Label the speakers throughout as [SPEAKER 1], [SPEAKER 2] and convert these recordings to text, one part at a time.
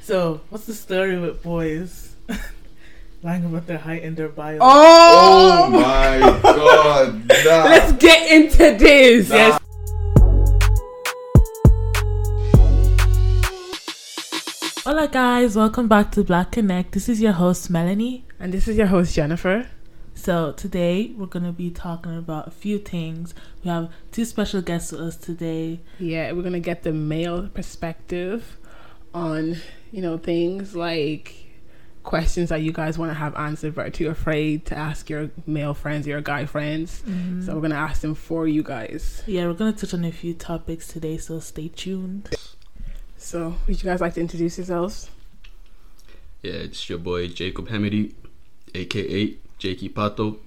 [SPEAKER 1] So, what's the story with boys lying about their height and their bio?
[SPEAKER 2] Oh,
[SPEAKER 3] Oh my god. Nah.
[SPEAKER 2] let's get into this.
[SPEAKER 3] Nah.
[SPEAKER 1] Yes. Hola, guys. Welcome back to Black Connect. This is your host, Melanie.
[SPEAKER 2] And this is your host Jennifer.
[SPEAKER 1] So, today we're going to be talking about a few things. We have two special guests with us today.
[SPEAKER 2] Yeah, we're gonna get the male perspective on you know things like questions that you guys want to have answered but are too afraid to ask your male friends, your guy friends. So we're gonna ask them for you guys.
[SPEAKER 1] Yeah, we're going to touch on a few topics today, so stay tuned.
[SPEAKER 2] So would you guys like to introduce yourselves?
[SPEAKER 4] Yeah, it's your boy Jacob Hemedy, aka Jakey Pato,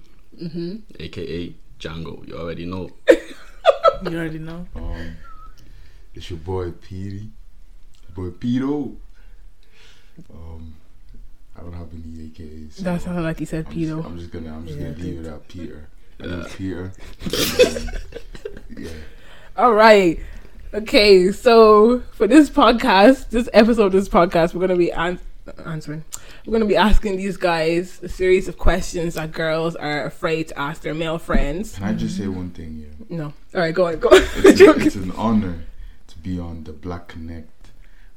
[SPEAKER 2] Mm-hmm.
[SPEAKER 4] aka Django. You already know.
[SPEAKER 1] You already know.
[SPEAKER 3] Um, it's your boy Petey. Boy Pedo. Um, I don't have any AKs. so
[SPEAKER 2] That sounded like you said
[SPEAKER 3] I'm
[SPEAKER 2] pedo.
[SPEAKER 3] Just, I'm just gonna I'm just
[SPEAKER 1] Yeah,
[SPEAKER 3] gonna leave
[SPEAKER 1] dude.
[SPEAKER 3] it out Peter. My
[SPEAKER 4] Yeah.
[SPEAKER 3] name's Peter. yeah.
[SPEAKER 2] All right. Okay, so for this podcast, this episode of this podcast, we're going to be ans- answering. We're going to be asking these guys a series of questions that girls are afraid to ask their male friends.
[SPEAKER 3] Can I just say one thing here?
[SPEAKER 2] No. All right, go on, go on.
[SPEAKER 3] It's, it's an honor to be on the Black Connect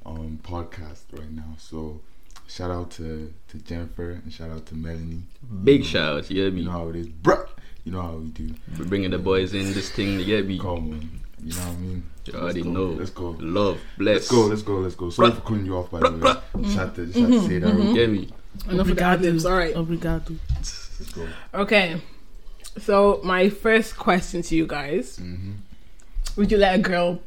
[SPEAKER 3] um, podcast right now. So shout out to, to Jennifer and shout out to Melanie. Um,
[SPEAKER 4] Big shout out, you hear
[SPEAKER 3] You
[SPEAKER 4] me?
[SPEAKER 3] know how it is, bruh. You know how we do.
[SPEAKER 4] We're bringing the boys in this thing, you get me?
[SPEAKER 3] Come on. You know what I mean?
[SPEAKER 4] You already
[SPEAKER 3] go,
[SPEAKER 4] know.
[SPEAKER 3] Let's go.
[SPEAKER 4] Love, bless.
[SPEAKER 3] Let's go. Let's go. Let's go. Sorry for cutting you off, by the way. Just had to, just had
[SPEAKER 4] Mm-hmm.
[SPEAKER 3] to say that.
[SPEAKER 4] You get me?
[SPEAKER 2] Enough of the Oh. ad-libs, All right.
[SPEAKER 1] Obrigado.
[SPEAKER 3] Let's go.
[SPEAKER 2] Okay. So, my first question to you guys
[SPEAKER 4] Mm-hmm.
[SPEAKER 3] hmm
[SPEAKER 2] Would you let a girl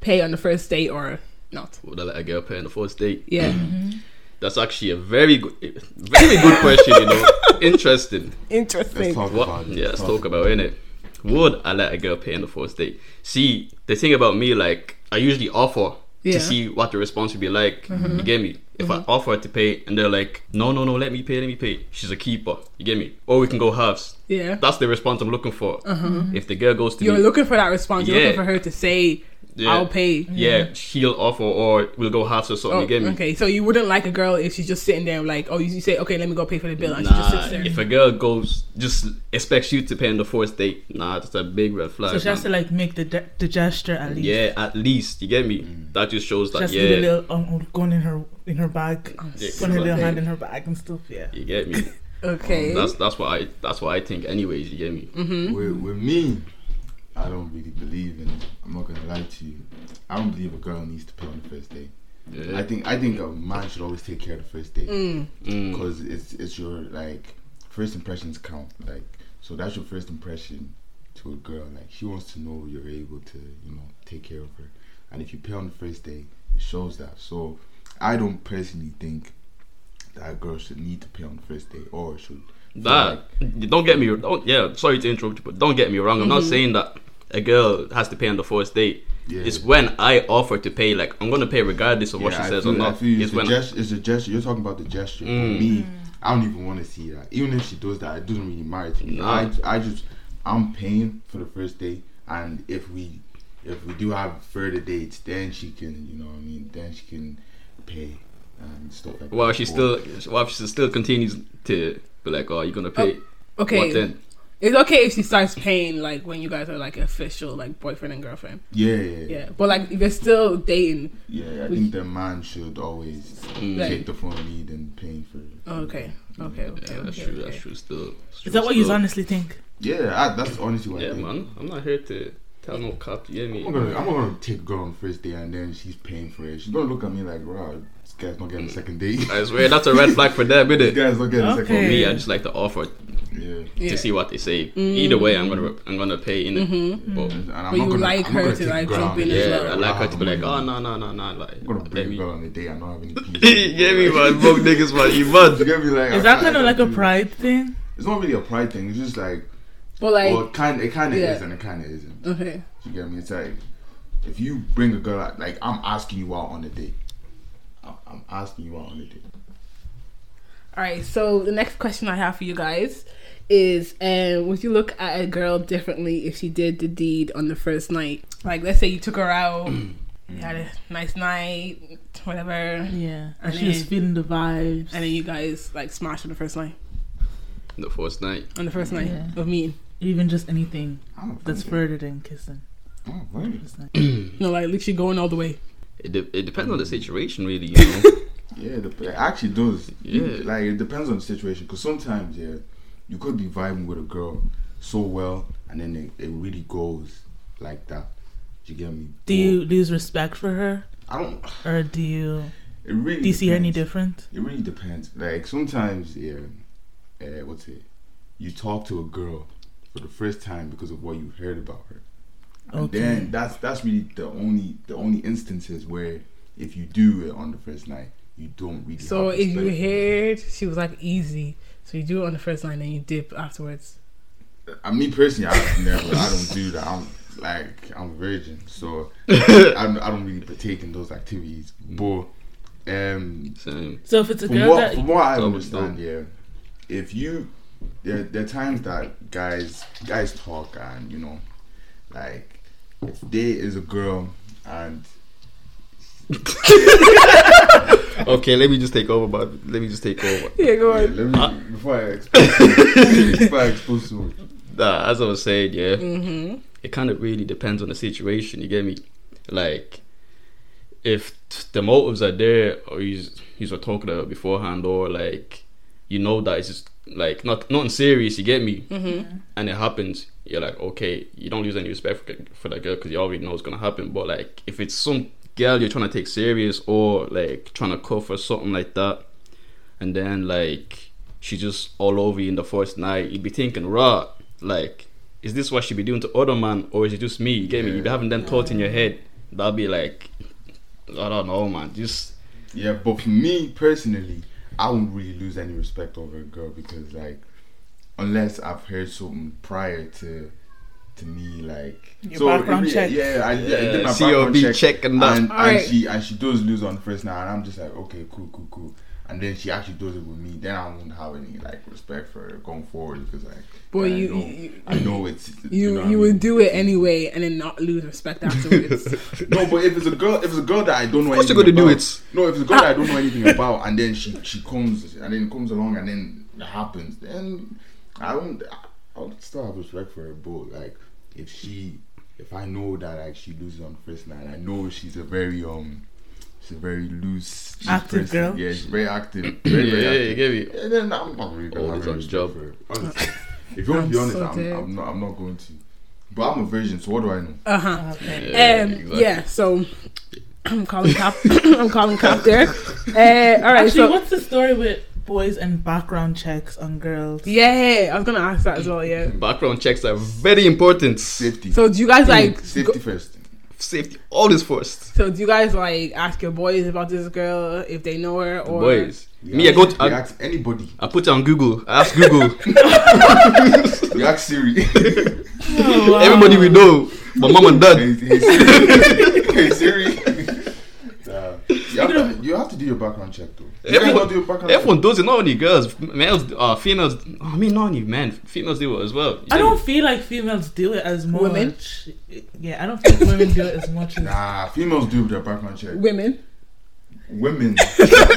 [SPEAKER 2] pay on the first date or not?
[SPEAKER 4] Would I let a girl pay on the first date?
[SPEAKER 2] Yeah.
[SPEAKER 4] That's actually a very good, very good question, you know. Interesting.
[SPEAKER 3] Let's
[SPEAKER 2] Interesting.
[SPEAKER 3] talk about
[SPEAKER 4] What?
[SPEAKER 3] it.
[SPEAKER 4] Yeah, let's talk about it, innit? Would I let a girl pay on the first date? See, the thing about me, like, I usually offer
[SPEAKER 2] Yeah. Mm-hmm.
[SPEAKER 4] to see what the response would be like. You get me? If I offer to pay and they're like, no, no, no, let me pay, let me pay. She's a keeper. You get me? Or we can go halves.
[SPEAKER 2] Yeah.
[SPEAKER 4] That's the response I'm looking for.
[SPEAKER 2] Uh-huh.
[SPEAKER 4] If the girl goes to
[SPEAKER 2] You're
[SPEAKER 4] me,
[SPEAKER 2] looking for that response. You're
[SPEAKER 4] Yeah.
[SPEAKER 2] looking for her to say,
[SPEAKER 4] Yeah.
[SPEAKER 2] I'll pay.
[SPEAKER 4] yeah, she'll offer or we'll go halves or something.
[SPEAKER 2] Oh,
[SPEAKER 4] you get me?
[SPEAKER 2] okay, so you wouldn't like a girl if she's just sitting there, like, oh, you you say, okay, let me go pay for the bill, and she just
[SPEAKER 4] Nah,
[SPEAKER 2] sits there.
[SPEAKER 4] if a girl goes, just expects you to pay on the first date, nah, that's a big red flag.
[SPEAKER 1] So she
[SPEAKER 4] man.
[SPEAKER 1] has to like make the, de- the gesture at least.
[SPEAKER 4] Yeah, at least you get me. That just shows that
[SPEAKER 1] Just
[SPEAKER 4] yeah,
[SPEAKER 1] leave a little um, um, gun in her in her bag,
[SPEAKER 4] Yeah,
[SPEAKER 1] put her little
[SPEAKER 4] yeah.
[SPEAKER 1] hand in her bag and stuff. Yeah.
[SPEAKER 4] you get me.
[SPEAKER 2] okay,
[SPEAKER 4] Mm, That's that's what I that's what I think. Anyways, you get me.
[SPEAKER 3] With,
[SPEAKER 4] Mm-hmm.
[SPEAKER 3] with me, I don't really believe in it. I'm not gonna lie to you. I don't believe a girl needs to pay on the first date.
[SPEAKER 4] Yeah.
[SPEAKER 3] I think I think a man should always take care of the first date
[SPEAKER 4] Mm.
[SPEAKER 3] because it's it's your like first impressions count. Like so, that's your first impression to a girl. Like she wants to know you're able to you know take care of her, and if you pay on the first date, it shows that. So I don't personally think that a girl should need to pay on the first date or should. feel like-
[SPEAKER 4] That don't get me. Don't, yeah, sorry to interrupt you, but don't get me wrong. I'm not saying that a girl has to pay on the first date.
[SPEAKER 3] Yeah.
[SPEAKER 4] It's when I offer to pay. Like I'm gonna pay regardless of what
[SPEAKER 3] Yeah,
[SPEAKER 4] she
[SPEAKER 3] I
[SPEAKER 4] says
[SPEAKER 3] feel-
[SPEAKER 4] or
[SPEAKER 3] I
[SPEAKER 4] not.
[SPEAKER 3] feel you.
[SPEAKER 4] It's
[SPEAKER 3] It's, a
[SPEAKER 4] when Mm.
[SPEAKER 3] gesture, it's a gesture. You're talking about the gesture. For me, I don't even want to see that. Even if she does that, it doesn't really matter to me.
[SPEAKER 4] Nah.
[SPEAKER 3] I, I just, I'm paying for the first date, and if we, if we do have further dates, then she can, you know, what I mean, then she can pay and stuff like.
[SPEAKER 4] well
[SPEAKER 3] that.
[SPEAKER 4] she
[SPEAKER 3] But
[SPEAKER 4] still well she still continues to be like, oh, you're gonna pay. What
[SPEAKER 2] okay.
[SPEAKER 4] then?
[SPEAKER 2] It's okay if she starts paying, like, when you guys are like official, like boyfriend and girlfriend.
[SPEAKER 3] Yeah, yeah, yeah.
[SPEAKER 2] Yeah, but like, if you're still dating,
[SPEAKER 3] Yeah, I think the man should always
[SPEAKER 4] Mm.
[SPEAKER 2] Like-
[SPEAKER 3] take the phone lead and paying for.
[SPEAKER 2] okay, okay, okay,
[SPEAKER 4] Yeah, that's
[SPEAKER 2] okay,
[SPEAKER 4] true.
[SPEAKER 2] okay.
[SPEAKER 4] That's true. Still.
[SPEAKER 1] Is that what you honestly think?
[SPEAKER 3] Yeah, I, that's honestly what I
[SPEAKER 4] Yeah,
[SPEAKER 3] think.
[SPEAKER 4] man. I'm not here to tell no cop. You hear me?
[SPEAKER 3] I'm gonna, I'm not gonna take a girl on the first day and then she's paying for it. She's gonna look at me like, "Wow, this guy's not getting a second date.
[SPEAKER 4] I
[SPEAKER 3] this
[SPEAKER 4] swear Mm. that's a red flag for them, innit?
[SPEAKER 3] guy's not getting a
[SPEAKER 1] Okay.
[SPEAKER 3] second
[SPEAKER 4] Me, I
[SPEAKER 3] date."
[SPEAKER 4] just like to offer
[SPEAKER 3] Yeah.
[SPEAKER 2] Yeah. Mm-hmm.
[SPEAKER 4] to see what they say. Either way, I'm gonna I'm gonna pay in it. But
[SPEAKER 3] And I'm
[SPEAKER 2] But
[SPEAKER 3] not
[SPEAKER 2] you
[SPEAKER 3] gonna,
[SPEAKER 2] like
[SPEAKER 3] I'm not
[SPEAKER 2] her
[SPEAKER 3] gonna
[SPEAKER 2] to,
[SPEAKER 3] take
[SPEAKER 2] like,
[SPEAKER 3] ground
[SPEAKER 2] jump in
[SPEAKER 3] and
[SPEAKER 2] Mm-hmm. as
[SPEAKER 3] say,
[SPEAKER 4] yeah,
[SPEAKER 2] well.
[SPEAKER 4] I
[SPEAKER 3] "Wow,
[SPEAKER 4] like her to be
[SPEAKER 3] I'm
[SPEAKER 4] like,
[SPEAKER 3] gonna-
[SPEAKER 4] oh no no no no, like
[SPEAKER 3] I'm gonna
[SPEAKER 4] let
[SPEAKER 3] bring a
[SPEAKER 4] me.
[SPEAKER 3] girl on the date. I don't have any peace.
[SPEAKER 4] you get me, man. Fuck niggas, man. You
[SPEAKER 3] You
[SPEAKER 4] mad?
[SPEAKER 3] get me, like,
[SPEAKER 1] Is
[SPEAKER 3] I-
[SPEAKER 1] that kind
[SPEAKER 3] I-
[SPEAKER 1] of like a pride thing?
[SPEAKER 3] It's not really a pride thing. It's just like,
[SPEAKER 2] But like,
[SPEAKER 3] well, it kind, it kind of
[SPEAKER 2] Yeah.
[SPEAKER 3] is and it kind of isn't.
[SPEAKER 2] okay,
[SPEAKER 3] You get me? It's like if you bring a girl, out, like I'm asking you out on a date. I'm, I'm asking you out on a date.
[SPEAKER 2] all right. So the next question I have for you guys is, um, would you look at a girl differently if she did the deed on the first night? Like, let's say you took her out, you had a nice night, whatever.
[SPEAKER 1] Yeah. And
[SPEAKER 2] And
[SPEAKER 1] she was
[SPEAKER 2] then-
[SPEAKER 1] feeling the vibes.
[SPEAKER 2] And then you guys like smashed on the first night.
[SPEAKER 4] the first night.
[SPEAKER 2] On the first night
[SPEAKER 1] Yeah.
[SPEAKER 2] of meeting.
[SPEAKER 1] Even just anything
[SPEAKER 3] I'm
[SPEAKER 1] that's further than kissing.
[SPEAKER 3] Oh, word.
[SPEAKER 1] It's like-
[SPEAKER 2] You know, like literally going all the way.
[SPEAKER 4] It, de- it depends on the situation, really. You know,
[SPEAKER 3] Yeah, the, it actually does.
[SPEAKER 4] Yeah.
[SPEAKER 3] Like, it depends on the situation. Because sometimes, yeah, you could be vibing with a girl so well, and then it, it really goes like that. Do you get me?
[SPEAKER 1] Do you lose respect for her?
[SPEAKER 3] I don't.
[SPEAKER 1] Or do you
[SPEAKER 3] It really.
[SPEAKER 1] do you see her any different?
[SPEAKER 3] depends. It really depends. Like sometimes, yeah, uh, what's it? You talk to a girl for the first time because of what you heard about her, and
[SPEAKER 1] Okay.
[SPEAKER 3] then that's that's really the only the only instances where if you do it on the first night, you don't really.
[SPEAKER 2] So
[SPEAKER 3] have
[SPEAKER 2] if you
[SPEAKER 3] respect.
[SPEAKER 2] heard she was like easy, so you do it on the first night and you dip afterwards.
[SPEAKER 3] I mean personally, I never. I don't do that. I'm like I'm a virgin, so I, don't- I don't really partake in those activities. But um,
[SPEAKER 4] same.
[SPEAKER 1] So if it's a
[SPEAKER 3] from
[SPEAKER 1] girl
[SPEAKER 3] what,
[SPEAKER 1] that
[SPEAKER 3] from what I
[SPEAKER 4] Double,
[SPEAKER 3] understand,
[SPEAKER 4] double.
[SPEAKER 3] yeah, if you there, there are times that guys guys talk and you know, like if there is a girl and
[SPEAKER 4] Okay, let me just take over, but let me just take over.
[SPEAKER 2] Yeah, go
[SPEAKER 3] yeah, let me before I expose before I expose too much.
[SPEAKER 4] Nah, as I was saying, yeah,
[SPEAKER 2] Mm-hmm.
[SPEAKER 4] it kind of really depends on the situation. You get me? Like, if t- the motives are there, or you you were talking about beforehand, or like you know that it's just like not not serious. You get me?
[SPEAKER 2] Mm-hmm.
[SPEAKER 4] And it happens. You're like, okay, you don't lose any respect for, for that girl because you already know it's gonna happen. But like, if it's some girl you're trying to take serious or like trying to cuff or something like that, and then like she just all over you in the first night, you'd be thinking, right, like, is this what she be doing to other man or is it just me? You get me? You be having them thoughts in your head. That'll be like, I don't know, man. Just
[SPEAKER 3] Yeah, but for me personally, I wouldn't really lose any respect over a girl because like unless I've heard something prior to to me like
[SPEAKER 1] Your background
[SPEAKER 3] yeah,
[SPEAKER 1] check.
[SPEAKER 3] Yeah, I, yeah, I did
[SPEAKER 4] Yeah,
[SPEAKER 3] my
[SPEAKER 4] CRB
[SPEAKER 3] background check,
[SPEAKER 4] check and that.
[SPEAKER 3] and, and
[SPEAKER 2] Alright.
[SPEAKER 3] she and she does lose on the first night, and I'm just like, okay, cool, cool, cool. And then she actually does it with me. Then I won't have any like respect for her going forward because like,
[SPEAKER 2] Boy,
[SPEAKER 3] then I
[SPEAKER 2] you-
[SPEAKER 3] know,
[SPEAKER 2] you-
[SPEAKER 3] I know it's
[SPEAKER 2] You
[SPEAKER 3] know what I
[SPEAKER 2] you
[SPEAKER 3] mean?
[SPEAKER 2] would do it anyway and then not lose respect afterwards.
[SPEAKER 3] No, but if it's a girl, if it's a girl that I don't know,
[SPEAKER 4] Of course
[SPEAKER 3] anything
[SPEAKER 4] you're gonna do
[SPEAKER 3] about-
[SPEAKER 4] it. Ah.
[SPEAKER 3] No, if it's a girl that I don't know anything about, and then she she comes and then comes along and then it happens, then I don't. I'll still have respect for her, but like if she, if I know that like she loses on the first night, I know she's a very um, she's a very loose she's
[SPEAKER 1] Active girl.
[SPEAKER 3] Yeah, she's very active. Very, very
[SPEAKER 4] yeah, you
[SPEAKER 3] active.
[SPEAKER 4] get me?
[SPEAKER 3] And then I'm not really gonna
[SPEAKER 4] Oh,
[SPEAKER 3] have
[SPEAKER 4] it's
[SPEAKER 3] any
[SPEAKER 4] on
[SPEAKER 3] respect
[SPEAKER 4] job.
[SPEAKER 3] for her. Honestly, if you want to be
[SPEAKER 2] I'm
[SPEAKER 3] honest,
[SPEAKER 2] so
[SPEAKER 3] I'm,
[SPEAKER 2] dead.
[SPEAKER 3] I'm not. I'm not going to. But I'm a virgin, so what do I know?
[SPEAKER 2] Uh huh.
[SPEAKER 1] Oh, okay.
[SPEAKER 2] Um, Yeah, so I'm calling cop. I'm calling cop there. Uh, all right,
[SPEAKER 1] Actually,
[SPEAKER 2] so
[SPEAKER 1] what's the story with boys and background checks on girls?
[SPEAKER 2] yeah, I was gonna ask that as well. Yeah.
[SPEAKER 4] Background checks are very important.
[SPEAKER 3] Safety.
[SPEAKER 2] So do you guys like?
[SPEAKER 3] safety
[SPEAKER 2] go-
[SPEAKER 3] first.
[SPEAKER 4] Safety, always first.
[SPEAKER 2] so do you guys like ask your boys about this girl if they know her or?
[SPEAKER 4] boys.
[SPEAKER 3] We
[SPEAKER 4] Me, I
[SPEAKER 3] ask-
[SPEAKER 4] go. To,
[SPEAKER 3] we
[SPEAKER 4] I,
[SPEAKER 3] ask anybody.
[SPEAKER 4] I put it on Google. I ask Google.
[SPEAKER 3] We ask Siri.
[SPEAKER 1] Oh, wow.
[SPEAKER 4] Everybody we know, my mom and dad.
[SPEAKER 3] hey, hey, Siri. hey Siri. Nah, you, have to, you have to do your background check though. You
[SPEAKER 4] Everyone-
[SPEAKER 3] cannot do your background
[SPEAKER 4] Everyone does it. Not only girls, males, uh, females. I mean, not only men. Females do it as well. You
[SPEAKER 1] I
[SPEAKER 4] get
[SPEAKER 1] don't
[SPEAKER 4] me?
[SPEAKER 1] feel like females do it as much.
[SPEAKER 2] Women?
[SPEAKER 1] Yeah, I don't think women do it as much
[SPEAKER 3] check.
[SPEAKER 1] as
[SPEAKER 3] Nah, females do their background check.
[SPEAKER 2] Women.
[SPEAKER 3] Women,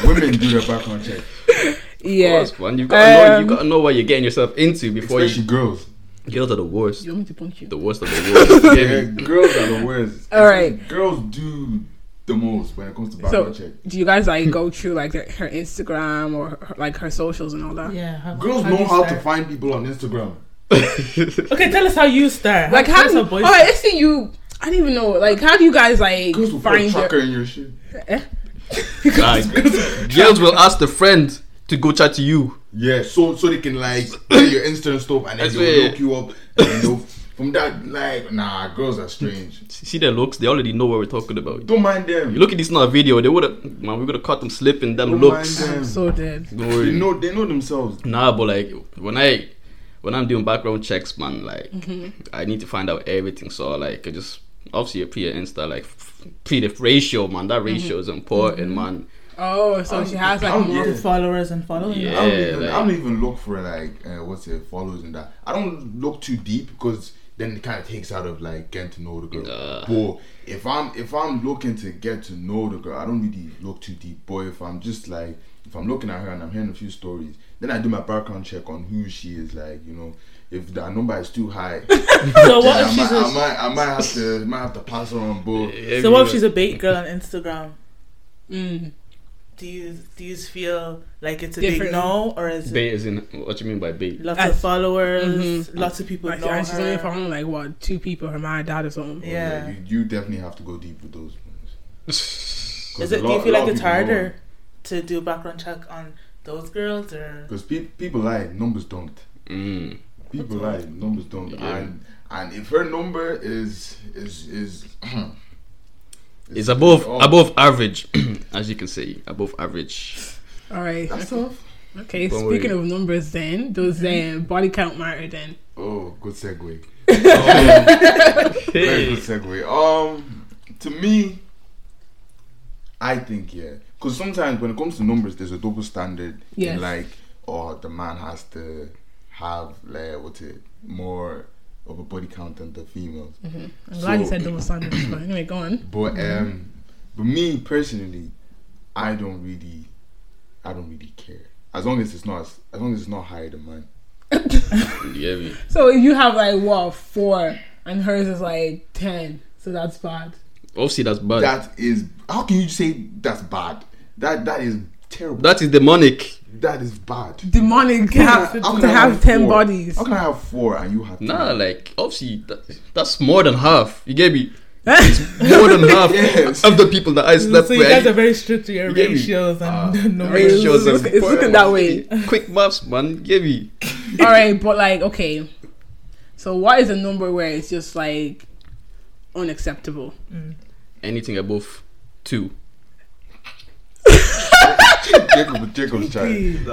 [SPEAKER 3] women do their background check,
[SPEAKER 4] Of
[SPEAKER 2] Yeah.
[SPEAKER 4] course, man. You gotta know.
[SPEAKER 2] Um,
[SPEAKER 4] You gotta know what you're getting yourself into before
[SPEAKER 3] especially girls.
[SPEAKER 4] you. Girls are the worst.
[SPEAKER 2] You want me to punch you?
[SPEAKER 4] The worst of the worst. you
[SPEAKER 3] Yeah,
[SPEAKER 4] get me?
[SPEAKER 3] girls are the worst.
[SPEAKER 2] All right.
[SPEAKER 3] girls do the most when it comes to
[SPEAKER 2] So
[SPEAKER 3] background check.
[SPEAKER 2] do you guys like go through like her her Instagram or her, like her socials and all that?
[SPEAKER 1] yeah. How,
[SPEAKER 3] Girls
[SPEAKER 1] how do
[SPEAKER 3] know
[SPEAKER 1] you
[SPEAKER 3] how to
[SPEAKER 1] start?
[SPEAKER 3] find people on Instagram.
[SPEAKER 1] Okay, tell us how you start.
[SPEAKER 2] Like how?
[SPEAKER 1] tell us
[SPEAKER 2] do-
[SPEAKER 1] boys
[SPEAKER 2] oh, I see you. I didn't even know. Like, how do you guys like
[SPEAKER 3] Girls will put a
[SPEAKER 2] find your?
[SPEAKER 3] tracker in your shit.
[SPEAKER 4] Guys, girls will ask the friend to go chat to you.
[SPEAKER 3] Yeah, so so they can like get your Insta and stuff, and then
[SPEAKER 4] That's
[SPEAKER 3] they'll
[SPEAKER 4] it.
[SPEAKER 3] look you up. And they'll, from that, like, nah, girls are strange.
[SPEAKER 4] See their looks. They already know what we're talking about.
[SPEAKER 3] Don't mind them.
[SPEAKER 4] You look at this in our video. They would have man. We could have caught them slipping. Them
[SPEAKER 3] Don't
[SPEAKER 4] looks.
[SPEAKER 3] mind
[SPEAKER 2] I'm so dead.
[SPEAKER 4] Don't worry.
[SPEAKER 3] They know they know themselves.
[SPEAKER 4] Nah, but like when I when I'm doing background checks, man, like I need to find out everything. So like I just obviously appear Insta like f- see the ratio, man. That ratio is important, man.
[SPEAKER 2] Oh, so
[SPEAKER 3] Um,
[SPEAKER 2] she has like
[SPEAKER 3] um,
[SPEAKER 2] more.
[SPEAKER 1] to
[SPEAKER 3] yeah.
[SPEAKER 1] followers and following.
[SPEAKER 4] Yeah.
[SPEAKER 3] I, don't even,
[SPEAKER 4] like-
[SPEAKER 3] I don't even look for like uh, what's it follows and that. I don't look too deep because then it kind of takes out of like getting to know the girl.
[SPEAKER 4] Nah.
[SPEAKER 3] But if I'm if I'm looking to get to know the girl, I don't really look too deep. But if I'm just like if I'm looking at her and I'm hearing a few stories, then I do my background check on who she is. Like you know, if the number is too high,
[SPEAKER 1] So what
[SPEAKER 3] then
[SPEAKER 1] if
[SPEAKER 3] I, might,
[SPEAKER 1] she's
[SPEAKER 3] I
[SPEAKER 1] a,
[SPEAKER 3] might I might have to might have to pass her on. But
[SPEAKER 1] so what if she's a bait girl on Instagram?
[SPEAKER 2] Mm.
[SPEAKER 1] Do you do you feel like it's a big
[SPEAKER 2] Different.
[SPEAKER 1] no or is it
[SPEAKER 4] bait is in what you mean by bait?
[SPEAKER 1] lots
[SPEAKER 2] As-
[SPEAKER 1] of followers,
[SPEAKER 2] Mhm.
[SPEAKER 1] lots of people
[SPEAKER 2] Like,
[SPEAKER 1] know
[SPEAKER 2] and she's only
[SPEAKER 1] her?
[SPEAKER 2] following like what two people, her mom and dad or something.
[SPEAKER 1] Yeah.
[SPEAKER 3] you, you definitely have to go deep with those ones. 'Cause
[SPEAKER 1] Is
[SPEAKER 3] a
[SPEAKER 1] it? Do
[SPEAKER 3] lot-
[SPEAKER 1] you
[SPEAKER 3] a
[SPEAKER 1] feel
[SPEAKER 3] lot
[SPEAKER 1] like
[SPEAKER 3] of
[SPEAKER 1] it's
[SPEAKER 3] people know
[SPEAKER 1] harder to do a background check on those girls or?
[SPEAKER 3] Because pe- people lie, numbers don't.
[SPEAKER 4] Mm.
[SPEAKER 3] People lie, numbers don't.
[SPEAKER 4] Yeah.
[SPEAKER 3] And and if her number is is is
[SPEAKER 4] It's above
[SPEAKER 3] oh,
[SPEAKER 4] above average, as you can see, above average.
[SPEAKER 2] All right.
[SPEAKER 3] That's tough.
[SPEAKER 2] Okay.
[SPEAKER 4] Don't
[SPEAKER 2] speaking
[SPEAKER 4] worry.
[SPEAKER 2] of numbers, then does uh, body count matter? Then
[SPEAKER 3] Oh, good segue. Very
[SPEAKER 4] Hey.
[SPEAKER 3] good segue. Um, to me, I think yeah. Because sometimes when it comes to numbers, there's a double standard. in,
[SPEAKER 2] Yes.
[SPEAKER 3] like, oh, the man has to have like what's it more of a body count than the females.
[SPEAKER 2] I'm glad you
[SPEAKER 3] So-
[SPEAKER 2] said double standards. but anyway, go on.
[SPEAKER 3] But um, but me personally, I don't really, I don't really care. As long as it's not, as long as it's not higher than mine.
[SPEAKER 4] Yeah, we-
[SPEAKER 2] So if you have like what four and hers is like ten, so that's bad.
[SPEAKER 4] Obviously, that's bad.
[SPEAKER 3] That is, how can you say that's bad? That that is terrible.
[SPEAKER 4] that is demonic.
[SPEAKER 3] that is bad.
[SPEAKER 2] Demonic
[SPEAKER 3] How
[SPEAKER 2] to,
[SPEAKER 3] can I- how
[SPEAKER 2] to
[SPEAKER 3] can I
[SPEAKER 2] have ten
[SPEAKER 3] four?
[SPEAKER 2] bodies.
[SPEAKER 3] How can I have four and you have? ten?
[SPEAKER 4] Nah, like obviously that, that's more than half. You get me? It's more than half
[SPEAKER 3] Yes.
[SPEAKER 4] of the people that I slept
[SPEAKER 1] So you
[SPEAKER 4] with.
[SPEAKER 1] guys are very strict to your
[SPEAKER 4] You get me? Ah.
[SPEAKER 1] ratios and
[SPEAKER 3] Uh,
[SPEAKER 1] numbers.
[SPEAKER 2] It's,
[SPEAKER 4] Ratios are-
[SPEAKER 2] it's looking that way.
[SPEAKER 4] Quick maps, man. Get me?
[SPEAKER 2] All right, but like, okay. So what is a number where it's just like unacceptable?
[SPEAKER 4] Anything above two.
[SPEAKER 3] Jacob, Jacob's child. Jacob's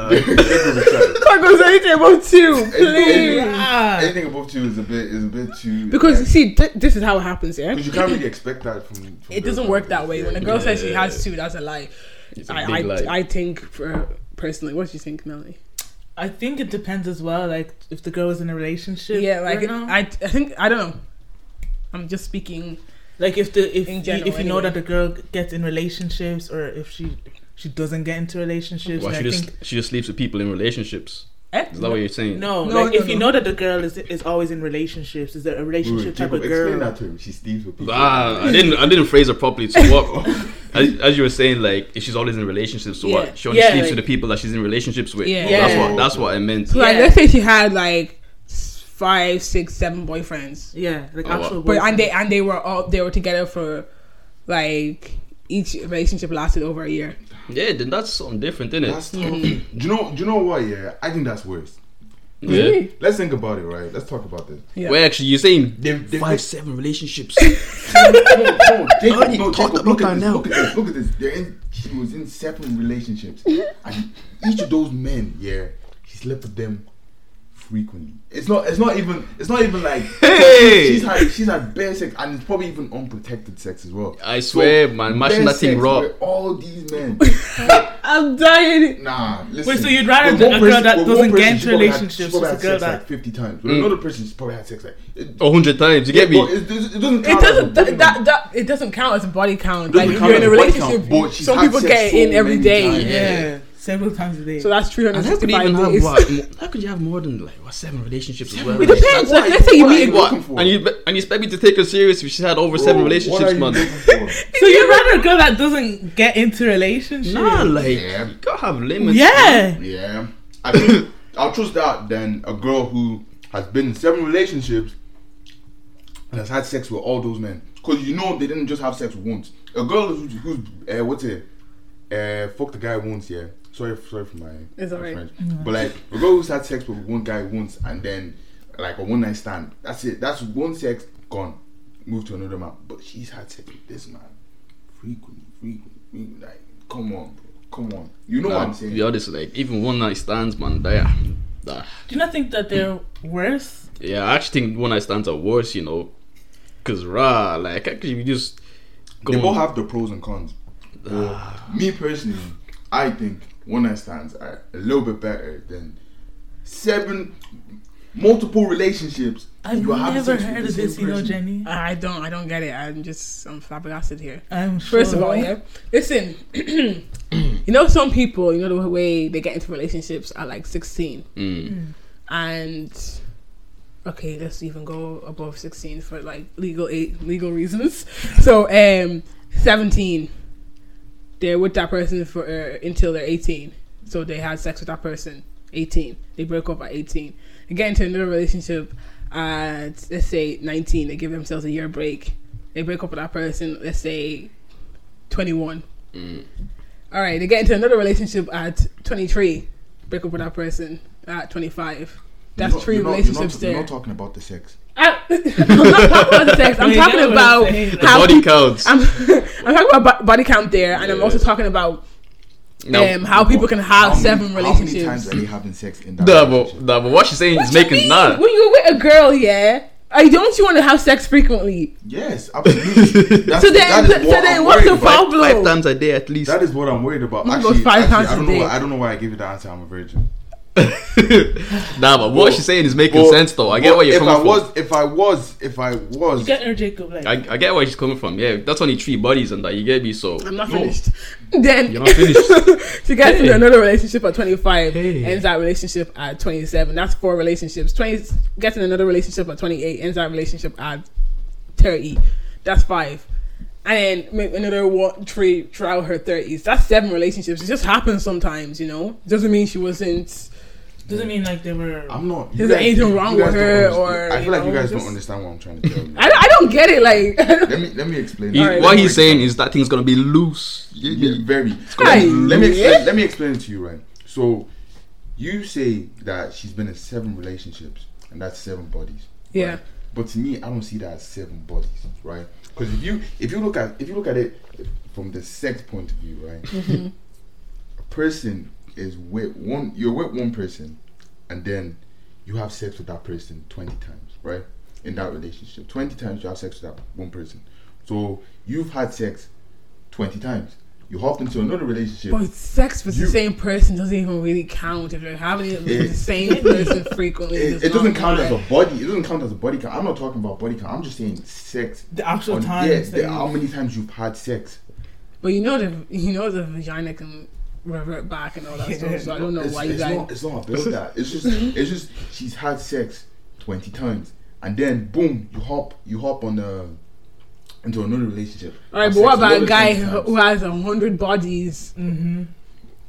[SPEAKER 3] child.
[SPEAKER 2] Because anything above two,
[SPEAKER 3] please.
[SPEAKER 2] please.
[SPEAKER 1] Ah.
[SPEAKER 3] Anything above two is a bit is a bit too.
[SPEAKER 2] Because you see, th- this is how it happens, yeah.
[SPEAKER 3] 'cause you can't really expect that from. from
[SPEAKER 2] It
[SPEAKER 3] girls
[SPEAKER 2] doesn't work that way.
[SPEAKER 3] nowadays.
[SPEAKER 2] When a
[SPEAKER 3] Yeah.
[SPEAKER 2] girl says she
[SPEAKER 4] Yeah.
[SPEAKER 2] has two, that's a lie.
[SPEAKER 4] It's a
[SPEAKER 2] I,
[SPEAKER 4] big lie.
[SPEAKER 2] I, I think for personally, what do you think, Melanie?
[SPEAKER 1] I think it depends as well. Like if the girl is in a relationship,
[SPEAKER 2] Yeah, like
[SPEAKER 1] right now.
[SPEAKER 2] I, I think I don't know. I'm just speaking.
[SPEAKER 1] like if the if
[SPEAKER 2] In
[SPEAKER 1] you-
[SPEAKER 2] general,
[SPEAKER 1] if you know
[SPEAKER 2] anyway.
[SPEAKER 1] that the girl gets in relationships or if she she doesn't get into relationships,
[SPEAKER 4] Why
[SPEAKER 1] then
[SPEAKER 4] she
[SPEAKER 1] I
[SPEAKER 4] just
[SPEAKER 1] think
[SPEAKER 4] she just sleeps with people in relationships?
[SPEAKER 2] Eh?
[SPEAKER 4] Is that what you're saying?
[SPEAKER 1] no,
[SPEAKER 2] No,
[SPEAKER 1] like
[SPEAKER 2] no,
[SPEAKER 1] if you
[SPEAKER 2] no.
[SPEAKER 1] know that the girl is is always in relationships, is there a
[SPEAKER 3] Wait, wait,
[SPEAKER 1] relationship type
[SPEAKER 3] Jacob,
[SPEAKER 1] of girl?
[SPEAKER 3] explain that to him. She sleeps with people.
[SPEAKER 4] Ah, I didn't. I didn't phrase it properly. So what? as, as you were saying, like if she's always in relationships, so
[SPEAKER 2] Yeah.
[SPEAKER 4] what? She only
[SPEAKER 1] Yeah,
[SPEAKER 4] sleeps
[SPEAKER 1] like-
[SPEAKER 4] with the people that she's in relationships with.
[SPEAKER 2] Yeah.
[SPEAKER 4] That's
[SPEAKER 1] Yeah.
[SPEAKER 4] what. That's what I meant.
[SPEAKER 2] So like,
[SPEAKER 1] Yeah.
[SPEAKER 2] let's say she had like s- five, six, seven boyfriends,
[SPEAKER 1] Yeah, like
[SPEAKER 4] Oh, wow.
[SPEAKER 1] actual.
[SPEAKER 2] but and
[SPEAKER 1] boyfriend.
[SPEAKER 2] they and they were all they were together for like each relationship lasted over a year.
[SPEAKER 4] Yeah, then that's something different, isn't it?
[SPEAKER 3] That's tough. do you know? Do you know what? Yeah, I think that's worse.
[SPEAKER 4] yeah.
[SPEAKER 3] Let's think about it, right? Let's talk about this.
[SPEAKER 2] Yeah.
[SPEAKER 4] Well, actually, you're saying
[SPEAKER 3] They've- they've-
[SPEAKER 4] five, seven relationships.
[SPEAKER 3] No, no, Jacob,
[SPEAKER 4] Ernie,
[SPEAKER 3] no,
[SPEAKER 4] talk
[SPEAKER 3] Jacob,
[SPEAKER 4] about
[SPEAKER 3] look at
[SPEAKER 4] that
[SPEAKER 3] this.
[SPEAKER 4] now.
[SPEAKER 3] Look at this. Look at this. They're in, she was in separate relationships, and each of those men, yeah, he slept with them frequently. It's not. It's not even. It's not even like
[SPEAKER 4] Hey!
[SPEAKER 3] she's had. She's had bare sex, and it's probably even unprotected sex as well.
[SPEAKER 4] I swear, man, mashing
[SPEAKER 3] bare
[SPEAKER 4] that thing
[SPEAKER 3] sex
[SPEAKER 4] raw.
[SPEAKER 3] with All these men.
[SPEAKER 2] I'm dying.
[SPEAKER 3] Nah, listen.
[SPEAKER 1] so you'd rather
[SPEAKER 3] With
[SPEAKER 1] the-
[SPEAKER 3] one
[SPEAKER 1] a girl that
[SPEAKER 3] with one
[SPEAKER 1] doesn't get
[SPEAKER 3] person,
[SPEAKER 1] into
[SPEAKER 3] she probably had-
[SPEAKER 1] relationships
[SPEAKER 3] She probably
[SPEAKER 1] with
[SPEAKER 3] had
[SPEAKER 1] a girl
[SPEAKER 3] sex
[SPEAKER 1] that-
[SPEAKER 3] like fifty times. With
[SPEAKER 4] Mm.
[SPEAKER 3] another person, she probably had sex like. It,
[SPEAKER 4] A hundred times. You get
[SPEAKER 3] But
[SPEAKER 4] me?
[SPEAKER 3] it, it, it doesn't.
[SPEAKER 2] It
[SPEAKER 3] count as a-
[SPEAKER 2] doesn't that, that, that it doesn't count as a body count.
[SPEAKER 3] Doesn't
[SPEAKER 2] Like if
[SPEAKER 3] count
[SPEAKER 2] you're in a
[SPEAKER 3] as a body count,
[SPEAKER 2] relationship,
[SPEAKER 3] but she's
[SPEAKER 2] some
[SPEAKER 3] had
[SPEAKER 2] people
[SPEAKER 3] sex
[SPEAKER 2] get
[SPEAKER 3] so
[SPEAKER 2] in every
[SPEAKER 3] many
[SPEAKER 2] day.
[SPEAKER 3] times.
[SPEAKER 1] yeah, several times a day.
[SPEAKER 2] So that's
[SPEAKER 4] And how could
[SPEAKER 2] 365
[SPEAKER 4] you even have
[SPEAKER 2] days.
[SPEAKER 4] what? mo- How could you have more than like what seven relationships as well?
[SPEAKER 2] It depends. Like, let's say you
[SPEAKER 3] What
[SPEAKER 2] meet a
[SPEAKER 3] are
[SPEAKER 2] girl.
[SPEAKER 3] looking for?
[SPEAKER 4] And you be- and you expect me to take her serious if she's had over
[SPEAKER 3] Bro, what
[SPEAKER 4] seven
[SPEAKER 3] are
[SPEAKER 4] relationships,
[SPEAKER 3] you
[SPEAKER 4] man?
[SPEAKER 3] looking for?
[SPEAKER 1] So you'd rather a girl that doesn't get into relationships?
[SPEAKER 4] Nah, like
[SPEAKER 3] Yeah.
[SPEAKER 4] you gotta have limits.
[SPEAKER 1] yeah.
[SPEAKER 3] Yeah, I think I'll trust that than a girl who has been in seven relationships and has had sex with all those men. Cause you know they didn't just have sex once. A girl who's, who's uh, what's it, uh, fucked a guy once. Yeah, sorry, sorry for my,
[SPEAKER 2] It's
[SPEAKER 3] my
[SPEAKER 2] alright.
[SPEAKER 3] French. But like a girl who's had sex with one guy once and then like a one night stand. That's it. That's one sex gone. Move to another man. But she's had sex with this man frequently, frequently, frequently. Like, come on, bro. Come on. You know
[SPEAKER 4] Nah,
[SPEAKER 3] what I'm saying?
[SPEAKER 4] to be honest, like even one night stands, man. They, are- nah.
[SPEAKER 1] Do you not think that they're worse?
[SPEAKER 4] yeah, I actually think one night stands are worse, you know, because rah, like how could you just go?
[SPEAKER 3] They both
[SPEAKER 4] on-
[SPEAKER 3] have the pros and cons. But me personally, I think one night stands are a little bit better than seven multiple relationships
[SPEAKER 1] I've
[SPEAKER 3] You have
[SPEAKER 1] never
[SPEAKER 3] sex with
[SPEAKER 1] heard
[SPEAKER 3] the
[SPEAKER 1] of this,
[SPEAKER 3] same
[SPEAKER 1] you know,
[SPEAKER 3] person.
[SPEAKER 1] Jenny.
[SPEAKER 2] I don't. I don't get it. I'm just. I'm flabbergasted here.
[SPEAKER 1] I'm
[SPEAKER 2] First
[SPEAKER 1] sure.
[SPEAKER 2] of all, yeah. Listen, you know some people. You know the way they get into relationships at like 16,
[SPEAKER 4] Mm.
[SPEAKER 2] and okay, let's even go above 16 for like legal eight legal reasons. So um, 17, they're with that person for uh, until they're 18. So they had sex with that person. 18, they break up at 18. They get into another relationship at let's say 19. They give themselves a year break. They break up with that person. Let's say 21.
[SPEAKER 4] Mm.
[SPEAKER 2] All right, they get into another relationship at 23, break up with that person at 25. That's
[SPEAKER 3] You're not-
[SPEAKER 2] three
[SPEAKER 3] you're not- you're not-
[SPEAKER 2] relationships
[SPEAKER 3] You're
[SPEAKER 2] there.
[SPEAKER 3] not talking about the sex.
[SPEAKER 2] I- I'm not talking about sex. I'm
[SPEAKER 1] You know
[SPEAKER 2] talking
[SPEAKER 1] what I'm
[SPEAKER 2] about
[SPEAKER 1] saying.
[SPEAKER 4] The
[SPEAKER 2] how
[SPEAKER 4] body
[SPEAKER 2] people-
[SPEAKER 4] counts.
[SPEAKER 2] I'm, I'm talking about bo- body count there, and I'm
[SPEAKER 4] Yeah.
[SPEAKER 2] also talking about
[SPEAKER 4] No.
[SPEAKER 2] um, how people can have
[SPEAKER 3] How many-
[SPEAKER 2] seven
[SPEAKER 3] How many times
[SPEAKER 2] relationships.
[SPEAKER 3] are they having sex in that
[SPEAKER 4] Double,
[SPEAKER 3] relationship?
[SPEAKER 4] double. What she's saying
[SPEAKER 2] What
[SPEAKER 4] is
[SPEAKER 2] you
[SPEAKER 4] making
[SPEAKER 2] mean?
[SPEAKER 4] none.
[SPEAKER 2] When you're with a girl, yeah, I don't you want to have sex frequently?
[SPEAKER 3] Yes, absolutely. That's,
[SPEAKER 2] So then-
[SPEAKER 3] that is
[SPEAKER 2] so
[SPEAKER 3] what
[SPEAKER 2] then
[SPEAKER 3] I'm
[SPEAKER 2] what's
[SPEAKER 3] worried
[SPEAKER 2] the
[SPEAKER 3] about.
[SPEAKER 2] problem? Pablo.
[SPEAKER 4] Five times a day at least.
[SPEAKER 3] That is what I'm worried about.
[SPEAKER 2] Mine
[SPEAKER 3] Actually,
[SPEAKER 2] goes five
[SPEAKER 3] actually,
[SPEAKER 2] times
[SPEAKER 3] I
[SPEAKER 2] a
[SPEAKER 3] don't know.
[SPEAKER 2] day.
[SPEAKER 3] Why, I don't know why I gave you the answer. I'm a virgin.
[SPEAKER 4] nah, but what she's saying is making sense though. I get
[SPEAKER 3] But
[SPEAKER 4] where you're
[SPEAKER 3] if
[SPEAKER 4] coming
[SPEAKER 3] I
[SPEAKER 4] from.
[SPEAKER 3] Was, if I was, if I was,
[SPEAKER 1] Get her, Jacob. Like,
[SPEAKER 4] I, I get where she's coming from. Yeah, that's only three bodies and that. You get me? So
[SPEAKER 2] I'm not
[SPEAKER 4] No.
[SPEAKER 2] finished. Then
[SPEAKER 4] You're not finished.
[SPEAKER 2] she gets
[SPEAKER 4] Hey.
[SPEAKER 2] into another relationship at 25,
[SPEAKER 4] Hey.
[SPEAKER 2] ends that relationship at 27. That's four relationships. 20 gets in another relationship at 28, ends that relationship at 30. That's five. And then make another one, three throughout her 30s. That's seven relationships. It just happens sometimes, you know. Doesn't mean she wasn't.
[SPEAKER 1] doesn't mean like they were.
[SPEAKER 3] I'm not.
[SPEAKER 2] Is there anything wrong
[SPEAKER 3] you guys
[SPEAKER 2] with
[SPEAKER 3] don't
[SPEAKER 2] her
[SPEAKER 3] understand-
[SPEAKER 2] or,
[SPEAKER 3] I
[SPEAKER 2] you
[SPEAKER 3] feel like you
[SPEAKER 2] know,
[SPEAKER 3] guys
[SPEAKER 2] just-
[SPEAKER 3] don't understand what I'm trying to tell you.
[SPEAKER 2] I don't, I don't get it. Like, I don't-
[SPEAKER 3] let me let me explain.
[SPEAKER 4] He-
[SPEAKER 2] All right.
[SPEAKER 4] what he's saying is that thing's gonna be loose. You get
[SPEAKER 3] Yeah,
[SPEAKER 4] me?
[SPEAKER 3] very.
[SPEAKER 4] gonna
[SPEAKER 3] Let-
[SPEAKER 2] be
[SPEAKER 3] let me
[SPEAKER 2] loose.
[SPEAKER 3] explain, let me explain it to you, right? So, you say that she's been in seven relationships, and that's seven bodies.
[SPEAKER 2] yeah.
[SPEAKER 3] right? But to me, I don't see that as seven bodies, right? Because if you if you look at if you look at it from the sex point of view, right? A person is with one. You're with one person, and then you have sex with that person twenty times, right? In that relationship, twenty times you have sex with that one person. So you've had sex twenty times. You hop into another relationship.
[SPEAKER 2] But sex with
[SPEAKER 3] You-
[SPEAKER 2] the same person doesn't even really count if you're having it with the same person frequently.
[SPEAKER 3] it,
[SPEAKER 2] does
[SPEAKER 3] it doesn't
[SPEAKER 2] not
[SPEAKER 3] count as
[SPEAKER 2] matter.
[SPEAKER 3] a body. It doesn't count as a body count. I'm not talking about body count. I'm just saying sex.
[SPEAKER 1] the actual
[SPEAKER 3] on-
[SPEAKER 1] times.
[SPEAKER 3] yeah,
[SPEAKER 1] that
[SPEAKER 3] the-
[SPEAKER 1] you-
[SPEAKER 3] how many times you've had sex?
[SPEAKER 2] But you know the you know the vagina can revert back and all that stuff. So I don't know
[SPEAKER 3] it's,
[SPEAKER 2] why
[SPEAKER 3] it's
[SPEAKER 2] you guys.
[SPEAKER 3] Not, it's not about that. It's just, it's just she's had sex twenty times, and then boom, you hop, you hop on the into another relationship.
[SPEAKER 2] all right,
[SPEAKER 3] Have
[SPEAKER 2] but what
[SPEAKER 3] sex
[SPEAKER 2] about a
[SPEAKER 3] another
[SPEAKER 2] guy
[SPEAKER 3] 20
[SPEAKER 2] who
[SPEAKER 3] times.
[SPEAKER 2] who has a hundred bodies?
[SPEAKER 1] Mhm.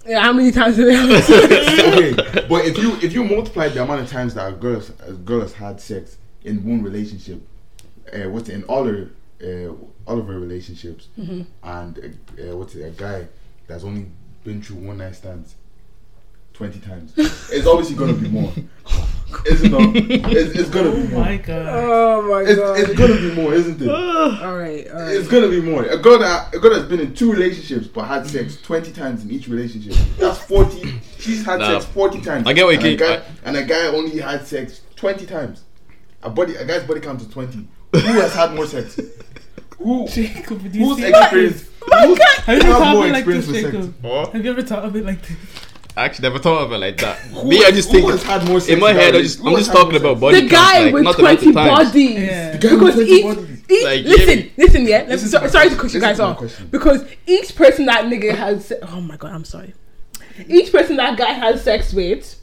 [SPEAKER 2] Yeah, how many times did they have sex?
[SPEAKER 3] okay, but if you if you multiply the amount of times that a girl has- a girl has had sex in one relationship, uh, what's it, in all her uh, all of her relationships, and uh, uh, what's it, a guy that's only been through one night stands twenty times, it's obviously gonna be more. Isn't it? It's, it's gonna
[SPEAKER 1] Oh
[SPEAKER 3] be more.
[SPEAKER 1] my Oh god.
[SPEAKER 2] Oh my god!
[SPEAKER 3] It's, it's gonna be more, isn't it?
[SPEAKER 2] all right, all right.
[SPEAKER 3] It's gonna be more. A girl that a girl that's been in two relationships but had sex twenty times in each relationship. That's forty. She's had
[SPEAKER 4] Nah.
[SPEAKER 3] sex forty times.
[SPEAKER 4] I get what you
[SPEAKER 3] and a
[SPEAKER 4] can-
[SPEAKER 3] guy,
[SPEAKER 4] I-
[SPEAKER 3] and a guy only had sex twenty times. A body, a guy's body count is twenty. Who has had more sex? Who?
[SPEAKER 1] Jacob, do you
[SPEAKER 3] Who's
[SPEAKER 1] see
[SPEAKER 3] experienced? Who's
[SPEAKER 1] Have you
[SPEAKER 3] who
[SPEAKER 1] ever
[SPEAKER 3] has
[SPEAKER 1] thought
[SPEAKER 3] more
[SPEAKER 1] of it like
[SPEAKER 3] experience
[SPEAKER 1] this,
[SPEAKER 3] with sex?
[SPEAKER 1] Jacob? Have you ever thought of it like this?
[SPEAKER 4] I actually never thought of it like that.
[SPEAKER 3] Who
[SPEAKER 4] Me, I
[SPEAKER 3] has-
[SPEAKER 4] just
[SPEAKER 3] who
[SPEAKER 4] think
[SPEAKER 3] has had more sex
[SPEAKER 4] in my
[SPEAKER 3] than
[SPEAKER 4] head. I
[SPEAKER 3] that?
[SPEAKER 4] just,
[SPEAKER 3] Who
[SPEAKER 4] I'm
[SPEAKER 3] has
[SPEAKER 4] just
[SPEAKER 3] had more
[SPEAKER 4] talking about
[SPEAKER 3] sex?
[SPEAKER 2] the
[SPEAKER 4] body counts,
[SPEAKER 2] guy
[SPEAKER 4] like,
[SPEAKER 2] with
[SPEAKER 4] not the amount
[SPEAKER 2] twenty
[SPEAKER 4] of times.
[SPEAKER 2] bodies.
[SPEAKER 1] Yeah.
[SPEAKER 3] guy with
[SPEAKER 2] Because
[SPEAKER 3] 20
[SPEAKER 2] each,
[SPEAKER 3] bodies.
[SPEAKER 2] each
[SPEAKER 4] Like,
[SPEAKER 2] listen,
[SPEAKER 4] give-
[SPEAKER 2] listen, yeah. Let me,
[SPEAKER 3] Listen to
[SPEAKER 2] so,
[SPEAKER 3] my
[SPEAKER 2] sorry to
[SPEAKER 3] question.
[SPEAKER 2] cut you
[SPEAKER 3] Listen
[SPEAKER 2] guys
[SPEAKER 3] to my
[SPEAKER 2] off.
[SPEAKER 3] question.
[SPEAKER 2] Because each person that nigga has, se- oh my god, I'm sorry. Each person that guy has sex with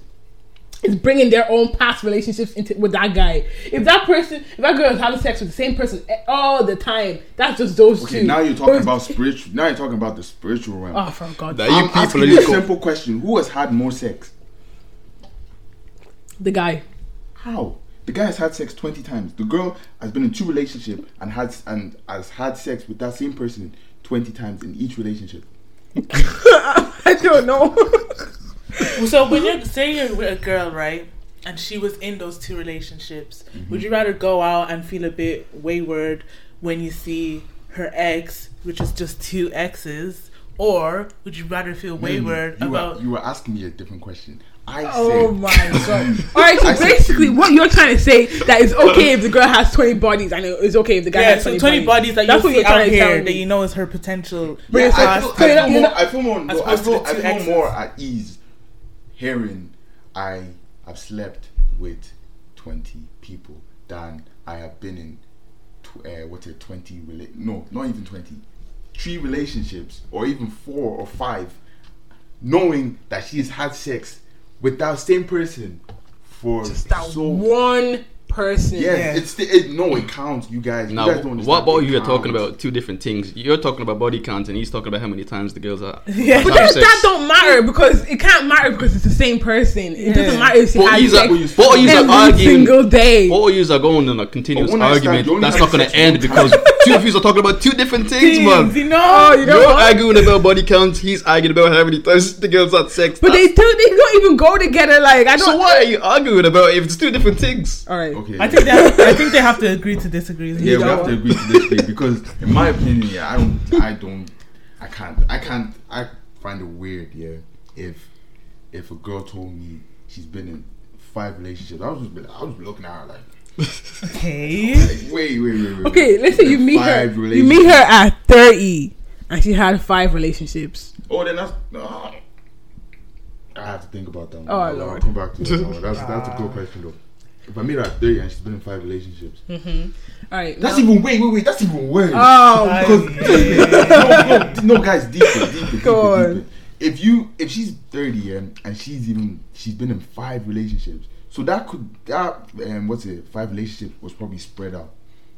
[SPEAKER 2] is bringing their own past relationships into with that guy. If that person, if that girl is having sex with the same person e- all the time, that's just those
[SPEAKER 3] Okay,
[SPEAKER 2] two.
[SPEAKER 3] now you're talking
[SPEAKER 2] But-
[SPEAKER 3] about spiritual. Now you're talking about the spiritual realm.
[SPEAKER 1] Ah.
[SPEAKER 2] Oh, for God,
[SPEAKER 4] That
[SPEAKER 3] I'm
[SPEAKER 4] you people are
[SPEAKER 3] asking you a
[SPEAKER 4] just going-
[SPEAKER 3] simple question: Who has had more sex?
[SPEAKER 2] the guy.
[SPEAKER 3] How? The guy has had sex twenty times. The girl has been in two relationships and had and has had sex with that same person twenty times in each relationship.
[SPEAKER 2] I don't know.
[SPEAKER 1] So when you say you're with a girl, right, and she was in those two relationships,
[SPEAKER 3] Mm-hmm.
[SPEAKER 1] would you rather go out and feel a bit wayward when you see her ex, which is just two exes, or would you rather feel wayward
[SPEAKER 3] Mm-hmm. Hmm. you
[SPEAKER 1] about?
[SPEAKER 3] were, you were asking me a different question. I
[SPEAKER 2] Oh
[SPEAKER 3] said,
[SPEAKER 2] my god! All right, so
[SPEAKER 3] I said-
[SPEAKER 2] basically, what you're trying to say that it's okay if the girl has twenty bodies, and it's okay if the guy
[SPEAKER 1] yeah,
[SPEAKER 2] has
[SPEAKER 1] so
[SPEAKER 2] twenty,
[SPEAKER 1] twenty bodies that
[SPEAKER 2] That's
[SPEAKER 1] you
[SPEAKER 2] what
[SPEAKER 1] see
[SPEAKER 2] you're trying
[SPEAKER 1] out
[SPEAKER 2] to tell
[SPEAKER 1] here
[SPEAKER 2] me.
[SPEAKER 1] that you know is her potential.
[SPEAKER 3] Yeah, I, feel,
[SPEAKER 1] past.
[SPEAKER 2] So you're
[SPEAKER 3] I,
[SPEAKER 2] not-
[SPEAKER 3] feel
[SPEAKER 2] you're
[SPEAKER 3] more,
[SPEAKER 2] not-
[SPEAKER 3] I feel more. no, I
[SPEAKER 1] opposed to
[SPEAKER 3] feel,
[SPEAKER 1] the
[SPEAKER 3] I
[SPEAKER 1] two
[SPEAKER 3] feel
[SPEAKER 1] exes.
[SPEAKER 3] more at ease hearing I have slept with twenty people than I have been in. Tw- uh, what's it? Twenty? Rela- no, not even twenty. Three relationships, or even four or five, knowing that she has had sex with that same person for
[SPEAKER 2] Just that
[SPEAKER 3] so
[SPEAKER 2] one person.
[SPEAKER 3] yeah, it's the, it, no, it counts. You guys,
[SPEAKER 4] Now,
[SPEAKER 3] you guys don't understand.
[SPEAKER 4] what about
[SPEAKER 3] It
[SPEAKER 4] you? You're talking
[SPEAKER 3] counts.
[SPEAKER 4] about two different things. You're talking about body counts, and he's talking about how many times the girls are.
[SPEAKER 1] Yeah.
[SPEAKER 2] But that,
[SPEAKER 4] have sex.
[SPEAKER 2] that don't matter because it can't matter because it's the same person. It doesn't matter if you
[SPEAKER 4] But
[SPEAKER 2] have
[SPEAKER 4] he's a,
[SPEAKER 2] sex
[SPEAKER 3] like-
[SPEAKER 4] but he's a
[SPEAKER 2] every
[SPEAKER 4] arguing.
[SPEAKER 2] single day.
[SPEAKER 4] All yous are going on a continuous
[SPEAKER 3] But when I start,
[SPEAKER 4] argument.
[SPEAKER 3] you only
[SPEAKER 4] That's
[SPEAKER 3] have
[SPEAKER 4] not going
[SPEAKER 3] sex
[SPEAKER 4] to end
[SPEAKER 3] one
[SPEAKER 4] because two of you are talking about two different things,
[SPEAKER 1] Things,
[SPEAKER 4] man.
[SPEAKER 1] you know,
[SPEAKER 2] Oh, you
[SPEAKER 4] You're arguing about body counts. He's arguing about how many times the girls had sex.
[SPEAKER 2] But they
[SPEAKER 4] That's-
[SPEAKER 2] do. They don't even go together. Like I don't.
[SPEAKER 4] so what are you arguing about if it's two different things?
[SPEAKER 2] All right.
[SPEAKER 3] Okay,
[SPEAKER 1] I think they have, I think they have to agree to disagree.
[SPEAKER 3] yeah, we
[SPEAKER 2] know
[SPEAKER 3] have to agree to this thing because, in my opinion, yeah, I don't, I don't, I can't, I can't, I find it weird, yeah, if if a girl told me she's been in five relationships, I was just, be- I was looking at her like,
[SPEAKER 1] Okay.
[SPEAKER 3] like, wait, wait, wait, wait.
[SPEAKER 2] Okay. Let's say
[SPEAKER 3] Been
[SPEAKER 2] you meet her.
[SPEAKER 3] five
[SPEAKER 2] You meet her at thirty, and she had five relationships.
[SPEAKER 3] Oh, then that's. ah. I have to think about that. one.
[SPEAKER 2] Oh,
[SPEAKER 3] I'll, I'll
[SPEAKER 2] Lord. Ah.
[SPEAKER 3] come back to that. one. That's that's a good question though. If I meet her at thirty and she's been in five relationships,
[SPEAKER 2] All right.
[SPEAKER 3] that's
[SPEAKER 2] now-
[SPEAKER 3] even wait, wait, wait. That's even worse.
[SPEAKER 2] Oh,
[SPEAKER 1] Because-
[SPEAKER 3] no, no, no, guys, deeper, deeper, deeper,
[SPEAKER 2] on.
[SPEAKER 3] deeper. If you, if she's thirty and and she's even, she's been in five relationships. So that could that um, what's it? Five relationship was probably spread out.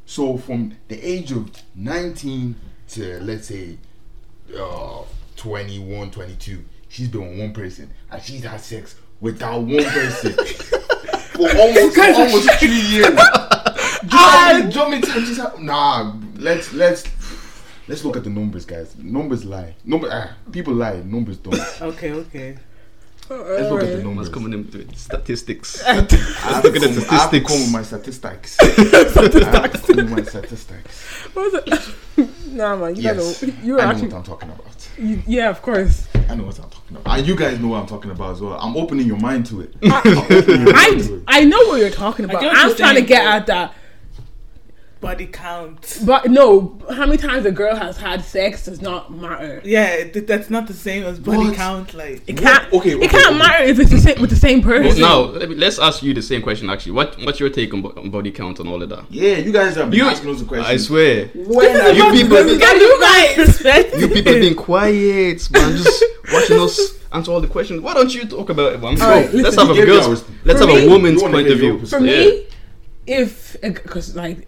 [SPEAKER 3] So from the age of nineteen to let's say uh, 21, 22, she's been with one person and she's had sex with that one person for almost almost three years. Do you know how
[SPEAKER 2] Um,
[SPEAKER 3] many- do you know how many times she's had- Nah, let's let's let's look at the numbers, guys. Numbers lie. Number ah, people lie. Numbers don't. Let's
[SPEAKER 1] Okay. Okay.
[SPEAKER 3] look at the
[SPEAKER 2] Alright.
[SPEAKER 3] numbers.
[SPEAKER 4] What's coming in with statistics?
[SPEAKER 3] I have,
[SPEAKER 4] look
[SPEAKER 3] to
[SPEAKER 4] at the
[SPEAKER 3] come, I have to
[SPEAKER 4] statistics.
[SPEAKER 3] come with my statistics. I have to come with my statistics.
[SPEAKER 2] What was it? nah, man. You
[SPEAKER 3] Yes,
[SPEAKER 2] gotta.
[SPEAKER 3] I
[SPEAKER 2] You're
[SPEAKER 3] know
[SPEAKER 2] actually.
[SPEAKER 3] what I'm talking about.
[SPEAKER 2] You, yeah, of course.
[SPEAKER 3] I know what I'm talking about. And you guys know what I'm talking about as well. I'm opening your mind to it.
[SPEAKER 2] Ah, I I know what you're talking about.
[SPEAKER 1] get what
[SPEAKER 2] I'm
[SPEAKER 1] you're
[SPEAKER 2] trying to
[SPEAKER 1] saying,
[SPEAKER 2] get
[SPEAKER 1] but-
[SPEAKER 2] at that.
[SPEAKER 1] Body count.
[SPEAKER 2] But no, how many times a girl has had sex does not matter.
[SPEAKER 1] Yeah, th- that's not the same as body
[SPEAKER 3] What?
[SPEAKER 1] count. Like
[SPEAKER 2] It can't.
[SPEAKER 3] Okay, okay,
[SPEAKER 2] it can't
[SPEAKER 3] okay.
[SPEAKER 2] matter if it's the same, with the same person.
[SPEAKER 4] now let me, let's ask you the same question. Actually, what what's your take on, bo- on body count and all of that?
[SPEAKER 3] Yeah, you guys are
[SPEAKER 4] You,
[SPEAKER 3] asking those
[SPEAKER 4] I
[SPEAKER 3] questions.
[SPEAKER 4] swear,
[SPEAKER 3] When
[SPEAKER 2] This
[SPEAKER 3] are
[SPEAKER 2] is
[SPEAKER 4] you
[SPEAKER 2] about-
[SPEAKER 4] people-
[SPEAKER 2] this is about you guys.
[SPEAKER 1] respect.
[SPEAKER 4] you people being quiet, man. Just watching us answer all the questions. Why don't you talk about it, man? Go.
[SPEAKER 2] right,
[SPEAKER 4] let's
[SPEAKER 2] listen.
[SPEAKER 4] have a
[SPEAKER 3] Give
[SPEAKER 4] girl's,
[SPEAKER 3] yours.
[SPEAKER 4] let's
[SPEAKER 2] For
[SPEAKER 4] have a
[SPEAKER 2] me-
[SPEAKER 4] woman's
[SPEAKER 3] You wanna
[SPEAKER 4] point
[SPEAKER 3] hear
[SPEAKER 4] of
[SPEAKER 3] your
[SPEAKER 4] view.
[SPEAKER 3] perspective.
[SPEAKER 2] For
[SPEAKER 4] Yeah.
[SPEAKER 2] me, if because like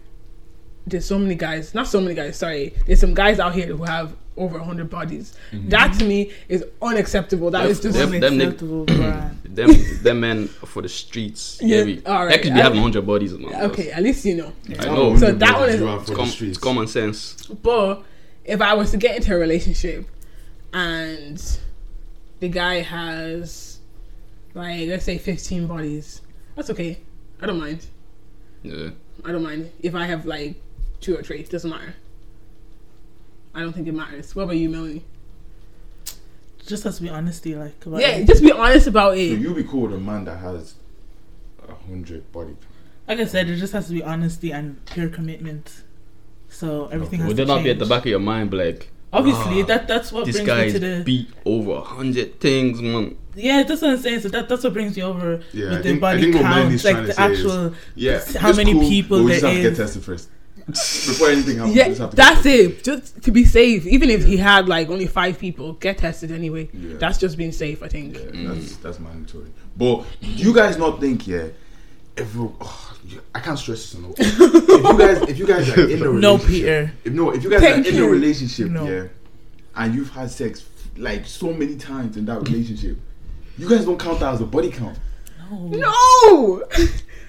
[SPEAKER 2] there's so many guys, not so many guys. Sorry, there's some guys out here who have over 100 bodies.
[SPEAKER 3] Mm-hmm.
[SPEAKER 2] That to me is unacceptable. That
[SPEAKER 4] Yep,
[SPEAKER 2] is just
[SPEAKER 4] yep. them- them
[SPEAKER 1] Unacceptable, bruh.
[SPEAKER 4] them them men for the streets.
[SPEAKER 2] Yeah,
[SPEAKER 4] Yeah,
[SPEAKER 2] alright,
[SPEAKER 4] That could be
[SPEAKER 2] I-
[SPEAKER 4] having hundred bodies a month.
[SPEAKER 2] okay. At least you know.
[SPEAKER 4] I know.
[SPEAKER 2] So that one is-
[SPEAKER 4] It's, com- it's common sense.
[SPEAKER 2] But if I was to get into a relationship and the guy has like let's say 15 bodies, that's okay. I don't mind.
[SPEAKER 4] Yeah.
[SPEAKER 2] I don't mind if I have like two or three. It doesn't matter. I don't think it matters. What about you, Melanie?
[SPEAKER 1] Just has to be honesty, like about
[SPEAKER 2] Yeah,
[SPEAKER 1] it.
[SPEAKER 2] just be honest about
[SPEAKER 3] So
[SPEAKER 2] it.
[SPEAKER 3] you be cool with a man that has a hundred body.
[SPEAKER 1] Like I said, it just has to be honesty and pure commitment. So everything has
[SPEAKER 4] Would
[SPEAKER 1] to
[SPEAKER 4] that not be at
[SPEAKER 1] change.
[SPEAKER 4] the back of your mind, be like
[SPEAKER 1] Obviously,
[SPEAKER 4] Ah,
[SPEAKER 1] that that's what
[SPEAKER 4] this
[SPEAKER 1] brings
[SPEAKER 4] guy's
[SPEAKER 1] me to the
[SPEAKER 4] beat over hundred things, man?
[SPEAKER 1] yeah. That's what I'm saying. So that that's what brings me over
[SPEAKER 3] Yeah, I
[SPEAKER 1] with the
[SPEAKER 3] think- I
[SPEAKER 1] body
[SPEAKER 3] think what
[SPEAKER 1] count,
[SPEAKER 3] Melanie's
[SPEAKER 1] like
[SPEAKER 3] trying
[SPEAKER 1] the
[SPEAKER 3] to say is-
[SPEAKER 1] actual
[SPEAKER 3] Yeah,
[SPEAKER 1] s- how
[SPEAKER 3] it's
[SPEAKER 1] many
[SPEAKER 3] cool,
[SPEAKER 1] people
[SPEAKER 3] but we
[SPEAKER 1] there
[SPEAKER 3] just have to get
[SPEAKER 1] is.
[SPEAKER 3] tested first before anything happens.
[SPEAKER 2] Yeah,
[SPEAKER 3] we just have to
[SPEAKER 2] that's
[SPEAKER 3] get
[SPEAKER 2] it. Just to be safe. Even if he had like only five people, get tested anyway.
[SPEAKER 3] Yeah.
[SPEAKER 2] That's just being safe, I think.
[SPEAKER 3] tested. Yeah, that's that's mandatory. But do you guys not think yeah? Every, oh, you- I can't stress this enough. if you guys, if you guys are in a relationship,
[SPEAKER 1] No, Peter.
[SPEAKER 3] If, no, if you guys
[SPEAKER 2] Thank
[SPEAKER 3] are in
[SPEAKER 2] you.
[SPEAKER 3] a relationship,
[SPEAKER 1] No.
[SPEAKER 3] yeah, and you've had sex like so many times in that relationship, you guys don't count that as a body count.
[SPEAKER 2] No.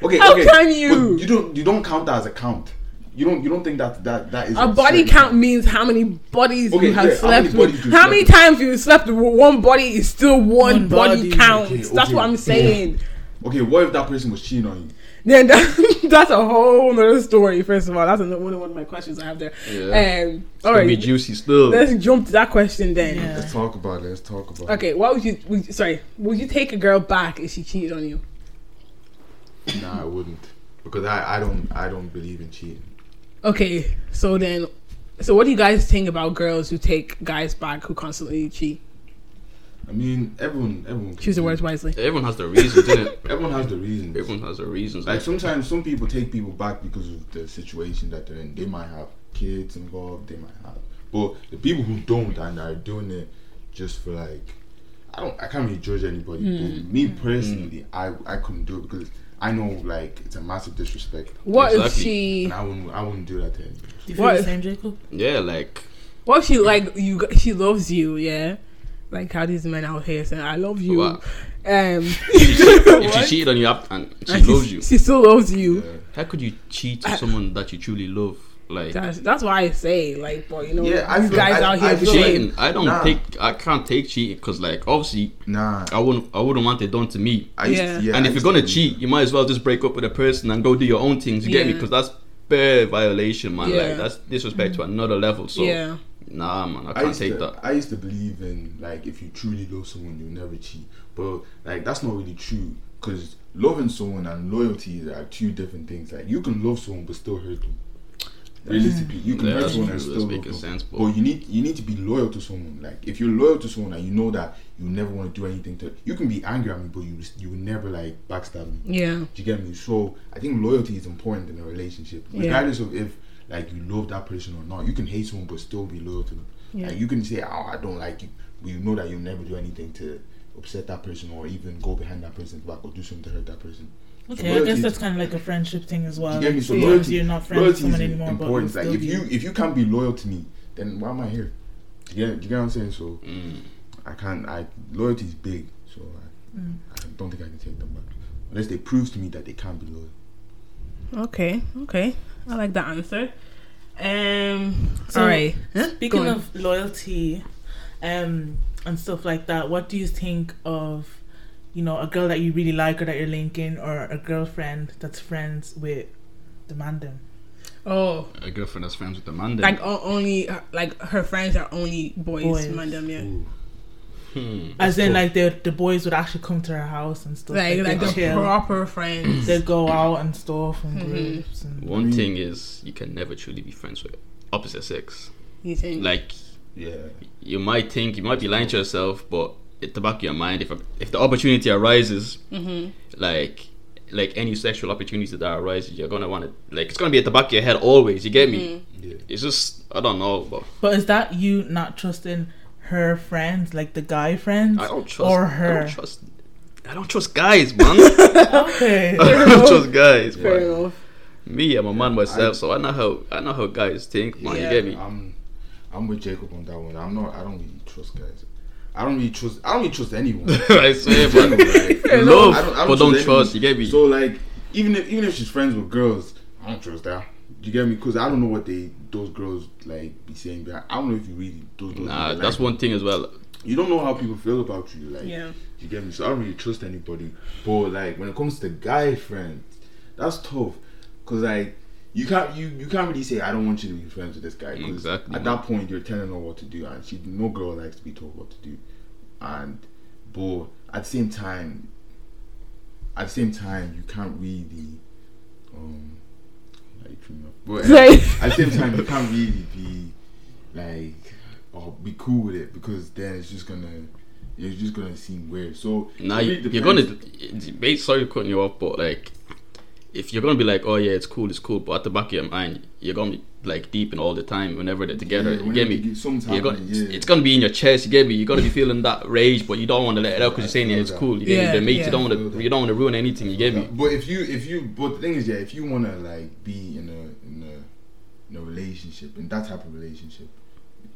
[SPEAKER 3] Okay,
[SPEAKER 2] How
[SPEAKER 3] okay.
[SPEAKER 2] can you?
[SPEAKER 3] But you don't. You don't count that as a count. You don't. You don't think that that that is
[SPEAKER 2] A body
[SPEAKER 3] certain-
[SPEAKER 2] count means how many bodies
[SPEAKER 3] Okay,
[SPEAKER 2] you have
[SPEAKER 3] yeah, how many
[SPEAKER 2] slept
[SPEAKER 3] bodies
[SPEAKER 2] with.
[SPEAKER 3] you
[SPEAKER 2] How
[SPEAKER 3] slept
[SPEAKER 2] many
[SPEAKER 3] with.
[SPEAKER 2] times you slept with one body is still one,
[SPEAKER 1] One
[SPEAKER 2] body,
[SPEAKER 1] body.
[SPEAKER 2] count.
[SPEAKER 3] Okay,
[SPEAKER 2] That's
[SPEAKER 3] okay.
[SPEAKER 2] what I'm saying.
[SPEAKER 3] Okay, what if that person was cheating on you?
[SPEAKER 2] Then that, that's a whole other story. First of all, that's another one of one of my questions I have there.
[SPEAKER 4] Yeah.
[SPEAKER 2] Um, all
[SPEAKER 4] Could be
[SPEAKER 2] right,
[SPEAKER 4] juicy still.
[SPEAKER 2] let's jump to that question then.
[SPEAKER 1] Yeah.
[SPEAKER 3] Let's talk about it. Let's talk about
[SPEAKER 2] Okay, what would you? Would, you- sorry, would you take a girl back if she cheated on you?
[SPEAKER 3] it. Nah, I wouldn't because I, I don't I don't believe in cheating.
[SPEAKER 2] Okay, so then, so what do you guys think about girls who take guys back who constantly cheat?
[SPEAKER 3] I mean, everyone, everyone. can
[SPEAKER 2] Choose your
[SPEAKER 3] do
[SPEAKER 2] words
[SPEAKER 3] it.
[SPEAKER 2] wisely.
[SPEAKER 4] Everyone has their reasons, isn't it?
[SPEAKER 3] Everyone has the reasons.
[SPEAKER 4] Everyone has their reasons.
[SPEAKER 3] Like sometimes some people take people back because of the situation that they're in. They might have kids involved. They might have, but the people who don't and are doing it just for like, I don't. I can't really judge anybody. But me
[SPEAKER 4] Hmm.
[SPEAKER 3] personally, I I couldn't do it because I know like it's a massive disrespect,
[SPEAKER 2] What if
[SPEAKER 4] Exactly.
[SPEAKER 2] she?
[SPEAKER 3] and I wouldn't I wouldn't do that to anybody.
[SPEAKER 1] Do you feel
[SPEAKER 2] What?
[SPEAKER 1] the same, Jacob?
[SPEAKER 4] yeah, like
[SPEAKER 2] What if she like you? g- She loves you, yeah. Like how these men out here saying, "I love you."
[SPEAKER 4] Wow.
[SPEAKER 2] Um,
[SPEAKER 4] if she, if she
[SPEAKER 2] What?
[SPEAKER 4] cheated on you up and she
[SPEAKER 2] and
[SPEAKER 4] loves
[SPEAKER 2] she,
[SPEAKER 4] you,
[SPEAKER 2] She still loves you.
[SPEAKER 3] Yeah.
[SPEAKER 4] how could you cheat to someone that you truly love? Like
[SPEAKER 2] That's that's why I say, like, boy, you know,
[SPEAKER 3] Yeah, I
[SPEAKER 2] these
[SPEAKER 3] feel-
[SPEAKER 2] guys
[SPEAKER 3] I-
[SPEAKER 2] out here
[SPEAKER 3] I feel like-
[SPEAKER 2] playing.
[SPEAKER 4] cheating, I don't
[SPEAKER 3] Nah.
[SPEAKER 4] take, I can't take cheating because like obviously
[SPEAKER 3] Nah,
[SPEAKER 4] I wouldn't, I wouldn't want it done to me.
[SPEAKER 3] I used,
[SPEAKER 2] Yeah.
[SPEAKER 3] yeah. I
[SPEAKER 4] and if you're
[SPEAKER 3] used
[SPEAKER 4] gonna
[SPEAKER 3] do
[SPEAKER 4] cheat, you might as well just break up with a person and go do your own things. You get me?
[SPEAKER 2] Yeah.
[SPEAKER 4] Because that's bare violation, man.
[SPEAKER 2] Yeah.
[SPEAKER 4] Like that's disrespect to another level. So
[SPEAKER 2] yeah,
[SPEAKER 4] nah, man, I
[SPEAKER 3] I
[SPEAKER 4] can't
[SPEAKER 3] used,
[SPEAKER 4] take
[SPEAKER 3] to,
[SPEAKER 4] that.
[SPEAKER 3] I used to believe in like if you truly love someone, you'll never cheat. But like that's not really true because loving someone and loyalty are two different things. Like you can love someone but still hurt them. Realistically, you can
[SPEAKER 4] Yeah,
[SPEAKER 3] hurt
[SPEAKER 4] that's
[SPEAKER 3] someone
[SPEAKER 4] true.
[SPEAKER 3] and
[SPEAKER 4] That's
[SPEAKER 3] still Oh, love
[SPEAKER 4] making
[SPEAKER 3] them.
[SPEAKER 4] sense, but-
[SPEAKER 3] But you need you need to be loyal to someone. Like if you're loyal to someone and you know that you never want to do anything to, you can be angry at me, but you you will never like backstab me.
[SPEAKER 2] yeah,
[SPEAKER 3] Do you get me? So I think loyalty is important in a relationship,
[SPEAKER 2] Yeah.
[SPEAKER 3] regardless of if like you love that person or not. You can hate someone but still be loyal to them.
[SPEAKER 2] Yeah.
[SPEAKER 3] Like you can say, "Oh, I don't like you," but you know that you'll never do anything to upset that person or even go behind that person's back or do something to hurt that person.
[SPEAKER 1] Okay, I guess
[SPEAKER 3] Loyalty-
[SPEAKER 1] that's kind of like a friendship thing as well.
[SPEAKER 3] You get me? So
[SPEAKER 1] Sometimes
[SPEAKER 3] loyalty-
[SPEAKER 1] you're not friends with
[SPEAKER 3] Loyalty is
[SPEAKER 1] someone anymore, but
[SPEAKER 3] important.
[SPEAKER 1] you
[SPEAKER 3] Like
[SPEAKER 1] still
[SPEAKER 3] if
[SPEAKER 1] be-
[SPEAKER 3] you if you can't be loyal to me, then why am I here? Do you get? Do you get what I'm saying? So
[SPEAKER 4] Mm.
[SPEAKER 3] I can't. I loyalty is big, so I,
[SPEAKER 1] Mm.
[SPEAKER 3] I don't think I can take them back unless they prove to me that they can't be loyal.
[SPEAKER 2] okay, okay. I like that answer. Um,
[SPEAKER 1] So,
[SPEAKER 2] all right. Go
[SPEAKER 1] Speaking
[SPEAKER 2] on.
[SPEAKER 1] of loyalty, um, and stuff like that, what do you think of, you know, a girl that you really like or that you're linking, or a girlfriend that's friends with the man? Them.
[SPEAKER 2] oh,
[SPEAKER 4] A girlfriend that's friends with the man. then.
[SPEAKER 2] like o- only uh, like her friends are only boys,
[SPEAKER 1] Boys.
[SPEAKER 2] madam. Yeah,
[SPEAKER 3] Ooh.
[SPEAKER 4] Hmm.
[SPEAKER 1] As in,
[SPEAKER 3] cool.
[SPEAKER 1] like the the boys would actually come to her house and stuff.
[SPEAKER 2] like like
[SPEAKER 1] they'd
[SPEAKER 2] the
[SPEAKER 1] chill.
[SPEAKER 2] proper friends.
[SPEAKER 1] They'd go out and stuff and
[SPEAKER 2] Mhm.
[SPEAKER 1] groups and
[SPEAKER 4] One
[SPEAKER 3] Mm.
[SPEAKER 4] thing is, you can never truly be friends with opposite sex.
[SPEAKER 2] you think?
[SPEAKER 4] Like
[SPEAKER 3] Yeah.
[SPEAKER 4] you might think you might be lying to yourself, but at the back of your mind, if if the opportunity arises,
[SPEAKER 2] Mhm.
[SPEAKER 4] like like any sexual opportunity that arises, you're gonna want to like it's gonna be at the back of your head always. You get
[SPEAKER 2] Mm-hmm. Mm.
[SPEAKER 4] me?
[SPEAKER 3] Yeah.
[SPEAKER 4] It's just I don't know, but
[SPEAKER 1] But is that you not trusting her friends, like the guy friends,
[SPEAKER 4] I don't trust
[SPEAKER 1] or
[SPEAKER 4] I
[SPEAKER 1] her?
[SPEAKER 4] don't trust. I don't trust guys, man. I
[SPEAKER 1] okay.
[SPEAKER 4] don't trust guys,
[SPEAKER 2] Fair
[SPEAKER 4] man.
[SPEAKER 2] enough.
[SPEAKER 4] Me, I'm a man myself,
[SPEAKER 3] I-
[SPEAKER 4] so I know how I know how guys think, man.
[SPEAKER 2] Yeah.
[SPEAKER 4] You get me?
[SPEAKER 3] I'm I'm with Jacob on that one. I'm not. I don't really trust guys. I don't really trust. I don't really trust anyone.
[SPEAKER 4] I swear, man.
[SPEAKER 3] Like,
[SPEAKER 4] Love,
[SPEAKER 3] I don't- I don't
[SPEAKER 4] but don't
[SPEAKER 3] trust
[SPEAKER 4] trust.
[SPEAKER 3] anyone.
[SPEAKER 4] You get me?
[SPEAKER 3] So like, even if even if she's friends with girls, I don't trust her. You get me? Because I don't know what they those girls like be saying. But I don't know if you really those. girls
[SPEAKER 4] nah,
[SPEAKER 3] really
[SPEAKER 4] that's
[SPEAKER 3] like.
[SPEAKER 4] one thing as well.
[SPEAKER 3] You don't know how people feel about you. Like,
[SPEAKER 2] Yeah.
[SPEAKER 3] you get me? So I don't really trust anybody. But like, when it comes to guy friends, that's tough. Cause like, you can't you you can't really say I don't want you to be friends with this guy. 'cause
[SPEAKER 4] Exactly.
[SPEAKER 3] At that point, you're telling her what to do, and she no girl likes to be told what to do. And but at the same time, at the same time, you can't really. Um, like, you know, but
[SPEAKER 2] Like-
[SPEAKER 3] at the same time, you can't really be like or be cool with it because then it's just gonna it's just gonna seem weird. So
[SPEAKER 4] Now
[SPEAKER 3] it
[SPEAKER 4] you,
[SPEAKER 3] really
[SPEAKER 4] you're
[SPEAKER 3] depends.
[SPEAKER 4] gonna. it's- mate, Sorry for cutting you off, but like, if you're gonna be like, oh yeah, it's cool, it's cool, but at the back of your mind, you're gonna be like deep in all the time whenever they're together.
[SPEAKER 3] Yeah,
[SPEAKER 4] you get
[SPEAKER 3] whenever
[SPEAKER 4] me?
[SPEAKER 3] you get- sometimes,
[SPEAKER 4] You're gonna,
[SPEAKER 3] yeah.
[SPEAKER 4] It's gonna be in your chest. You get me? You're gonna be feeling that rage, but you don't want to let it out because
[SPEAKER 3] I
[SPEAKER 4] you're saying yeah,
[SPEAKER 3] feel
[SPEAKER 4] it's
[SPEAKER 3] that.
[SPEAKER 4] cool. You get me?
[SPEAKER 2] Yeah,
[SPEAKER 4] They're mates.
[SPEAKER 2] yeah.
[SPEAKER 4] You don't
[SPEAKER 3] I feel
[SPEAKER 4] want to.
[SPEAKER 3] that.
[SPEAKER 4] You don't want to ruin anything. You get me?
[SPEAKER 3] But if you if you but the thing is yeah, if you wanna like be in a in a in a relationship in that type of relationship,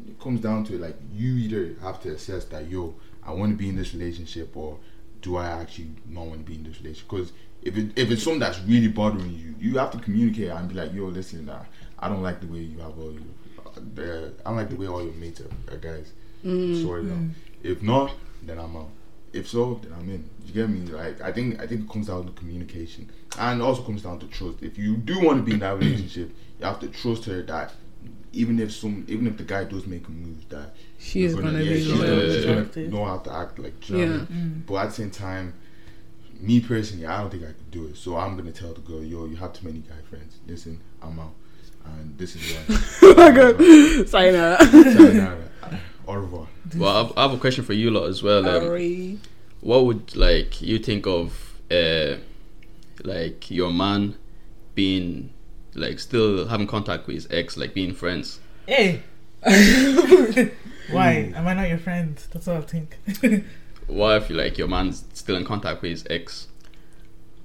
[SPEAKER 3] it comes down to it like you either have to assess that yo I want to be in this relationship or do I actually not want to be in this relationship? Because if it, if it's something that's really bothering you, you have to communicate and be like yo listen I, I don't like the way you have all your uh, I don't like the way all your mates are, are guys. Sorry now. If not, then I'm out. If so, then I'm in. You get me? Like I think I think it comes down to communication, and it also comes down to trust. If you do want to be in that relationship, you have to trust her that even if some even if the guy does make a move, that
[SPEAKER 2] She is
[SPEAKER 3] you're
[SPEAKER 2] gonna,
[SPEAKER 3] yeah,
[SPEAKER 2] be
[SPEAKER 3] she's
[SPEAKER 2] loyal.
[SPEAKER 3] gonna, she's gonna
[SPEAKER 1] Attractive.
[SPEAKER 3] know how to act like. do you know what I
[SPEAKER 2] Yeah.
[SPEAKER 3] mean? But at the same time, me personally, I don't think I could do it. So I'm gonna tell the girl, yo, you have too many guy friends. Listen, I'm out, and this is why.
[SPEAKER 2] Oh my god. Sayonara.
[SPEAKER 3] Sayonara. Au revoir.
[SPEAKER 4] Well, I've, I have a question for you lot as well. Um,
[SPEAKER 2] Sorry.
[SPEAKER 4] what would like you think of uh like your man being like still having contact with his ex like being friends
[SPEAKER 1] Hey.
[SPEAKER 2] Mm.
[SPEAKER 1] Why? Am I not your friend? That's what I think.
[SPEAKER 4] what if like your man's still in contact with his ex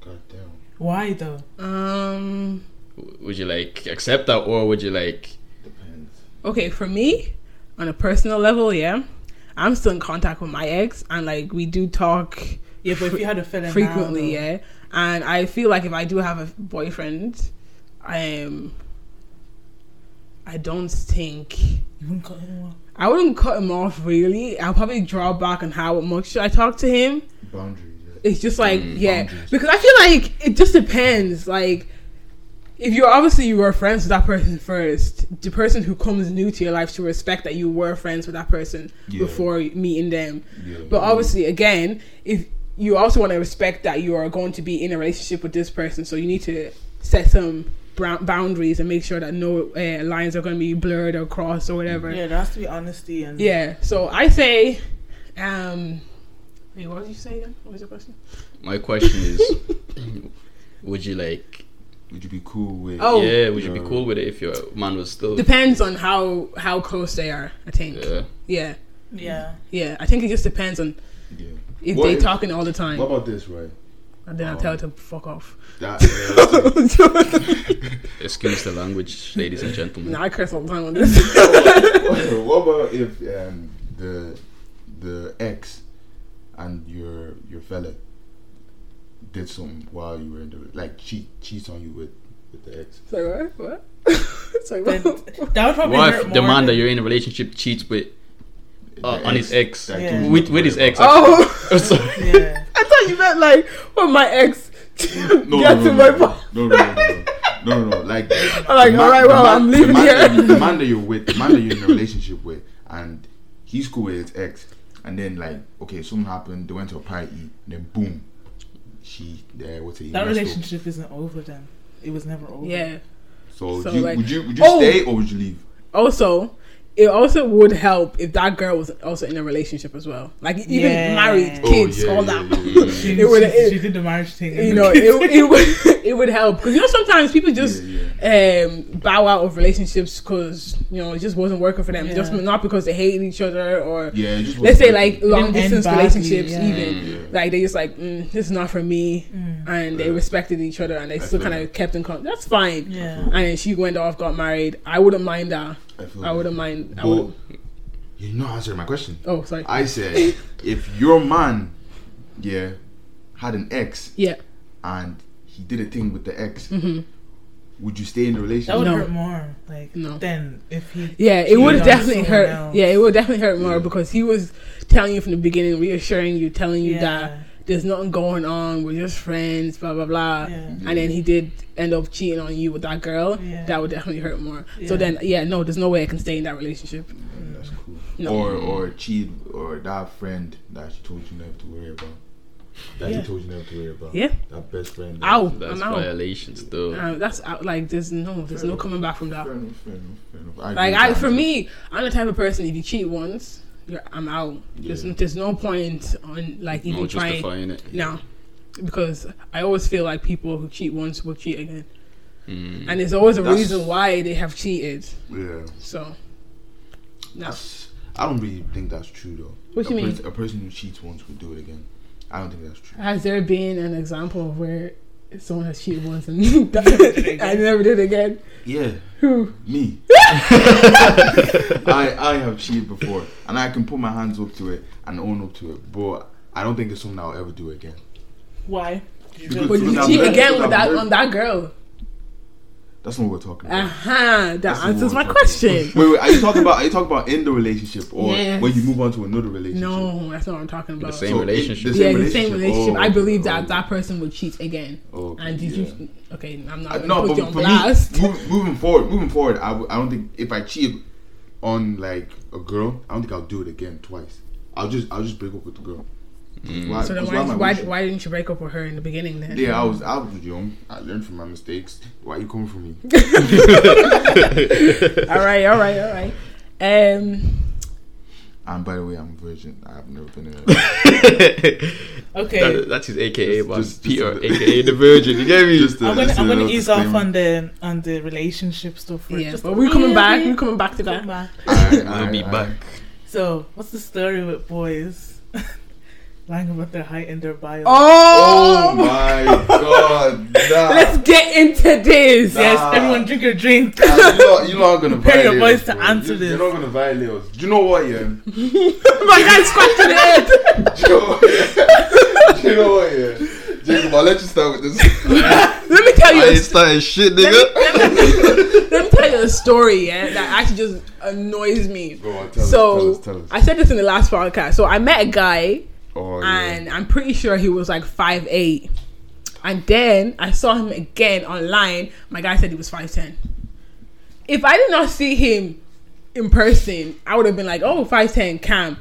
[SPEAKER 3] God damn.
[SPEAKER 1] Why though?
[SPEAKER 2] Um.
[SPEAKER 4] W- would you like accept that or would you like
[SPEAKER 3] Depends.
[SPEAKER 2] Okay, for me, on a personal level, yeah, I'm still in contact with my ex, and like we do talk
[SPEAKER 1] Yeah, but if you had a feeling
[SPEAKER 2] frequently,
[SPEAKER 1] now,
[SPEAKER 2] yeah. And I feel like if I do have a boyfriend, um, I don't think
[SPEAKER 1] though, you wouldn't cut him off.
[SPEAKER 2] I wouldn't cut him off really. I'll probably draw back on how much I talk to him.
[SPEAKER 3] Boundaries. Yeah.
[SPEAKER 2] It's just like
[SPEAKER 4] Mm,
[SPEAKER 2] yeah,
[SPEAKER 3] boundaries.
[SPEAKER 2] because I feel like it just depends. Like if you're obviously you were friends with that person first, the person who comes new to your life should respect that you were friends with that person
[SPEAKER 3] Yeah.
[SPEAKER 2] before meeting them.
[SPEAKER 3] Yeah.
[SPEAKER 2] But obviously, again, if you also want to respect that you are going to be in a relationship with this person, so you need to set some brou- boundaries and make sure that no uh, lines are going to be blurred or crossed or whatever.
[SPEAKER 3] Mm.
[SPEAKER 1] Yeah, there has to be honesty and
[SPEAKER 2] Yeah, so I say, um, wait, what did you say again? What was your question?
[SPEAKER 4] my question is would you like
[SPEAKER 3] Would you be cool with?
[SPEAKER 2] Oh.
[SPEAKER 4] yeah would you be
[SPEAKER 3] No.
[SPEAKER 4] cool with it if your man was still uh,
[SPEAKER 2] Depends on how how close they are. I think. Yeah,
[SPEAKER 4] yeah
[SPEAKER 2] yeah.
[SPEAKER 1] yeah.
[SPEAKER 2] I think it just depends on
[SPEAKER 3] Yeah.
[SPEAKER 2] if
[SPEAKER 3] What
[SPEAKER 2] they
[SPEAKER 3] if-
[SPEAKER 2] talking all the time,
[SPEAKER 3] What Oh. about this, right?
[SPEAKER 2] and then I tell them to fuck off.
[SPEAKER 3] That. yeah,
[SPEAKER 4] excuse the language ladies and gentlemen
[SPEAKER 2] Nah, I curse all the time on this.
[SPEAKER 3] that's it. what about if um, the the ex and your your fella did something while you were in the like cheat cheats on you with with the ex?
[SPEAKER 2] Sorry, what? What? Sorry,
[SPEAKER 1] Then
[SPEAKER 2] what?
[SPEAKER 1] that would probably
[SPEAKER 4] what
[SPEAKER 1] hurt
[SPEAKER 4] if
[SPEAKER 1] more
[SPEAKER 4] the man that
[SPEAKER 1] than-
[SPEAKER 4] you're in a relationship cheats with uh,
[SPEAKER 3] The
[SPEAKER 4] on his ex
[SPEAKER 3] that
[SPEAKER 1] Yeah.
[SPEAKER 3] gives you
[SPEAKER 4] with with his
[SPEAKER 3] whatever.
[SPEAKER 4] ex
[SPEAKER 2] Oh.
[SPEAKER 4] I'm sorry
[SPEAKER 1] Yeah.
[SPEAKER 2] I thought you meant like when my ex
[SPEAKER 3] No,
[SPEAKER 2] gets
[SPEAKER 3] no,
[SPEAKER 2] in
[SPEAKER 3] no,
[SPEAKER 2] my
[SPEAKER 3] no,
[SPEAKER 2] phone.
[SPEAKER 3] no, no, no, no, no, no, no, like
[SPEAKER 2] I'm like, all right, well, I'm leaving
[SPEAKER 3] the man,
[SPEAKER 2] here.
[SPEAKER 3] that you- the man that you're with, the man that you're in a relationship with, and he's cool with his ex, and then like, okay, something happened. They went to a party, and then boom, she, uh, what's it? he
[SPEAKER 1] That
[SPEAKER 3] messed up.
[SPEAKER 1] relationship isn't over then. It was never over.
[SPEAKER 2] Yeah.
[SPEAKER 3] So,
[SPEAKER 2] So,
[SPEAKER 3] do you,
[SPEAKER 2] like-
[SPEAKER 3] would you would you
[SPEAKER 2] Oh!
[SPEAKER 3] stay or would you leave?
[SPEAKER 2] Also, it also would help if that girl was also in a relationship as well, like even
[SPEAKER 1] Yeah.
[SPEAKER 2] married,
[SPEAKER 1] Oh,
[SPEAKER 2] kids,
[SPEAKER 3] yeah,
[SPEAKER 2] all
[SPEAKER 3] yeah,
[SPEAKER 2] that.
[SPEAKER 3] yeah, yeah,
[SPEAKER 1] She,
[SPEAKER 2] It would-
[SPEAKER 1] she-
[SPEAKER 2] it-
[SPEAKER 1] she did the marriage thing. and
[SPEAKER 2] You know,
[SPEAKER 1] the kids.
[SPEAKER 2] it, it would it would help because you know sometimes people just
[SPEAKER 3] Yeah, yeah.
[SPEAKER 2] um bow out of relationships because you know it just wasn't working for them,
[SPEAKER 1] Yeah.
[SPEAKER 2] just not because they hated each other or
[SPEAKER 3] Yeah, it
[SPEAKER 2] let's
[SPEAKER 3] just wasn't
[SPEAKER 2] say
[SPEAKER 3] working.
[SPEAKER 2] like long
[SPEAKER 1] Didn't end
[SPEAKER 2] distance
[SPEAKER 1] badly,
[SPEAKER 2] relationships
[SPEAKER 1] yeah.
[SPEAKER 2] even
[SPEAKER 3] Mm.
[SPEAKER 2] like they just like mm, this is not for me
[SPEAKER 1] Mm.
[SPEAKER 2] and they
[SPEAKER 3] Yeah.
[SPEAKER 2] respected each other and they
[SPEAKER 3] I
[SPEAKER 2] still
[SPEAKER 3] feel
[SPEAKER 2] kind of
[SPEAKER 3] that.
[SPEAKER 2] kept in contact that's fine
[SPEAKER 1] Yeah.
[SPEAKER 2] and then she went off got married i wouldn't mind that
[SPEAKER 3] I,
[SPEAKER 2] i
[SPEAKER 3] feel that.
[SPEAKER 2] wouldn't mind I
[SPEAKER 3] But
[SPEAKER 2] would
[SPEAKER 3] you're not answering my question.
[SPEAKER 2] oh sorry
[SPEAKER 3] I said, if your man, yeah, had an ex
[SPEAKER 2] yeah
[SPEAKER 3] and he did a thing with the ex,
[SPEAKER 2] Mm-hmm.
[SPEAKER 3] would you stay in the
[SPEAKER 1] That
[SPEAKER 3] relationship?
[SPEAKER 1] would
[SPEAKER 2] No.
[SPEAKER 1] hurt more. Like
[SPEAKER 2] No.
[SPEAKER 1] then if he
[SPEAKER 2] yeah it
[SPEAKER 1] cheated
[SPEAKER 2] would
[SPEAKER 1] on
[SPEAKER 2] definitely
[SPEAKER 1] someone
[SPEAKER 2] hurt
[SPEAKER 1] else.
[SPEAKER 2] yeah it would definitely hurt more
[SPEAKER 3] Yeah.
[SPEAKER 2] because he was telling you from the beginning reassuring you telling you
[SPEAKER 1] Yeah.
[SPEAKER 2] that there's nothing going on we're just friends blah blah blah
[SPEAKER 1] Yeah.
[SPEAKER 2] and then he did end up cheating on you with that girl
[SPEAKER 1] Yeah.
[SPEAKER 2] that would definitely hurt more
[SPEAKER 1] Yeah.
[SPEAKER 2] so then yeah no there's no way i can stay in that relationship
[SPEAKER 3] Yeah, Mm, that's cool.
[SPEAKER 2] No.
[SPEAKER 3] Or or cheat or that friend that she told you never to worry about. That
[SPEAKER 1] Yeah.
[SPEAKER 3] he told you never to worry about.
[SPEAKER 2] Yeah.
[SPEAKER 3] That best friend.
[SPEAKER 2] ow
[SPEAKER 4] that's
[SPEAKER 2] i'm out
[SPEAKER 4] violations though
[SPEAKER 2] Um, that's out, like there's no there's no coming back from that.
[SPEAKER 3] Fair enough, fair enough, fair enough.
[SPEAKER 2] Like
[SPEAKER 3] agree
[SPEAKER 2] I
[SPEAKER 3] with
[SPEAKER 2] for
[SPEAKER 3] that.
[SPEAKER 2] me, I'm the type of person if you cheat once, you're, I'm out. There's
[SPEAKER 3] Yeah.
[SPEAKER 2] there's no point on like even
[SPEAKER 4] no
[SPEAKER 2] trying
[SPEAKER 4] justifying it
[SPEAKER 2] no, because I always feel like people who cheat once will cheat again,
[SPEAKER 4] Mm.
[SPEAKER 2] and there's always a
[SPEAKER 3] That's-
[SPEAKER 2] reason why they have cheated.
[SPEAKER 3] Yeah.
[SPEAKER 2] So no,
[SPEAKER 3] That's, I don't really think that's true though.
[SPEAKER 2] What
[SPEAKER 3] a
[SPEAKER 2] you mean?
[SPEAKER 3] pers- a person who cheats once would do it again. I don't think that's true.
[SPEAKER 2] has there been an example of where someone has cheated once and I never did again?
[SPEAKER 3] Yeah.
[SPEAKER 2] Who?
[SPEAKER 3] Me. I I have cheated before, and I can put my hands up to it and own up to it, but I don't think it's something I'll ever do again.
[SPEAKER 1] why? Did you
[SPEAKER 3] Because-
[SPEAKER 1] feel-
[SPEAKER 2] But did you
[SPEAKER 3] I'm
[SPEAKER 2] cheat
[SPEAKER 3] very-
[SPEAKER 2] again
[SPEAKER 3] I'm
[SPEAKER 2] with that
[SPEAKER 3] very-
[SPEAKER 2] on that girl?
[SPEAKER 3] That's not what we're talking about.
[SPEAKER 2] Aha! Ah, That
[SPEAKER 3] That's the
[SPEAKER 2] answers
[SPEAKER 3] one
[SPEAKER 2] my
[SPEAKER 3] we're talking
[SPEAKER 2] question.
[SPEAKER 3] Wait, wait. Are you talking about? Are you talking about in the relationship or
[SPEAKER 2] Yes.
[SPEAKER 3] when you move on to another relationship?
[SPEAKER 2] No, that's not what I'm talking about.
[SPEAKER 4] The same
[SPEAKER 3] So,
[SPEAKER 4] relationship.
[SPEAKER 3] it-
[SPEAKER 2] yeah, the
[SPEAKER 3] relationship.
[SPEAKER 2] same relationship.
[SPEAKER 3] Oh,
[SPEAKER 2] I believe that
[SPEAKER 3] oh,
[SPEAKER 2] that person would cheat again.
[SPEAKER 3] okay,
[SPEAKER 2] and did
[SPEAKER 3] yeah.
[SPEAKER 2] you? Okay, I'm
[SPEAKER 3] I-
[SPEAKER 2] not gonna
[SPEAKER 3] No,
[SPEAKER 2] put you
[SPEAKER 3] but
[SPEAKER 2] on
[SPEAKER 3] for
[SPEAKER 2] blast.
[SPEAKER 3] me, move, moving forward, moving forward, I, w- I don't think if I cheat on like a girl, I don't think I'll do it again twice. I'll just I'll just break up with the girl.
[SPEAKER 4] Mm.
[SPEAKER 3] Why,
[SPEAKER 2] so then
[SPEAKER 3] 'cause
[SPEAKER 2] why,
[SPEAKER 3] am I
[SPEAKER 2] why,
[SPEAKER 3] wishing?
[SPEAKER 2] why didn't you break up with her in the beginning then?
[SPEAKER 3] Yeah, I was I was young. I learned from my mistakes. Why you coming for me?
[SPEAKER 2] all right, all right, all right. Um,
[SPEAKER 3] And by the way, I'm virgin. I've never been in a
[SPEAKER 1] Okay.
[SPEAKER 4] That- that's his AKA,
[SPEAKER 3] Just-
[SPEAKER 4] man.
[SPEAKER 3] just- just-
[SPEAKER 4] Peter, AKA the Virgin. You get me?
[SPEAKER 3] Just a-
[SPEAKER 1] I'm gonna
[SPEAKER 3] just a
[SPEAKER 1] I'm gonna
[SPEAKER 3] little
[SPEAKER 1] ease off
[SPEAKER 3] disclaimer.
[SPEAKER 1] on the on the relationship stuff. For
[SPEAKER 2] Yeah,
[SPEAKER 1] just
[SPEAKER 2] but we're coming back. We're
[SPEAKER 1] Come
[SPEAKER 2] coming back to that.
[SPEAKER 1] back.
[SPEAKER 3] Alright,
[SPEAKER 4] we'll
[SPEAKER 3] alright,
[SPEAKER 4] be
[SPEAKER 3] alright.
[SPEAKER 4] back.
[SPEAKER 1] So, what's the story with boys lying about their height and their bio?
[SPEAKER 3] Oh
[SPEAKER 2] Oh,
[SPEAKER 3] my god! Nah.
[SPEAKER 2] let's get into this.
[SPEAKER 1] yes,
[SPEAKER 3] nah.
[SPEAKER 1] everyone drink your drink.
[SPEAKER 3] Nah, you're, not, you're not gonna
[SPEAKER 1] Prepare your
[SPEAKER 3] violate
[SPEAKER 1] voice
[SPEAKER 3] us,
[SPEAKER 1] to
[SPEAKER 3] bro.
[SPEAKER 1] answer
[SPEAKER 3] you,
[SPEAKER 1] this.
[SPEAKER 3] You're not gonna violate us. Do you know what, yeah?
[SPEAKER 2] My guy's scratching it.
[SPEAKER 3] Do you know what, yeah? Do you know what, yeah? Jacob, I'll let you start with this.
[SPEAKER 2] Let me tell you.
[SPEAKER 4] I
[SPEAKER 2] a
[SPEAKER 4] ain't starting shit, nigga.
[SPEAKER 2] Let me tell you a story, yeah, that actually just annoys me.
[SPEAKER 3] Go on, tell us,
[SPEAKER 2] so
[SPEAKER 3] tell us, tell us.
[SPEAKER 2] I said this in the last podcast. So I met a guy,
[SPEAKER 3] Oh,
[SPEAKER 2] and I'm pretty sure he was like five eight. And then I saw him again online. My guy said he was five ten. If I did not see him in person, I would have been like, "Oh, five ten, Cam.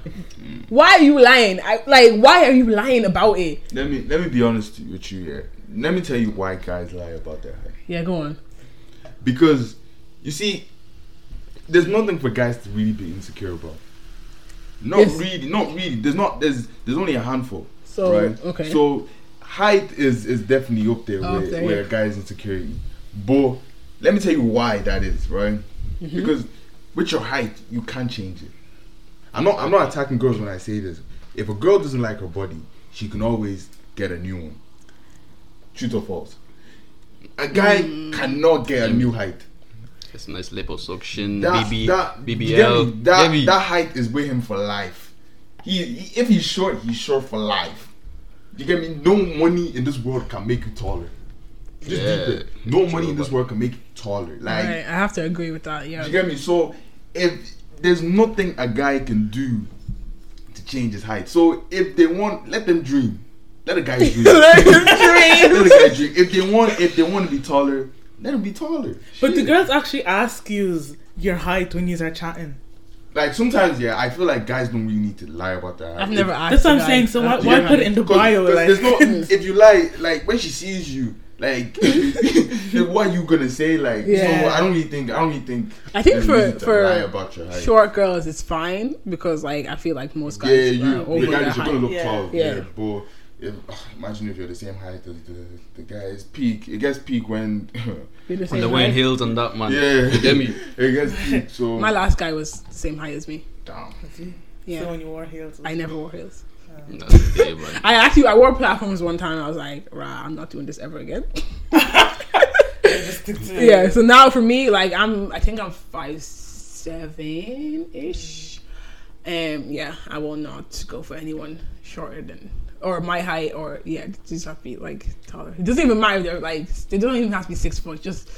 [SPEAKER 2] Why are you lying? I, like, why are you lying about it?"
[SPEAKER 3] Let me let me be honest with you here. Let me tell you why guys lie about their height.
[SPEAKER 2] Yeah, go on.
[SPEAKER 3] Because you see, there's nothing for guys to really be insecure about. Not
[SPEAKER 2] Yes.
[SPEAKER 3] really, not really. There's not there's there's only a handful.
[SPEAKER 2] So,
[SPEAKER 3] right?
[SPEAKER 2] okay.
[SPEAKER 3] So height is is definitely up there
[SPEAKER 2] Up
[SPEAKER 3] where,
[SPEAKER 2] there,
[SPEAKER 3] where
[SPEAKER 2] yeah.
[SPEAKER 3] a guy's insecurity. But let me tell you why that is, right?
[SPEAKER 2] Mm-hmm.
[SPEAKER 3] Because with your height, you can't change it. I'm not I'm not attacking girls when I say this. If a girl doesn't like her body, she can always get a new one. Truth or false? A guy
[SPEAKER 2] Mm.
[SPEAKER 3] cannot get a new height.
[SPEAKER 4] It's nice liposuction,
[SPEAKER 3] That,
[SPEAKER 4] BB,
[SPEAKER 3] that, you get me?
[SPEAKER 4] BBL.
[SPEAKER 3] That,
[SPEAKER 4] Get me?
[SPEAKER 3] that height is with him for life. He, he- if he's short, he's short for life. You get me? No money in this world can make you taller. Just
[SPEAKER 4] Yeah.
[SPEAKER 3] deep it. No money in this world can make you taller. Like
[SPEAKER 2] Alright, I have to agree with that. Yeah.
[SPEAKER 3] you get me? So if there's nothing a guy can do to change his height. So if they want, let them dream. Let a guy dream. let a guy dream. If they want, if they want to be taller, let them be taller.
[SPEAKER 1] But the
[SPEAKER 3] Shit.
[SPEAKER 1] girls actually ask you your height when you are chatting.
[SPEAKER 3] like sometimes, yeah, I feel like guys don't really need to lie about that.
[SPEAKER 2] I've never asked.
[SPEAKER 1] That's what I'm
[SPEAKER 2] a guy.
[SPEAKER 1] saying. So why,
[SPEAKER 3] Yeah,
[SPEAKER 1] why put it in the
[SPEAKER 3] Cause,
[SPEAKER 1] bio?
[SPEAKER 3] 'cause
[SPEAKER 1] Like,
[SPEAKER 3] there's no, if you lie, like when she sees you, like then what you gonna say? Like, so
[SPEAKER 2] Yeah.
[SPEAKER 3] I don't really think, I don't really think.
[SPEAKER 2] I think
[SPEAKER 3] there's
[SPEAKER 2] for-
[SPEAKER 3] reason to
[SPEAKER 2] for
[SPEAKER 3] lie about your height.
[SPEAKER 2] short girls it's fine because like I feel like most
[SPEAKER 3] yeah,
[SPEAKER 2] guys
[SPEAKER 3] you,
[SPEAKER 2] are over
[SPEAKER 3] the guy
[SPEAKER 2] their
[SPEAKER 3] is gonna
[SPEAKER 2] height.
[SPEAKER 3] look
[SPEAKER 1] Yeah.
[SPEAKER 3] tall.
[SPEAKER 2] Yeah.
[SPEAKER 3] Yeah, but if, ugh, imagine if you're the same height as the the guy's peak. It gets peak when,
[SPEAKER 2] You're the
[SPEAKER 4] And
[SPEAKER 2] same
[SPEAKER 4] they're wearing
[SPEAKER 2] height.
[SPEAKER 4] heels and that, man.
[SPEAKER 3] yeah,
[SPEAKER 4] You get me?
[SPEAKER 3] it gets peak. So
[SPEAKER 2] My last guy was the same height as me.
[SPEAKER 3] damn.
[SPEAKER 1] So
[SPEAKER 2] Yeah,
[SPEAKER 1] when you wore heels,
[SPEAKER 2] I never wore heels.
[SPEAKER 4] That's the day, man.
[SPEAKER 2] I actually I wore platforms one time. I was like, rah, I'm not doing this ever again.
[SPEAKER 1] just stick to it.
[SPEAKER 2] yeah. So now for me, like I'm, I think I'm five seven ish. Um, yeah, I will not go for anyone shorter than or my height or yeah, just have to be like taller. It doesn't even matter if they're like they don't even have to be six foot, just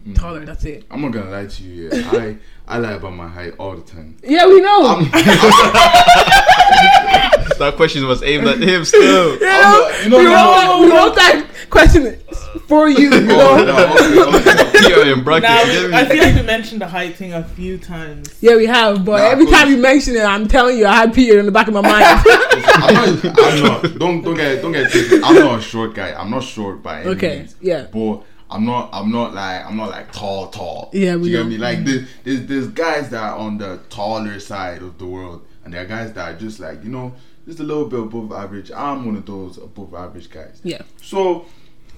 [SPEAKER 3] Mm.
[SPEAKER 2] taller. That's it.
[SPEAKER 3] I'm not gonna lie to you. Yeah, I I lie about my height all the time.
[SPEAKER 2] Yeah, we know.
[SPEAKER 4] That question was aimed at him still.
[SPEAKER 2] You
[SPEAKER 3] I'm
[SPEAKER 2] know,
[SPEAKER 3] not- you know,
[SPEAKER 2] we
[SPEAKER 3] no,
[SPEAKER 2] wrote,
[SPEAKER 3] no,
[SPEAKER 2] we wrote that question for you. you
[SPEAKER 3] Oh,
[SPEAKER 2] know?
[SPEAKER 3] no, okay, okay.
[SPEAKER 4] Peter in
[SPEAKER 1] Now,
[SPEAKER 4] brackets. you
[SPEAKER 1] I
[SPEAKER 4] get me?
[SPEAKER 1] feel like we mentioned the height thing a few times.
[SPEAKER 2] Yeah, we have, but
[SPEAKER 3] Nah,
[SPEAKER 2] every
[SPEAKER 3] cause-
[SPEAKER 2] time you mention it, I'm telling you, I had Peter in the back of my mind.
[SPEAKER 3] I'm not, I'm not. Don't don't get don't get. it twisted. I'm not a short guy. I'm not short by any
[SPEAKER 2] Okay,
[SPEAKER 3] means.
[SPEAKER 2] yeah.
[SPEAKER 3] But I'm not. I'm not like. I'm not like tall. Tall.
[SPEAKER 2] Yeah, we
[SPEAKER 3] Do you
[SPEAKER 2] know. Mm.
[SPEAKER 3] get me. Like there's, there's there's guys that are on the taller side of the world, and there are guys that are just like you know just a little bit above average. I'm one of those above average guys.
[SPEAKER 2] yeah,
[SPEAKER 3] So,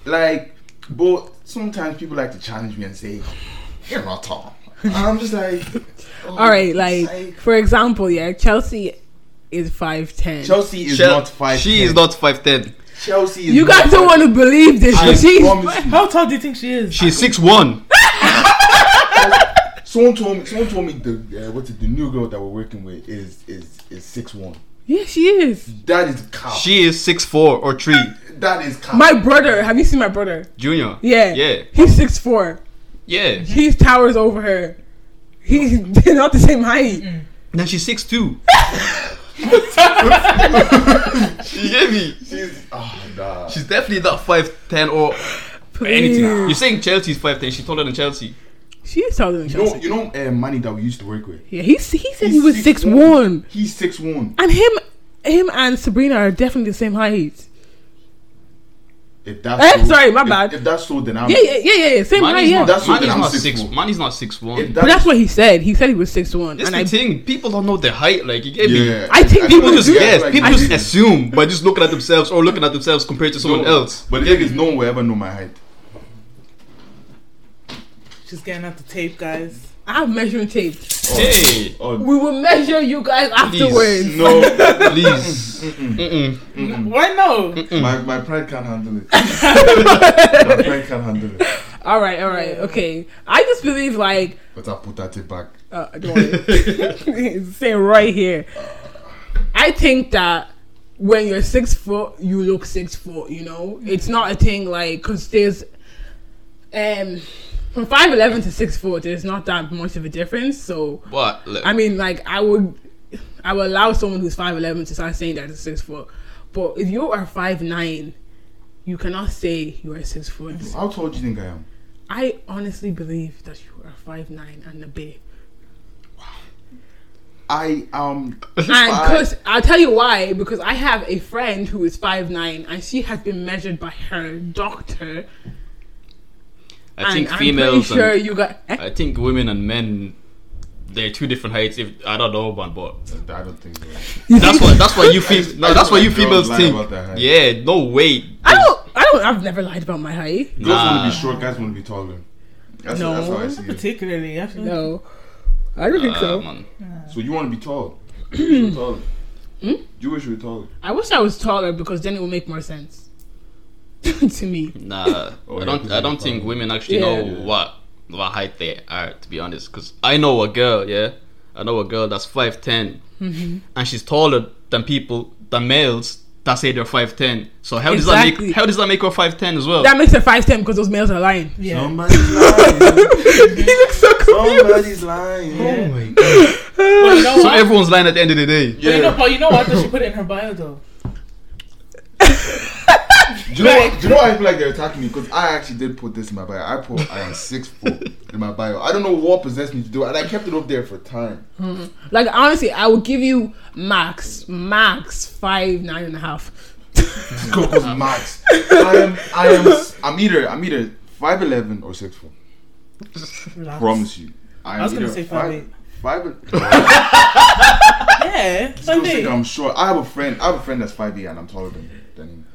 [SPEAKER 3] like, but sometimes people like to challenge me and say, "You're not tall." And I'm just like, oh,
[SPEAKER 2] all right. Like
[SPEAKER 3] psych.
[SPEAKER 2] for example, yeah, Chelsea is five ten.
[SPEAKER 3] Chelsea is
[SPEAKER 4] Shel-
[SPEAKER 3] not five.
[SPEAKER 4] She is not 5'10.
[SPEAKER 3] Chelsea is
[SPEAKER 2] You
[SPEAKER 3] not
[SPEAKER 2] guys don't want to believe this.
[SPEAKER 3] I
[SPEAKER 2] but she's
[SPEAKER 3] promise you.
[SPEAKER 1] How tall do you think she is?
[SPEAKER 4] She's 6'1.
[SPEAKER 3] Someone told me. Someone told me the uh, what's it? The new girl that we're working with is is is six one.
[SPEAKER 2] yeah, she is.
[SPEAKER 3] That is cap.
[SPEAKER 4] She is 6'4 or 3.
[SPEAKER 3] that is cap.
[SPEAKER 2] My brother, have you seen my brother?
[SPEAKER 4] Junior.
[SPEAKER 2] Yeah,
[SPEAKER 4] Yeah.
[SPEAKER 2] He's six four.
[SPEAKER 4] Yeah.
[SPEAKER 2] He's towers over her. He's they're not the same height.
[SPEAKER 4] Now she's 6'2. you get me?
[SPEAKER 3] She's ah nah.
[SPEAKER 4] She's definitely not 5'10 or
[SPEAKER 2] Please.
[SPEAKER 4] anything. You're saying Chelsea's 5'10. She's taller than Chelsea.
[SPEAKER 2] She is taller than
[SPEAKER 3] you
[SPEAKER 2] Chelsea.
[SPEAKER 3] know you know uh, Manny that we used to work with.
[SPEAKER 2] yeah, he he said
[SPEAKER 3] He's
[SPEAKER 2] he was six one.
[SPEAKER 3] He's six one.
[SPEAKER 2] And him, him and Sabrina are definitely the same height.
[SPEAKER 3] If that's
[SPEAKER 2] Eh, sorry, my
[SPEAKER 3] if-
[SPEAKER 2] bad.
[SPEAKER 3] If, that's so, then I'm
[SPEAKER 2] Yeah, yeah, yeah, yeah, yeah. Same height,
[SPEAKER 4] Manny's
[SPEAKER 2] yeah.
[SPEAKER 4] not,
[SPEAKER 3] That's what
[SPEAKER 4] Manny's
[SPEAKER 3] I'm
[SPEAKER 4] not
[SPEAKER 3] six
[SPEAKER 4] six.
[SPEAKER 3] foot.
[SPEAKER 4] Manny's not six one.
[SPEAKER 3] If
[SPEAKER 2] but that's what he said. He said he was six one,
[SPEAKER 4] That's
[SPEAKER 2] and
[SPEAKER 4] the
[SPEAKER 2] I
[SPEAKER 4] thing. People don't know their height. Like you get me.
[SPEAKER 3] Yeah.
[SPEAKER 2] I think
[SPEAKER 3] I- I
[SPEAKER 2] people
[SPEAKER 4] People just
[SPEAKER 2] do.
[SPEAKER 4] guess.
[SPEAKER 3] like,
[SPEAKER 4] people
[SPEAKER 3] I-
[SPEAKER 4] just assume by just looking at themselves or looking at themselves compared to someone
[SPEAKER 3] No,
[SPEAKER 4] else.
[SPEAKER 3] But the thing is, no one will ever know my height.
[SPEAKER 1] She's getting out the tape, guys.
[SPEAKER 2] I have measuring tape.
[SPEAKER 4] Hey,
[SPEAKER 3] Oh,
[SPEAKER 2] We will measure you guys afterwards.
[SPEAKER 3] no,
[SPEAKER 4] please. Mm-mm.
[SPEAKER 1] Why no?
[SPEAKER 4] Mm.
[SPEAKER 3] my, my pride can't handle it. my pride can't handle it.
[SPEAKER 2] All right, all right, okay. I just believe like
[SPEAKER 3] But I put that back.
[SPEAKER 2] uh, don't worry. it's saying right here. I think that when you're six foot, you look six foot. You know, it's not a thing like because there's um from five eleven to six foot. There's not that much of a difference. So
[SPEAKER 4] But look,
[SPEAKER 2] I mean, like I would, I would allow someone who's five eleven to start saying that is six foot. But if you are five nine, you cannot say you are six foot.
[SPEAKER 3] How tall do you think I am?
[SPEAKER 2] I honestly believe that you are five nine and a bit.
[SPEAKER 3] I am.
[SPEAKER 2] And
[SPEAKER 3] Why?
[SPEAKER 2] because I'll tell you why, because I have a friend who is five nine, and she has been measured by her doctor.
[SPEAKER 4] I think
[SPEAKER 2] and
[SPEAKER 4] females.
[SPEAKER 2] I'm pretty sure
[SPEAKER 4] and,
[SPEAKER 2] you got. eh?
[SPEAKER 4] I think women and men. They're two different heights. If I don't know, man, but
[SPEAKER 3] I don't think. So.
[SPEAKER 4] that's what that's what you feel.
[SPEAKER 3] just-
[SPEAKER 4] No,
[SPEAKER 3] I
[SPEAKER 4] that's
[SPEAKER 3] just
[SPEAKER 4] what you
[SPEAKER 3] like girls
[SPEAKER 4] females
[SPEAKER 3] lie
[SPEAKER 4] think.
[SPEAKER 3] about their height.
[SPEAKER 4] Yeah, no wait.
[SPEAKER 2] I don't. I don't. I've never lied about my height.
[SPEAKER 3] Girls want
[SPEAKER 4] Nah.
[SPEAKER 3] to be short. Guys want to be taller. That's,
[SPEAKER 2] No.
[SPEAKER 3] that's how I see it.
[SPEAKER 1] Particularly, I feel
[SPEAKER 2] No, I don't think
[SPEAKER 4] Uh,
[SPEAKER 2] so.
[SPEAKER 4] man.
[SPEAKER 3] So you want to be tall? You wish you were taller.
[SPEAKER 2] Hmm?
[SPEAKER 3] You wish you were taller.
[SPEAKER 2] I wish I was taller because then it would make more sense to me.
[SPEAKER 4] Nah,
[SPEAKER 3] Oh,
[SPEAKER 4] I
[SPEAKER 3] yeah,
[SPEAKER 4] don't.
[SPEAKER 3] 'cause
[SPEAKER 4] I
[SPEAKER 3] you're
[SPEAKER 4] don't think
[SPEAKER 3] probably-
[SPEAKER 4] women actually
[SPEAKER 2] Yeah.
[SPEAKER 4] know what what height they are. To be honest, because I know a girl. Yeah, I know a girl that's five
[SPEAKER 1] Mm-hmm.
[SPEAKER 4] and she's taller than people than males that say they're five ten. So how does that
[SPEAKER 2] Exactly.
[SPEAKER 4] make how does that make her five ten as well?
[SPEAKER 2] That makes it five ten because those males are lying.
[SPEAKER 1] yeah.
[SPEAKER 3] Somebody's lying.
[SPEAKER 2] he looks so confused.
[SPEAKER 3] Somebody's lying.
[SPEAKER 1] Yeah.
[SPEAKER 4] my god!
[SPEAKER 1] But you know
[SPEAKER 4] So
[SPEAKER 1] what?
[SPEAKER 4] everyone's lying at the end of the day.
[SPEAKER 1] But you know,
[SPEAKER 3] Yeah.
[SPEAKER 1] but you know what? Though she put it in her bio though.
[SPEAKER 3] Do you, know what, do you know why I feel like they're attacking me? Because I actually did put this in my bio. I put I am six foot in my bio. I don't know what possessed me to do it, and I kept it up there for time.
[SPEAKER 2] Like honestly, I would give you max, max five nine and a half.
[SPEAKER 3] Coco's max. I am I am I'm either I'm either five eleven or six foot.
[SPEAKER 1] Relax.
[SPEAKER 3] Promise you. I, am
[SPEAKER 1] was gonna
[SPEAKER 3] either
[SPEAKER 1] say five
[SPEAKER 3] Five. e, five
[SPEAKER 1] Yeah,
[SPEAKER 3] I don't think
[SPEAKER 1] Sunday.
[SPEAKER 3] I'm sure. I have a friend. I have a friend that's five eight and I'm taller than than him.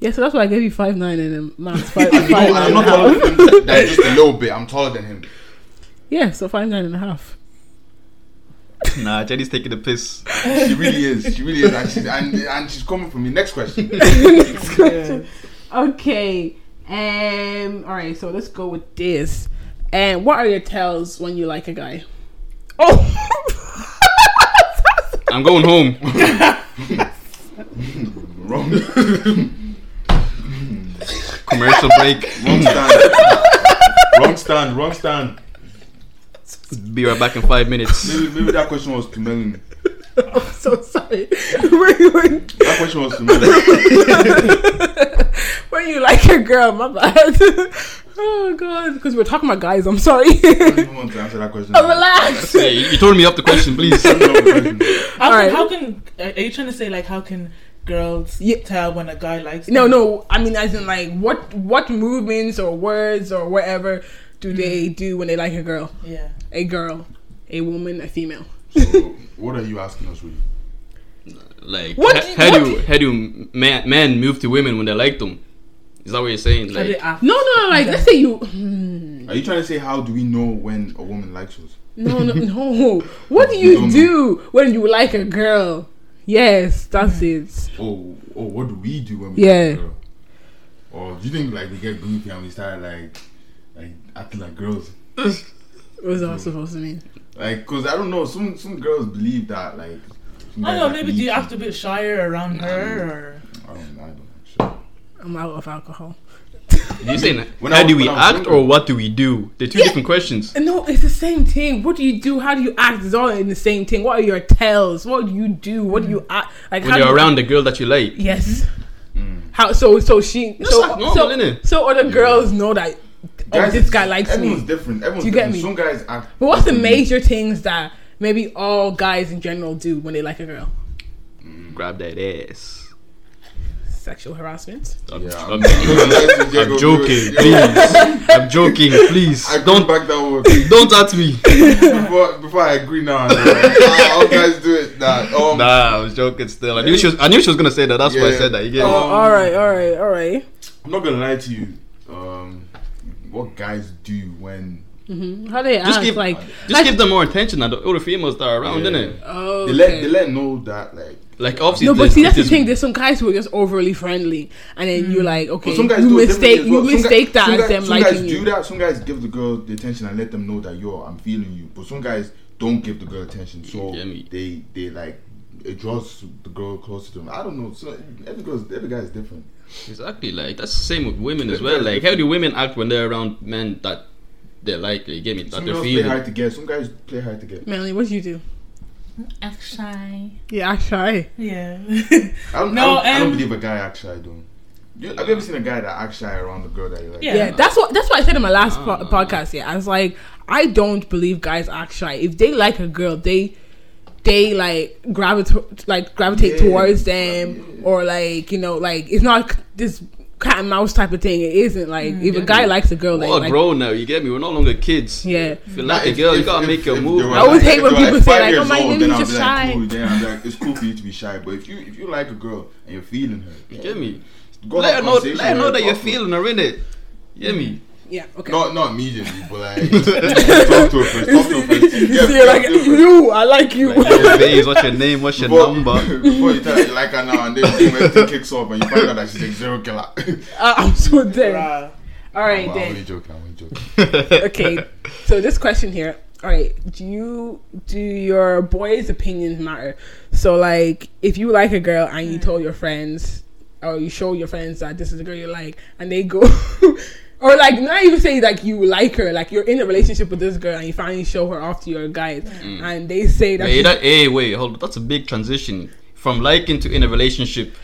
[SPEAKER 2] Yeah, so that's why I gave you five nine and a max five.
[SPEAKER 3] No,
[SPEAKER 1] Oh,
[SPEAKER 2] five
[SPEAKER 3] I'm
[SPEAKER 2] nine.
[SPEAKER 3] not taller than him. That's just a little bit. I'm taller than him.
[SPEAKER 2] Yeah, so five nine and a half.
[SPEAKER 4] Nah, Jenny's taking the piss.
[SPEAKER 3] She really is. She really is. And she's and, and she's coming for me. Next question.
[SPEAKER 1] Yeah.
[SPEAKER 2] Okay. Um. All right. So let's go with this. And what are your tells when you like a guy? Oh.
[SPEAKER 4] I'm going home.
[SPEAKER 3] Wrong.
[SPEAKER 4] Commercial break.
[SPEAKER 3] Wrong stand. wrong stand. Wrong stand.
[SPEAKER 4] Be right back in five minutes.
[SPEAKER 3] Maybe, maybe that question was to Melanie.
[SPEAKER 2] I'm so sorry. when, when,
[SPEAKER 3] That question was to Melanie.
[SPEAKER 2] when you like a girl, my bad. oh god, because we're talking about guys. I'm sorry.
[SPEAKER 3] I don't want to answer that question.
[SPEAKER 2] Oh, relax.
[SPEAKER 4] hey, you told me up the question, please.
[SPEAKER 3] I don't know the question.
[SPEAKER 1] How,
[SPEAKER 2] Alright.
[SPEAKER 1] can, how can are you trying to say like how can girls
[SPEAKER 2] Yeah.
[SPEAKER 1] tell when a guy likes?
[SPEAKER 2] No,
[SPEAKER 1] them?
[SPEAKER 2] no. I mean, as in like what what movements or words or whatever do they do when they like a girl?
[SPEAKER 1] Yeah.
[SPEAKER 2] A girl, a woman, a female.
[SPEAKER 3] So, what are you asking us, really?
[SPEAKER 4] Like,
[SPEAKER 2] What
[SPEAKER 4] h-
[SPEAKER 2] do you-
[SPEAKER 4] how
[SPEAKER 2] what
[SPEAKER 4] do you, how do you man, men move to women when they like them? Is that what you're saying?
[SPEAKER 1] Are they
[SPEAKER 4] Like,
[SPEAKER 1] act-
[SPEAKER 2] No, no, no. Like
[SPEAKER 1] Okay.
[SPEAKER 2] let's say you. Hmm.
[SPEAKER 3] Are you trying to say how do we know when a woman likes us?
[SPEAKER 2] No, no, no. What do
[SPEAKER 3] You
[SPEAKER 2] you
[SPEAKER 3] don't
[SPEAKER 2] do when you like a girl? Yes, that's it.
[SPEAKER 3] Oh, oh, what do we do when we
[SPEAKER 2] Yeah.
[SPEAKER 3] like a girl? Or do you think like we get goofy and we start like, like acting like girls?
[SPEAKER 2] What was that supposed to mean?
[SPEAKER 3] Like, cause I don't know. Some some girls believe that like. some
[SPEAKER 1] I don't
[SPEAKER 3] guys
[SPEAKER 1] know.
[SPEAKER 3] like
[SPEAKER 1] Maybe do you
[SPEAKER 3] me.
[SPEAKER 1] act a bit shyer around
[SPEAKER 4] Um,
[SPEAKER 1] her
[SPEAKER 3] I don't know. I don't know. Sure.
[SPEAKER 2] I'm out of alcohol.
[SPEAKER 4] you're saying
[SPEAKER 3] When
[SPEAKER 4] how
[SPEAKER 3] I
[SPEAKER 4] do
[SPEAKER 3] was-
[SPEAKER 4] we
[SPEAKER 3] when I was
[SPEAKER 4] act
[SPEAKER 3] younger.
[SPEAKER 4] or what do we do? They're two different questions.
[SPEAKER 2] No, it's the same thing. What do you do? How do you act? It's all in the same thing. What are your tells? What do you do? What do you act like?
[SPEAKER 4] Mm. When
[SPEAKER 2] how
[SPEAKER 4] you're
[SPEAKER 2] do you-
[SPEAKER 4] around the girl that you like,
[SPEAKER 2] Yes. Mm. How so? So she. so
[SPEAKER 4] like normal,
[SPEAKER 2] so,
[SPEAKER 4] innit?
[SPEAKER 2] so other girls know that. Oh,
[SPEAKER 3] Guys,
[SPEAKER 2] this guy likes
[SPEAKER 3] everyone's
[SPEAKER 2] me.
[SPEAKER 3] different. Everyone's
[SPEAKER 2] you get
[SPEAKER 3] different.
[SPEAKER 2] me?
[SPEAKER 3] Some guys act.
[SPEAKER 2] But what's the
[SPEAKER 3] differently.
[SPEAKER 2] major things that maybe all guys in general do when they like a girl?
[SPEAKER 4] grab that ass.
[SPEAKER 2] sexual harassment.
[SPEAKER 4] I'm,
[SPEAKER 3] Yeah.
[SPEAKER 4] I'm-
[SPEAKER 3] I'm
[SPEAKER 4] I'm joking, please. I'm joking, please.
[SPEAKER 3] I don't
[SPEAKER 4] Don't
[SPEAKER 3] back that one
[SPEAKER 4] don't at me.
[SPEAKER 3] before, before I agree now. I'm like, How how guys do it? Nah, um,
[SPEAKER 4] Nah, I was joking still. I knew she was. I knew she was gonna say that. That's why I
[SPEAKER 3] Yeah.
[SPEAKER 4] said that. You get
[SPEAKER 3] Oh.
[SPEAKER 4] me?
[SPEAKER 2] all right, all right, all right.
[SPEAKER 3] I'm not gonna lie to you. Um, what guys do when
[SPEAKER 2] Mm-hmm. How they
[SPEAKER 4] Just
[SPEAKER 2] act
[SPEAKER 4] give-
[SPEAKER 2] like?
[SPEAKER 4] Just give them more attention. than the other females that are around,
[SPEAKER 3] Yeah.
[SPEAKER 4] innit?
[SPEAKER 2] Oh,
[SPEAKER 3] they let they let know that like
[SPEAKER 4] Like obviously.
[SPEAKER 2] No, but
[SPEAKER 4] this-
[SPEAKER 2] see that's the
[SPEAKER 4] this-
[SPEAKER 2] thing. There's some guys who are just overly friendly, and then you're like, okay,
[SPEAKER 3] But Mm. some guys
[SPEAKER 2] you
[SPEAKER 3] do it
[SPEAKER 2] mistake
[SPEAKER 3] differently as
[SPEAKER 2] you
[SPEAKER 3] well. Some guy-
[SPEAKER 2] mistake that
[SPEAKER 3] some
[SPEAKER 2] as
[SPEAKER 3] guy-
[SPEAKER 2] them
[SPEAKER 3] some
[SPEAKER 2] liking
[SPEAKER 3] guys
[SPEAKER 2] you.
[SPEAKER 3] do that. Some guys give the girl the attention and let them know that yo, I'm feeling you. But some guys don't give the girl attention, so
[SPEAKER 4] Yeah, me.
[SPEAKER 3] they they like it draws the girl closer to them. I don't know. So every girl's every guy is different.
[SPEAKER 4] Exactly, like that's the same with women as well. Like how do women act when they're around men that they like? You get me? That
[SPEAKER 3] Some
[SPEAKER 4] they're
[SPEAKER 3] girls play
[SPEAKER 4] feeling.
[SPEAKER 3] hard to get. Some guys play hard to get.
[SPEAKER 2] Melanie, what do you do?
[SPEAKER 1] Act shy.
[SPEAKER 2] Yeah, I shy.
[SPEAKER 1] Yeah.
[SPEAKER 3] I don't, I,
[SPEAKER 1] No,
[SPEAKER 3] don't I don't
[SPEAKER 1] um,
[SPEAKER 3] believe a guy acts shy though. You, have you ever seen a guy that acts shy around the girl that you like?
[SPEAKER 1] Yeah.
[SPEAKER 2] Yeah, that's what that's what I said in my last
[SPEAKER 4] Ah.
[SPEAKER 2] po- podcast. Yeah, I was like, I don't believe guys act shy. If they like a girl, they they like gravitate like gravitate
[SPEAKER 3] Yeah.
[SPEAKER 2] towards them,
[SPEAKER 3] Yeah.
[SPEAKER 2] or like you know, like it's not this cat and mouse type of thing. It isn't like
[SPEAKER 3] Mm,
[SPEAKER 2] if a
[SPEAKER 4] Yeah.
[SPEAKER 2] guy likes a girl,
[SPEAKER 4] We're
[SPEAKER 2] like,
[SPEAKER 4] all
[SPEAKER 2] like-
[SPEAKER 4] grown now. You get me? We're no longer kids.
[SPEAKER 2] yeah.
[SPEAKER 4] If you
[SPEAKER 3] Nah,
[SPEAKER 4] like a
[SPEAKER 3] if-
[SPEAKER 4] girl, you
[SPEAKER 3] if-
[SPEAKER 4] gotta
[SPEAKER 3] if-
[SPEAKER 4] make your
[SPEAKER 3] if
[SPEAKER 4] move.
[SPEAKER 3] they were
[SPEAKER 2] I always
[SPEAKER 3] like-
[SPEAKER 2] hate when
[SPEAKER 3] if they were
[SPEAKER 2] people say,
[SPEAKER 3] five
[SPEAKER 2] like,
[SPEAKER 3] years
[SPEAKER 2] "Oh, my
[SPEAKER 3] old,"
[SPEAKER 2] name
[SPEAKER 3] then
[SPEAKER 2] is
[SPEAKER 3] I'll
[SPEAKER 2] just
[SPEAKER 3] be like,
[SPEAKER 2] shy.
[SPEAKER 3] Cool, then I'm like, it's cool for you to be shy, but if you if you like a girl and you're feeling her,
[SPEAKER 4] You get me?
[SPEAKER 3] Go
[SPEAKER 4] let
[SPEAKER 3] have
[SPEAKER 4] her know.
[SPEAKER 3] conversation
[SPEAKER 4] Let her
[SPEAKER 3] with
[SPEAKER 4] know that you're
[SPEAKER 3] talk to her.
[SPEAKER 4] feeling her, innit? You get me?
[SPEAKER 2] yeah, okay.
[SPEAKER 3] Not not immediately, but like talk to her first. Talk to her first.
[SPEAKER 2] You
[SPEAKER 3] Yeah,
[SPEAKER 2] see,
[SPEAKER 3] talk
[SPEAKER 2] like
[SPEAKER 3] to her first.
[SPEAKER 2] you, I like you.
[SPEAKER 4] Like, yo, babes, what's your name? What's your
[SPEAKER 3] Before-
[SPEAKER 4] number?
[SPEAKER 3] Before you tell her you like her now, and then when everything kicks off, and you find out that she's a zero killer.
[SPEAKER 2] Uh, I- I'm so dead.
[SPEAKER 1] Bruh.
[SPEAKER 2] All right,
[SPEAKER 3] I'm
[SPEAKER 2] then.
[SPEAKER 3] only joking. I'm only joking.
[SPEAKER 2] okay, so this question here. All right, do you do your boys' opinions matter? So like, if you like a girl and you told your friends or you show your friends that this is a girl you like, and they go. Or like not even say like you like her, like you're in a relationship with this girl and you finally show her off to your guys, and they say that,
[SPEAKER 4] Hey,
[SPEAKER 2] she-
[SPEAKER 4] that, hey, wait, hold. That's a big transition from liking to in a relationship.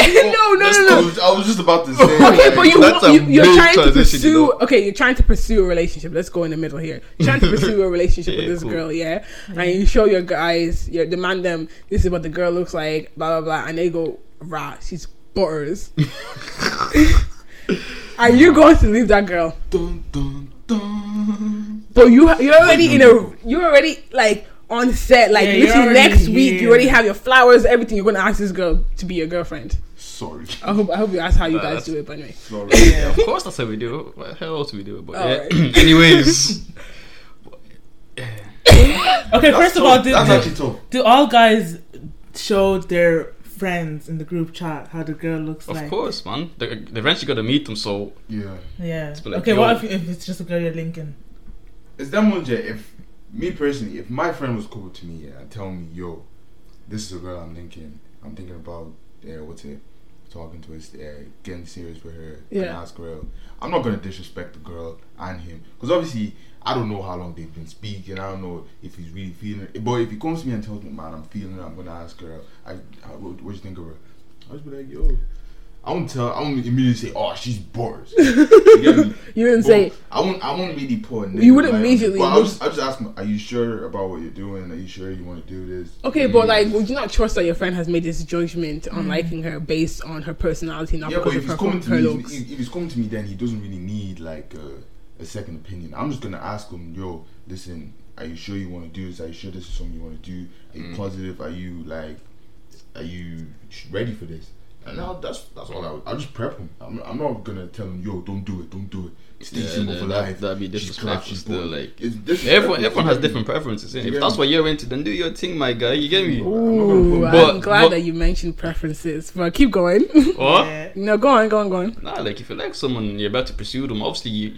[SPEAKER 2] no, no, no,
[SPEAKER 3] I
[SPEAKER 2] no.
[SPEAKER 3] was, I was just about to say.
[SPEAKER 2] Okay, but you,
[SPEAKER 4] That's a
[SPEAKER 2] you you're
[SPEAKER 4] big
[SPEAKER 2] trying to
[SPEAKER 4] transition, you
[SPEAKER 2] pursue.
[SPEAKER 4] know.
[SPEAKER 2] Okay, you're trying to pursue a relationship. Let's go in the middle here. You're trying to pursue a relationship with
[SPEAKER 4] Yeah,
[SPEAKER 2] this
[SPEAKER 4] cool.
[SPEAKER 2] girl, yeah, and you show your guys, you demand them. This is what the girl looks like, blah blah blah, and they go, "Rah, she's butters." Are you going to leave that girl?
[SPEAKER 3] Dun, dun, dun.
[SPEAKER 2] But you ha- you're already in a you're already like on set, like
[SPEAKER 1] Yeah, you're
[SPEAKER 2] literally
[SPEAKER 1] already
[SPEAKER 2] next week. You
[SPEAKER 1] here.
[SPEAKER 2] already have your flowers, everything. You're gonna ask this girl to be your girlfriend.
[SPEAKER 3] Sorry.
[SPEAKER 2] I hope I hope you ask how you
[SPEAKER 4] Nah,
[SPEAKER 2] guys
[SPEAKER 4] that's-
[SPEAKER 2] do it, by the way.
[SPEAKER 3] Sorry.
[SPEAKER 4] Of course, that's how we do it. What the hell else we do it?
[SPEAKER 2] Oh,
[SPEAKER 4] But yeah.
[SPEAKER 2] Alright.
[SPEAKER 4] anyways,
[SPEAKER 1] Okay,
[SPEAKER 3] That's
[SPEAKER 1] first of
[SPEAKER 3] tough.
[SPEAKER 1] all, do,
[SPEAKER 3] that's
[SPEAKER 1] do,
[SPEAKER 3] actually tough.
[SPEAKER 1] do all guys show their friends in the group chat how the girl looks
[SPEAKER 4] of
[SPEAKER 1] like?
[SPEAKER 4] course, man. They, they eventually gotta meet them. So
[SPEAKER 3] Yeah.
[SPEAKER 1] Yeah.
[SPEAKER 4] It's like,
[SPEAKER 1] okay,
[SPEAKER 4] yo.
[SPEAKER 1] what if, if it's just a girl you're linking?
[SPEAKER 3] It's that one, Jay. If me personally, if my friend was cool to me yeah, and tell me, yo, this is a girl I'm thinking, I'm thinking about, uh, what's it, talking to her, uh, getting serious with her, yeah.
[SPEAKER 2] Yeah.
[SPEAKER 3] ask girl. I'm not gonna disrespect the girl and him, because obviously I don't know how long they've been speaking. I don't know if he's really feeling. it. But if he comes to me and tells me, man, I'm feeling, it, I'm gonna ask her. out. I, I what, what you think of her? I'll just be like, yo. I won't tell. I won't immediately say, "Oh, she's bored." You get me?
[SPEAKER 2] You didn't say
[SPEAKER 3] Well, I won't. I won't really pour. a
[SPEAKER 2] You wouldn't
[SPEAKER 3] negative light on it,
[SPEAKER 2] immediately
[SPEAKER 3] But I'll
[SPEAKER 2] look-
[SPEAKER 3] just, I'll just ask them. Are you sure about what you're doing? Are you sure you want to do this?
[SPEAKER 2] Okay, but like, would you not trust that your friend has made this judgment on liking her based on her personality, not
[SPEAKER 3] yeah, but
[SPEAKER 2] because
[SPEAKER 3] if
[SPEAKER 2] of
[SPEAKER 3] he's
[SPEAKER 2] her,
[SPEAKER 3] coming to
[SPEAKER 2] her
[SPEAKER 3] me,
[SPEAKER 2] looks?
[SPEAKER 3] if, if he's coming to me, then he doesn't really need like a, a second opinion. I'm just gonna ask him. Yo, listen. Are you sure you want to do this? Are you sure this is something you want to do? Are
[SPEAKER 4] Mm.
[SPEAKER 3] you positive? Are you like, are you sh- ready for this? And now that's that's all. I would, I'll just prep him. I'm, I'm not gonna tell him. Yo, don't do it. Don't do it. Stay
[SPEAKER 4] Yeah,
[SPEAKER 3] single
[SPEAKER 4] that-
[SPEAKER 3] for life.
[SPEAKER 4] that'd be
[SPEAKER 3] She's crap,
[SPEAKER 4] disrespectful
[SPEAKER 3] she's
[SPEAKER 4] still,
[SPEAKER 3] boring.
[SPEAKER 4] like-
[SPEAKER 3] It's disrespectful
[SPEAKER 4] everyone,
[SPEAKER 3] to
[SPEAKER 4] everyone has
[SPEAKER 3] everybody.
[SPEAKER 4] different preferences. innit?
[SPEAKER 3] You
[SPEAKER 4] If
[SPEAKER 3] get
[SPEAKER 4] that's
[SPEAKER 3] me?
[SPEAKER 4] what you're into, then do your thing, my guy. You get me?
[SPEAKER 3] I'm not gonna
[SPEAKER 2] Ooh,
[SPEAKER 3] put-
[SPEAKER 4] But-
[SPEAKER 2] I'm glad
[SPEAKER 4] but-
[SPEAKER 2] that you mentioned preferences, but keep going.
[SPEAKER 4] Or
[SPEAKER 1] Yeah.
[SPEAKER 2] no, go on, go on, go on.
[SPEAKER 4] Nah, like if you like someone and you're about to pursue them, obviously you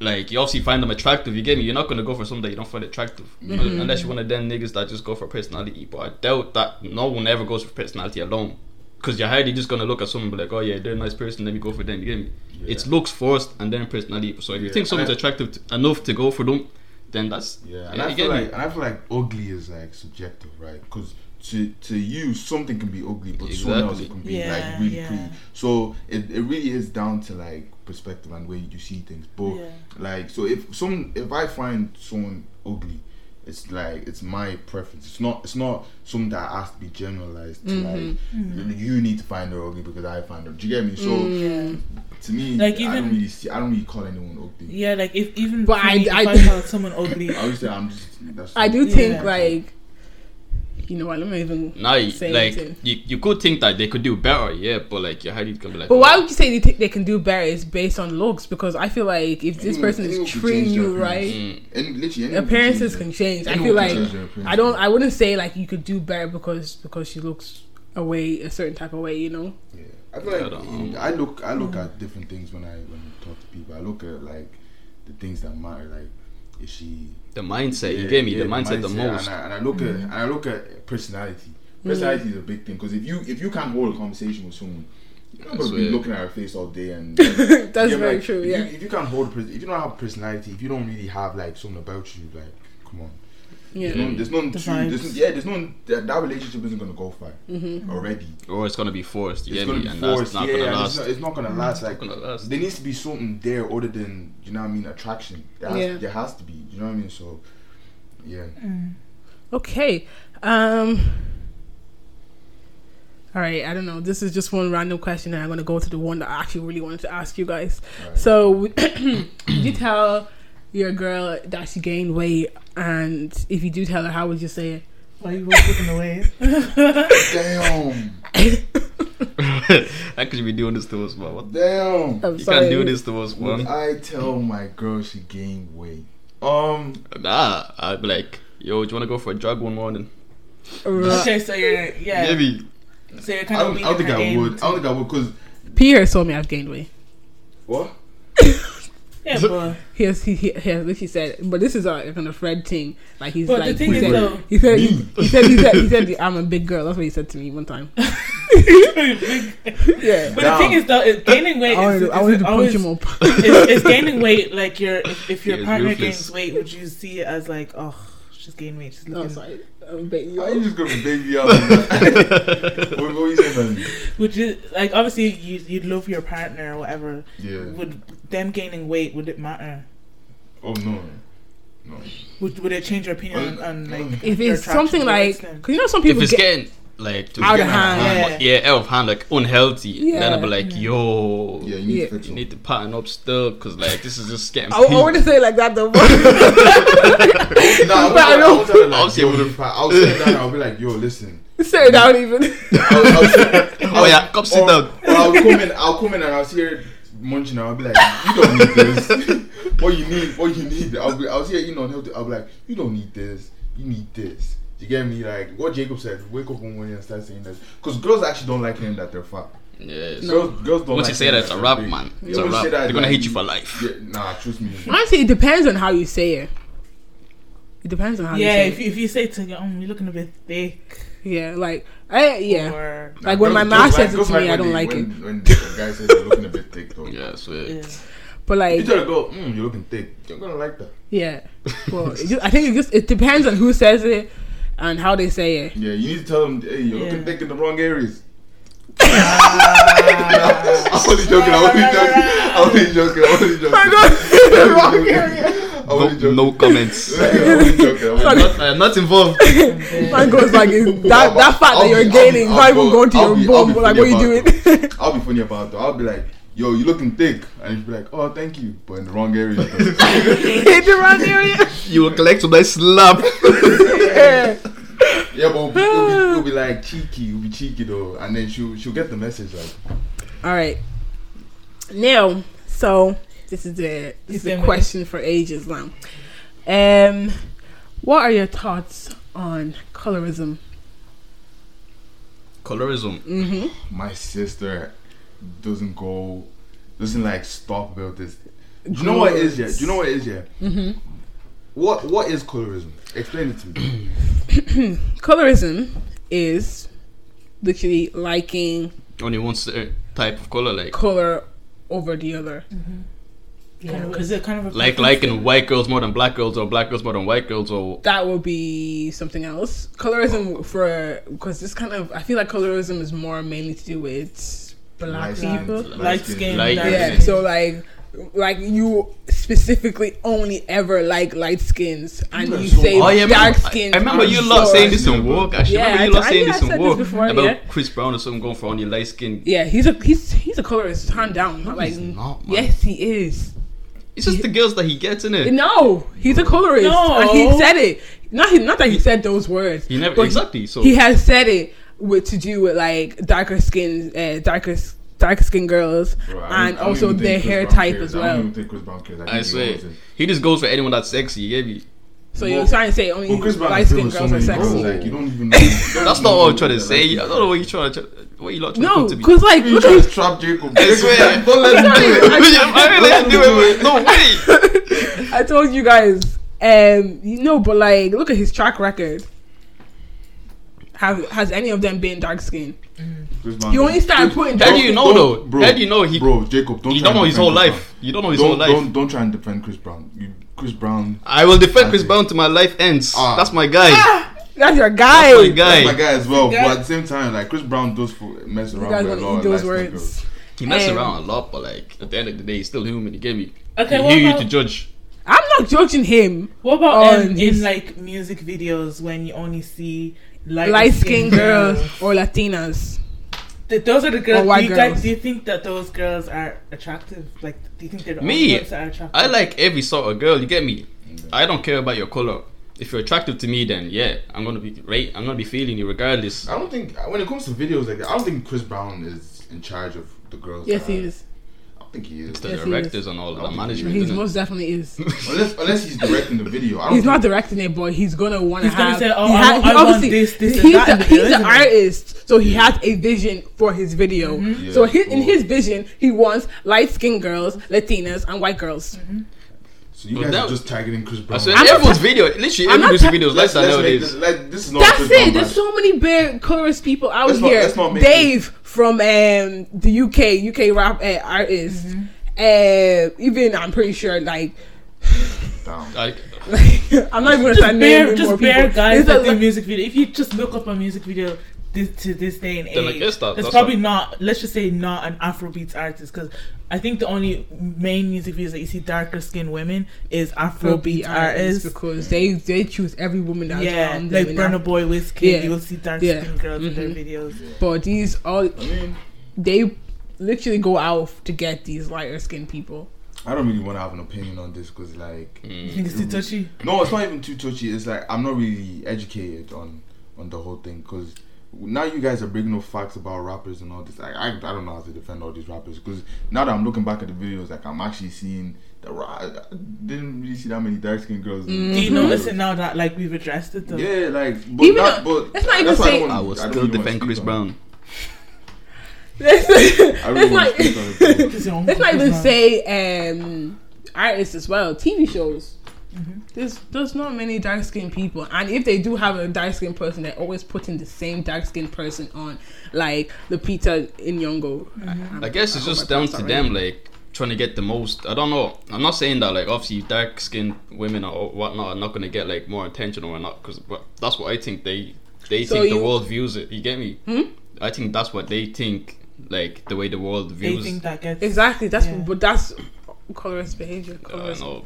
[SPEAKER 4] like you obviously find them attractive, you get me? You're not gonna go for something that you don't find attractive.
[SPEAKER 3] Mm-hmm.
[SPEAKER 4] Un- Unless you're one of them niggas that just go for personality. But I doubt that no one ever goes for personality alone. Cause you're highly just gonna look at someone and be like, Oh yeah, they're a nice person, let me go for them, you get me? It's
[SPEAKER 3] Yeah.
[SPEAKER 4] looks first and then personality. So if you
[SPEAKER 3] Yeah,
[SPEAKER 4] think someone's
[SPEAKER 3] and I-
[SPEAKER 4] attractive t enough to go for them, then that's
[SPEAKER 3] Yeah, and
[SPEAKER 4] you
[SPEAKER 3] I
[SPEAKER 4] get
[SPEAKER 3] feel
[SPEAKER 4] me?
[SPEAKER 3] like and I feel like ugly is like subjective, right? Because to to you something can be ugly, but someone else
[SPEAKER 4] Exactly.
[SPEAKER 3] it can be
[SPEAKER 1] Yeah,
[SPEAKER 3] like really
[SPEAKER 1] yeah.
[SPEAKER 3] pretty. So it, it really is down to like perspective and way you see things. But
[SPEAKER 1] Yeah.
[SPEAKER 3] like so if some if I find someone ugly, it It's like it's my preference. It's not. It's not something that has to be generalized. To like
[SPEAKER 1] Mm-hmm.
[SPEAKER 3] you need to find her ugly because I find her. Do you get me? So
[SPEAKER 2] Mm.
[SPEAKER 3] to me,
[SPEAKER 1] Like
[SPEAKER 3] I
[SPEAKER 1] even-
[SPEAKER 3] don't really see. I don't really call anyone ugly.
[SPEAKER 1] Yeah, like if even
[SPEAKER 2] But
[SPEAKER 1] for
[SPEAKER 2] I-
[SPEAKER 1] me, if
[SPEAKER 2] I-
[SPEAKER 1] I, found someone ugly,
[SPEAKER 3] I would say I'm just. That's
[SPEAKER 2] I do think
[SPEAKER 1] Yeah.
[SPEAKER 2] like, you know what? Let me even.
[SPEAKER 4] Now, you-
[SPEAKER 2] Say
[SPEAKER 4] like
[SPEAKER 2] anything.
[SPEAKER 4] you, you could think that they could do better, yeah, but like your highly gonna be like.
[SPEAKER 2] But
[SPEAKER 4] oh,
[SPEAKER 2] why would you say they think they can do better is based on looks? Because I feel like if this
[SPEAKER 3] Anyone-
[SPEAKER 2] person
[SPEAKER 3] anyone
[SPEAKER 2] is
[SPEAKER 3] could
[SPEAKER 2] treating
[SPEAKER 3] change their
[SPEAKER 2] you right,
[SPEAKER 4] "Mm,
[SPEAKER 3] appearance. Any, literally, anyone could
[SPEAKER 2] appearances
[SPEAKER 3] change
[SPEAKER 2] can
[SPEAKER 3] their-
[SPEAKER 2] change. I
[SPEAKER 3] anyone
[SPEAKER 2] feel
[SPEAKER 3] can
[SPEAKER 2] like
[SPEAKER 3] change their appearance.
[SPEAKER 2] I don't. I wouldn't say like you could do better because because she looks away a certain type of way. You know.
[SPEAKER 3] Yeah. I feel
[SPEAKER 4] Yeah,
[SPEAKER 3] like
[SPEAKER 4] um, I don't know.
[SPEAKER 3] I look I look at different things when I when I talk to people. I look at like the things that matter. Like is she
[SPEAKER 4] The mindset you
[SPEAKER 3] Yeah,
[SPEAKER 4] gave me,
[SPEAKER 3] yeah,
[SPEAKER 4] the mindset the most.
[SPEAKER 3] And I, and I look
[SPEAKER 2] Mm.
[SPEAKER 3] at and I look at personality. Personality is a big thing because if you if you can't hold a conversation with someone, you're not going to
[SPEAKER 4] That's
[SPEAKER 3] be
[SPEAKER 4] weird.
[SPEAKER 3] looking at her face all day. And
[SPEAKER 2] That's
[SPEAKER 3] Yeah,
[SPEAKER 2] very
[SPEAKER 3] like,
[SPEAKER 2] true.
[SPEAKER 3] If
[SPEAKER 2] Yeah.
[SPEAKER 3] you, if you can't hold, a pers- if you don't have personality, if you don't really have like something about you, like come on,
[SPEAKER 2] yeah.
[SPEAKER 3] there's no, there's none.
[SPEAKER 1] The
[SPEAKER 3] to- there's
[SPEAKER 1] vibes.
[SPEAKER 3] no- yeah, there's no. That, that relationship isn't going to go far
[SPEAKER 2] Mm-hmm. Mm.
[SPEAKER 3] already.
[SPEAKER 4] or it's gonna be forced. You
[SPEAKER 3] It's
[SPEAKER 4] get
[SPEAKER 3] gonna
[SPEAKER 4] me?
[SPEAKER 3] be
[SPEAKER 4] and
[SPEAKER 3] forced,
[SPEAKER 4] that's not
[SPEAKER 3] yeah,
[SPEAKER 4] gonna
[SPEAKER 3] and
[SPEAKER 4] last.
[SPEAKER 3] it's not, it's not
[SPEAKER 2] Mm.
[SPEAKER 3] gonna last. Like
[SPEAKER 4] gonna last.
[SPEAKER 3] there needs to be something there other than you know what I mean attraction. There has,
[SPEAKER 2] Yeah.
[SPEAKER 3] there has to be. You know what I mean? So yeah,
[SPEAKER 1] mm,
[SPEAKER 2] Okay. Um. All right. I don't know. This is just one random question, and I'm gonna go to the one that I actually really wanted to ask you guys.
[SPEAKER 3] Alright.
[SPEAKER 2] So, would you tell your girl that she gained weight, and if you do tell her, how would you say it?
[SPEAKER 1] why you both looking away?
[SPEAKER 3] damn,
[SPEAKER 4] How could you be doing this to us, man? What the-
[SPEAKER 3] damn.
[SPEAKER 2] I'm
[SPEAKER 4] You
[SPEAKER 2] sorry.
[SPEAKER 4] can't do this to us,
[SPEAKER 3] Would
[SPEAKER 4] man.
[SPEAKER 3] I tell my girl she gained weight? Um,
[SPEAKER 4] Nah, I'd be like, yo, do you wanna go for a jog one morning?
[SPEAKER 2] Ru-
[SPEAKER 1] okay, so you're yeah,
[SPEAKER 4] Maybe.
[SPEAKER 1] so you're
[SPEAKER 3] I
[SPEAKER 1] kind of
[SPEAKER 3] don't, I don't think I would. I don't think I would because
[SPEAKER 2] P has told me I've gained weight.
[SPEAKER 3] what?
[SPEAKER 1] Yeah, but
[SPEAKER 2] He has, he, he, he has literally said, but this is a a kind of Fred thing. Like he's
[SPEAKER 1] But the
[SPEAKER 2] like
[SPEAKER 1] thing
[SPEAKER 2] he,
[SPEAKER 1] is,
[SPEAKER 2] said,
[SPEAKER 1] though-
[SPEAKER 2] he said he, he said he said he said I'm a big girl. That's what he said to me one time. yeah.
[SPEAKER 1] but the thing is though, is gaining weight
[SPEAKER 2] I
[SPEAKER 1] is, is,
[SPEAKER 2] wanted, to- I wanted to punch
[SPEAKER 1] always
[SPEAKER 2] him up.
[SPEAKER 1] is, is gaining weight like your if, if your
[SPEAKER 4] Yeah,
[SPEAKER 1] partner
[SPEAKER 4] ruthless.
[SPEAKER 1] gains weight, would you see it as like oh she's gained weight, she's
[SPEAKER 2] No,
[SPEAKER 1] looking?
[SPEAKER 2] sorry. Um, but you-
[SPEAKER 3] Why you just gonna baby out? what, what you saying? man?
[SPEAKER 1] would you like obviously you you'd love your partner or whatever?
[SPEAKER 3] Yeah.
[SPEAKER 1] Would them gaining weight would it matter?
[SPEAKER 3] Oh no, no.
[SPEAKER 1] Would would it change your opinion on, on
[SPEAKER 3] um,
[SPEAKER 1] like
[SPEAKER 2] if
[SPEAKER 1] your
[SPEAKER 2] it's
[SPEAKER 1] attraction
[SPEAKER 2] something
[SPEAKER 1] to
[SPEAKER 2] like,
[SPEAKER 1] them?
[SPEAKER 2] cause you know some
[SPEAKER 4] If
[SPEAKER 2] people
[SPEAKER 4] it's
[SPEAKER 2] get
[SPEAKER 4] getting like to
[SPEAKER 2] out of
[SPEAKER 3] getting out of
[SPEAKER 2] hand.
[SPEAKER 1] hand.
[SPEAKER 4] yeah, out of hand, like unhealthy, then I'd be
[SPEAKER 2] Yeah.
[SPEAKER 4] like, yo,
[SPEAKER 3] Yeah, you need
[SPEAKER 2] Yeah.
[SPEAKER 3] to fix
[SPEAKER 4] you
[SPEAKER 3] it.
[SPEAKER 4] need to pattern up still, cause like this is just getting.
[SPEAKER 2] I, I
[SPEAKER 4] peak.
[SPEAKER 2] wouldn't say it like that though. but-
[SPEAKER 3] No, I
[SPEAKER 2] But I
[SPEAKER 3] would- I would tell her,
[SPEAKER 4] I'll
[SPEAKER 3] like,
[SPEAKER 4] say
[SPEAKER 3] yo,
[SPEAKER 4] it would've-
[SPEAKER 3] if I- I'll say that. I'll be like, yo, listen.
[SPEAKER 2] Say it down even.
[SPEAKER 3] I'll, I'll say,
[SPEAKER 4] Oh yeah, come sit
[SPEAKER 3] or,
[SPEAKER 4] down.
[SPEAKER 3] Or I'll come in. I'll come in and I'll see her munching. And I'll be like, you don't need this. what you need? What you need? I'll be. I'll see her eating unhealthy. I'll be like, you don't need this. You need this. You get me? Like what Jacob said. Wake up one morning and start saying that. Because girls actually don't like hearing that they're fat.
[SPEAKER 4] Yeah. so
[SPEAKER 3] Girls, girls don't.
[SPEAKER 4] Once
[SPEAKER 3] like
[SPEAKER 4] you say
[SPEAKER 3] hearing
[SPEAKER 4] that, it's a
[SPEAKER 3] they're
[SPEAKER 4] wrap,
[SPEAKER 3] big.
[SPEAKER 4] man.
[SPEAKER 3] Yeah,
[SPEAKER 4] It's a
[SPEAKER 3] once you
[SPEAKER 4] wrap.
[SPEAKER 3] say that,
[SPEAKER 4] They're gonna
[SPEAKER 3] like,
[SPEAKER 4] hate you for life.
[SPEAKER 3] Yeah, nah, trust me.
[SPEAKER 2] Honestly, it depends on how you say it. It depends on how
[SPEAKER 1] yeah,
[SPEAKER 2] you
[SPEAKER 1] if
[SPEAKER 2] say
[SPEAKER 1] you, if you say to your um, you're looking a bit thick,
[SPEAKER 2] it. Yeah, like I yeah.
[SPEAKER 1] or
[SPEAKER 2] Like when my
[SPEAKER 3] Girls-
[SPEAKER 2] mom
[SPEAKER 3] girls
[SPEAKER 2] says it
[SPEAKER 3] girls
[SPEAKER 2] to me, I
[SPEAKER 3] when
[SPEAKER 2] don't
[SPEAKER 3] they-
[SPEAKER 2] like
[SPEAKER 3] when,
[SPEAKER 2] it.
[SPEAKER 3] When the guy says you're looking a bit thick, though.
[SPEAKER 4] Yeah,
[SPEAKER 1] yeah.
[SPEAKER 4] swear.
[SPEAKER 2] But
[SPEAKER 3] You
[SPEAKER 2] like
[SPEAKER 3] tell a girl, mm, you're looking thick. You're gonna like that.
[SPEAKER 2] yeah, well, it just, I think it just it depends on who says it and how they say it.
[SPEAKER 3] Yeah, you need to tell them, hey, you're looking
[SPEAKER 1] Yeah.
[SPEAKER 3] thick in the wrong areas. I'm only joking. I'm only joking. I'm only joking. I'm only joking. I'm only joking. I'm
[SPEAKER 4] No,
[SPEAKER 3] only joking.
[SPEAKER 4] no comments.
[SPEAKER 3] I'm only joking. I'm only joking.
[SPEAKER 4] Not- I am not involved.
[SPEAKER 2] My goes like it's that that fact that
[SPEAKER 3] I'll
[SPEAKER 2] you're
[SPEAKER 3] be- I'll
[SPEAKER 2] gaining,
[SPEAKER 3] be-
[SPEAKER 2] not
[SPEAKER 3] I'll
[SPEAKER 2] even
[SPEAKER 3] go-
[SPEAKER 2] going to
[SPEAKER 3] I'll
[SPEAKER 2] your
[SPEAKER 3] be-
[SPEAKER 2] bum.
[SPEAKER 3] I'll be
[SPEAKER 2] But like, what
[SPEAKER 3] funny
[SPEAKER 2] are you
[SPEAKER 3] about
[SPEAKER 2] doing?
[SPEAKER 3] I'll be funny about it. though. I'll be like, yo, you're looking thick, and you'll be like, oh, thank you, but in the wrong areas. though.
[SPEAKER 2] Hit the wrong area.
[SPEAKER 4] You will collect some nice slap.
[SPEAKER 2] Yeah.
[SPEAKER 3] yeah, but it'll be, it'll, be, it'll be like cheeky. It'll be cheeky though, and then she'll she'll get the message like.
[SPEAKER 2] All right. Now, so this is the this is
[SPEAKER 1] Is there
[SPEAKER 2] a
[SPEAKER 1] any-
[SPEAKER 2] question for ages now. Um, what are your thoughts on colorism?
[SPEAKER 4] Colorism.
[SPEAKER 2] Mm-hmm.
[SPEAKER 3] my sister doesn't go doesn't like stop about this. Do you know what it is yeah? Do you know what it is yeah?
[SPEAKER 2] Mhm.
[SPEAKER 3] What what is colorism? Explain it to me.
[SPEAKER 2] Colorism is literally liking
[SPEAKER 4] Only one certain type of color, like
[SPEAKER 2] color over the other.
[SPEAKER 1] Kind of- is it kind of a
[SPEAKER 4] like liking white girls more than black girls, or black girls more than white girls, or
[SPEAKER 2] That would be something else. Colorism for because this kind of I feel like colorism is more mainly to do with black
[SPEAKER 3] Light skin,
[SPEAKER 2] people.
[SPEAKER 1] light skin,
[SPEAKER 4] Light
[SPEAKER 1] dark
[SPEAKER 4] skin.
[SPEAKER 2] Yeah,
[SPEAKER 1] skin.
[SPEAKER 2] so like, like you specifically only ever like light skins, and
[SPEAKER 3] You are
[SPEAKER 2] you
[SPEAKER 3] so-
[SPEAKER 2] say
[SPEAKER 4] Oh, yeah, I remember-
[SPEAKER 2] dark skins.
[SPEAKER 4] I remember
[SPEAKER 2] are
[SPEAKER 4] you lot
[SPEAKER 2] short.
[SPEAKER 4] saying this in work. Actually,
[SPEAKER 2] Yeah,
[SPEAKER 4] remember you
[SPEAKER 2] I-
[SPEAKER 4] lot
[SPEAKER 2] I
[SPEAKER 4] saying
[SPEAKER 2] think
[SPEAKER 4] this
[SPEAKER 2] I
[SPEAKER 4] in
[SPEAKER 2] said this
[SPEAKER 4] work
[SPEAKER 2] before,
[SPEAKER 4] about
[SPEAKER 2] yeah.
[SPEAKER 4] Chris Brown or something going for only light skin.
[SPEAKER 2] Yeah, he's a he's he's a colorist, hand down. Not like
[SPEAKER 3] he's not, man.
[SPEAKER 2] yes, he is.
[SPEAKER 4] It's just the girls that he gets in it.
[SPEAKER 2] No, he's a colorist,
[SPEAKER 1] No.
[SPEAKER 2] and he said it. Not he, not that he said those words.
[SPEAKER 4] He never
[SPEAKER 2] but
[SPEAKER 4] exactly. So
[SPEAKER 2] he has said it with to do with like darker skin, uh, darker s- darker skin girls,
[SPEAKER 3] Bro, I don't- I
[SPEAKER 2] and
[SPEAKER 3] don't
[SPEAKER 2] also
[SPEAKER 3] even think
[SPEAKER 2] their
[SPEAKER 3] Chris
[SPEAKER 2] hair
[SPEAKER 3] Brown
[SPEAKER 2] type
[SPEAKER 3] cares.
[SPEAKER 2] as
[SPEAKER 3] I don't
[SPEAKER 2] well.
[SPEAKER 3] even think Chris Brown cares. I,
[SPEAKER 4] I
[SPEAKER 3] think he
[SPEAKER 4] swear,
[SPEAKER 3] owns it.
[SPEAKER 4] he just goes for anyone that's sexy. Yeah, me.
[SPEAKER 2] So
[SPEAKER 3] Well-
[SPEAKER 2] you're trying to say only
[SPEAKER 3] Well, Chris Brown
[SPEAKER 2] light
[SPEAKER 3] has been
[SPEAKER 2] skin
[SPEAKER 3] with
[SPEAKER 2] girls are
[SPEAKER 3] so many girls.
[SPEAKER 2] sexy?
[SPEAKER 3] Like you don't even. Know, you don't
[SPEAKER 4] That's
[SPEAKER 3] even
[SPEAKER 4] not
[SPEAKER 3] know
[SPEAKER 4] what I'm trying to
[SPEAKER 3] that,
[SPEAKER 4] say.
[SPEAKER 3] like,
[SPEAKER 4] I don't know what you're trying to. What you lot trying
[SPEAKER 2] No,
[SPEAKER 4] to put to me?
[SPEAKER 2] because like
[SPEAKER 3] You
[SPEAKER 2] look
[SPEAKER 3] trying
[SPEAKER 2] at
[SPEAKER 3] to trap Jacob.
[SPEAKER 4] I swear.
[SPEAKER 3] Don't let him do it.
[SPEAKER 4] I really do it. No wait.
[SPEAKER 2] I told you guys, um, you know, but like, look at his track record. Have has any of them been dark skinned?
[SPEAKER 3] Chris Brown-
[SPEAKER 2] You only started
[SPEAKER 3] Chris-
[SPEAKER 2] putting
[SPEAKER 4] How
[SPEAKER 2] dark.
[SPEAKER 4] do you know though?
[SPEAKER 3] Bro,
[SPEAKER 4] How do you know he?
[SPEAKER 3] Bro, Jacob, don't.
[SPEAKER 4] You
[SPEAKER 3] try
[SPEAKER 4] don't
[SPEAKER 3] and
[SPEAKER 4] know his
[SPEAKER 3] defend
[SPEAKER 4] whole
[SPEAKER 3] Chris
[SPEAKER 4] life. You don't know his
[SPEAKER 3] Brown.
[SPEAKER 4] whole
[SPEAKER 3] Don't,
[SPEAKER 4] life.
[SPEAKER 3] don't don't try and defend Chris Brown. You, Chris Brown.
[SPEAKER 4] I will defend Chris
[SPEAKER 3] Okay.
[SPEAKER 4] Brown to my life ends.
[SPEAKER 3] Ah.
[SPEAKER 4] That's my guy.
[SPEAKER 2] That's your guy.
[SPEAKER 4] That's my
[SPEAKER 3] That's my
[SPEAKER 4] guy.
[SPEAKER 3] guy as well.
[SPEAKER 1] Yeah.
[SPEAKER 3] But at the same time, like Chris Brown does for, mess
[SPEAKER 2] You
[SPEAKER 3] around
[SPEAKER 2] guys
[SPEAKER 3] with
[SPEAKER 2] want
[SPEAKER 3] a lot
[SPEAKER 2] to eat
[SPEAKER 3] of
[SPEAKER 2] those
[SPEAKER 3] light-skinned girls.
[SPEAKER 2] words?
[SPEAKER 4] He messed
[SPEAKER 2] Um,
[SPEAKER 4] around a lot, but like at the end of the day, he's still human. He gave me.
[SPEAKER 1] Okay,
[SPEAKER 4] He-
[SPEAKER 1] what
[SPEAKER 4] he- you
[SPEAKER 1] about-
[SPEAKER 4] to judge.
[SPEAKER 2] I'm not judging him.
[SPEAKER 1] What about
[SPEAKER 2] Oh,
[SPEAKER 1] um,
[SPEAKER 2] he's-
[SPEAKER 1] in like music videos when you only see light,
[SPEAKER 2] Light skinned girls or Latinas.
[SPEAKER 1] Th- those are the
[SPEAKER 2] Or
[SPEAKER 1] girls.
[SPEAKER 2] white
[SPEAKER 1] do you guys
[SPEAKER 2] girls.
[SPEAKER 1] do you think that those girls are attractive? Like, do you think they're the
[SPEAKER 4] Me,
[SPEAKER 1] only girls that are attractive?
[SPEAKER 4] I like every sort of girl. You get me? I don't care about your color. If you're attractive to me, then yeah, I'm gonna be right. I'm gonna be feeling you regardless.
[SPEAKER 3] I don't think when it comes to videos like that, I don't think Chris Brown is in charge of the girls.
[SPEAKER 2] Yes,
[SPEAKER 3] that-
[SPEAKER 2] he is.
[SPEAKER 3] I don't think he is.
[SPEAKER 4] It's the
[SPEAKER 2] Yes, he
[SPEAKER 4] directors and all of that
[SPEAKER 3] He
[SPEAKER 4] management.
[SPEAKER 2] He
[SPEAKER 4] Isn't it?
[SPEAKER 2] most definitely is.
[SPEAKER 3] Unless unless he's directing the video. I don't
[SPEAKER 2] He's
[SPEAKER 3] think-
[SPEAKER 2] not directing it, but he's gonna want to
[SPEAKER 1] He's gonna
[SPEAKER 2] have.
[SPEAKER 1] say, "Oh,
[SPEAKER 2] he
[SPEAKER 1] I
[SPEAKER 2] ha-
[SPEAKER 1] want-
[SPEAKER 2] he
[SPEAKER 1] I want
[SPEAKER 2] obviously-
[SPEAKER 1] this, this, and
[SPEAKER 2] he's
[SPEAKER 1] that in
[SPEAKER 2] the,
[SPEAKER 1] the
[SPEAKER 2] he's
[SPEAKER 1] video,
[SPEAKER 2] an
[SPEAKER 1] isn't it?"
[SPEAKER 2] artist, so he has a vision for his video.
[SPEAKER 1] Mm-hmm.
[SPEAKER 3] Yeah,
[SPEAKER 2] so he, in
[SPEAKER 3] cool.
[SPEAKER 2] his vision, he wants light-skinned girls, Latinas, and white girls.
[SPEAKER 1] Mm-hmm.
[SPEAKER 3] So you
[SPEAKER 4] But
[SPEAKER 3] guys
[SPEAKER 4] that-
[SPEAKER 3] are just targeting Chris
[SPEAKER 4] I
[SPEAKER 3] Brown.
[SPEAKER 4] said
[SPEAKER 2] I'm not
[SPEAKER 4] everyone's video. Literally,
[SPEAKER 2] I'm
[SPEAKER 4] every
[SPEAKER 2] not
[SPEAKER 4] music
[SPEAKER 2] ta-
[SPEAKER 4] video is like
[SPEAKER 3] Let's-
[SPEAKER 4] that
[SPEAKER 3] let's make
[SPEAKER 4] nowadays.
[SPEAKER 3] this- let- this is not
[SPEAKER 2] That's
[SPEAKER 3] Chris Brown
[SPEAKER 2] it. There's
[SPEAKER 3] bad.
[SPEAKER 2] so many bare colorist people out
[SPEAKER 3] Let's not-
[SPEAKER 2] here.
[SPEAKER 3] let's not make
[SPEAKER 2] Dave from um, the UK, UK rap uh, artist.
[SPEAKER 1] Mm-hmm.
[SPEAKER 2] Uh, even I'm pretty sure, like,
[SPEAKER 3] Down.
[SPEAKER 4] Like,
[SPEAKER 2] I'm not even gonna
[SPEAKER 1] just
[SPEAKER 2] start
[SPEAKER 1] bare,
[SPEAKER 2] naming
[SPEAKER 1] just
[SPEAKER 2] more
[SPEAKER 1] bare
[SPEAKER 2] people.
[SPEAKER 1] guys
[SPEAKER 2] It's
[SPEAKER 1] that
[SPEAKER 2] a-
[SPEAKER 1] do music video. If you just look up a music video this, to this day and
[SPEAKER 4] They're like,
[SPEAKER 1] age,
[SPEAKER 4] yes, that-
[SPEAKER 1] it's
[SPEAKER 4] that's
[SPEAKER 1] probably
[SPEAKER 4] that.
[SPEAKER 1] not. Let's just say not an Afrobeats artist because I think the only main music videos that you see darker skinned women is Afrobeat artists.
[SPEAKER 2] because they they choose every woman that's
[SPEAKER 1] Yeah,
[SPEAKER 2] around them.
[SPEAKER 1] like
[SPEAKER 2] and
[SPEAKER 1] Burna
[SPEAKER 2] that-
[SPEAKER 1] Boy, Wizkid,
[SPEAKER 2] Yeah.
[SPEAKER 1] you will see dark
[SPEAKER 2] Yeah. Mm-hmm.
[SPEAKER 1] skinned girls in their videos.
[SPEAKER 2] But these all
[SPEAKER 3] I mean,
[SPEAKER 2] they literally go out to get these lighter skinned people.
[SPEAKER 3] I don't really want to have an opinion on this because, like,
[SPEAKER 1] You think it's too touchy?
[SPEAKER 3] no, it's not even too touchy. It's like I'm not really educated on on the whole thing because now you guys are bringing up facts about rappers and all this. Like, I I don't know how to defend all these rappers because now that I'm looking back at the videos, like I'm actually seeing the ra- I didn't really see that many dark skinned girls. in
[SPEAKER 2] Mm.
[SPEAKER 1] Do you
[SPEAKER 3] the
[SPEAKER 1] notice
[SPEAKER 3] videos.
[SPEAKER 1] it now that like we've addressed it though?
[SPEAKER 3] Yeah, like, but
[SPEAKER 2] Even
[SPEAKER 3] not,
[SPEAKER 2] though-
[SPEAKER 3] but
[SPEAKER 2] let's not even
[SPEAKER 3] that's why
[SPEAKER 2] say-
[SPEAKER 3] don't
[SPEAKER 4] I
[SPEAKER 3] wanna-
[SPEAKER 4] will
[SPEAKER 3] I don't
[SPEAKER 4] still
[SPEAKER 3] really wanna
[SPEAKER 4] defend
[SPEAKER 3] speak
[SPEAKER 4] Chris
[SPEAKER 3] on it.
[SPEAKER 4] Brown.
[SPEAKER 2] Let's,
[SPEAKER 3] I really want to
[SPEAKER 2] let's
[SPEAKER 3] speak
[SPEAKER 2] not,
[SPEAKER 3] on it. bro.
[SPEAKER 1] It's your own
[SPEAKER 2] let's not even
[SPEAKER 1] personal-
[SPEAKER 2] say um, artists as well. TV shows.
[SPEAKER 3] Mm-hmm.
[SPEAKER 2] There's there's not many dark skinned people, and if they do have a dark skinned person, they're always putting the same dark skinned person on, like Lupita Nyong'o.
[SPEAKER 3] Mm-hmm.
[SPEAKER 4] I guess it's
[SPEAKER 2] hope I
[SPEAKER 4] just down
[SPEAKER 2] pronounced
[SPEAKER 4] to
[SPEAKER 2] that
[SPEAKER 4] them, like trying to get the most. I don't know. I'm not saying that like obviously dark skinned women or whatnot are not gonna get like more attention or not because that's what I think they they
[SPEAKER 2] So
[SPEAKER 4] think
[SPEAKER 2] you-
[SPEAKER 4] the world views it. You get me?
[SPEAKER 3] Hmm?
[SPEAKER 4] I think that's what they think. Like the way the world
[SPEAKER 1] they
[SPEAKER 4] views.
[SPEAKER 1] think that gets
[SPEAKER 2] Exactly. That's
[SPEAKER 1] Yeah.
[SPEAKER 2] but that's colorist behavior.
[SPEAKER 4] I don't
[SPEAKER 2] Colorist.
[SPEAKER 4] know.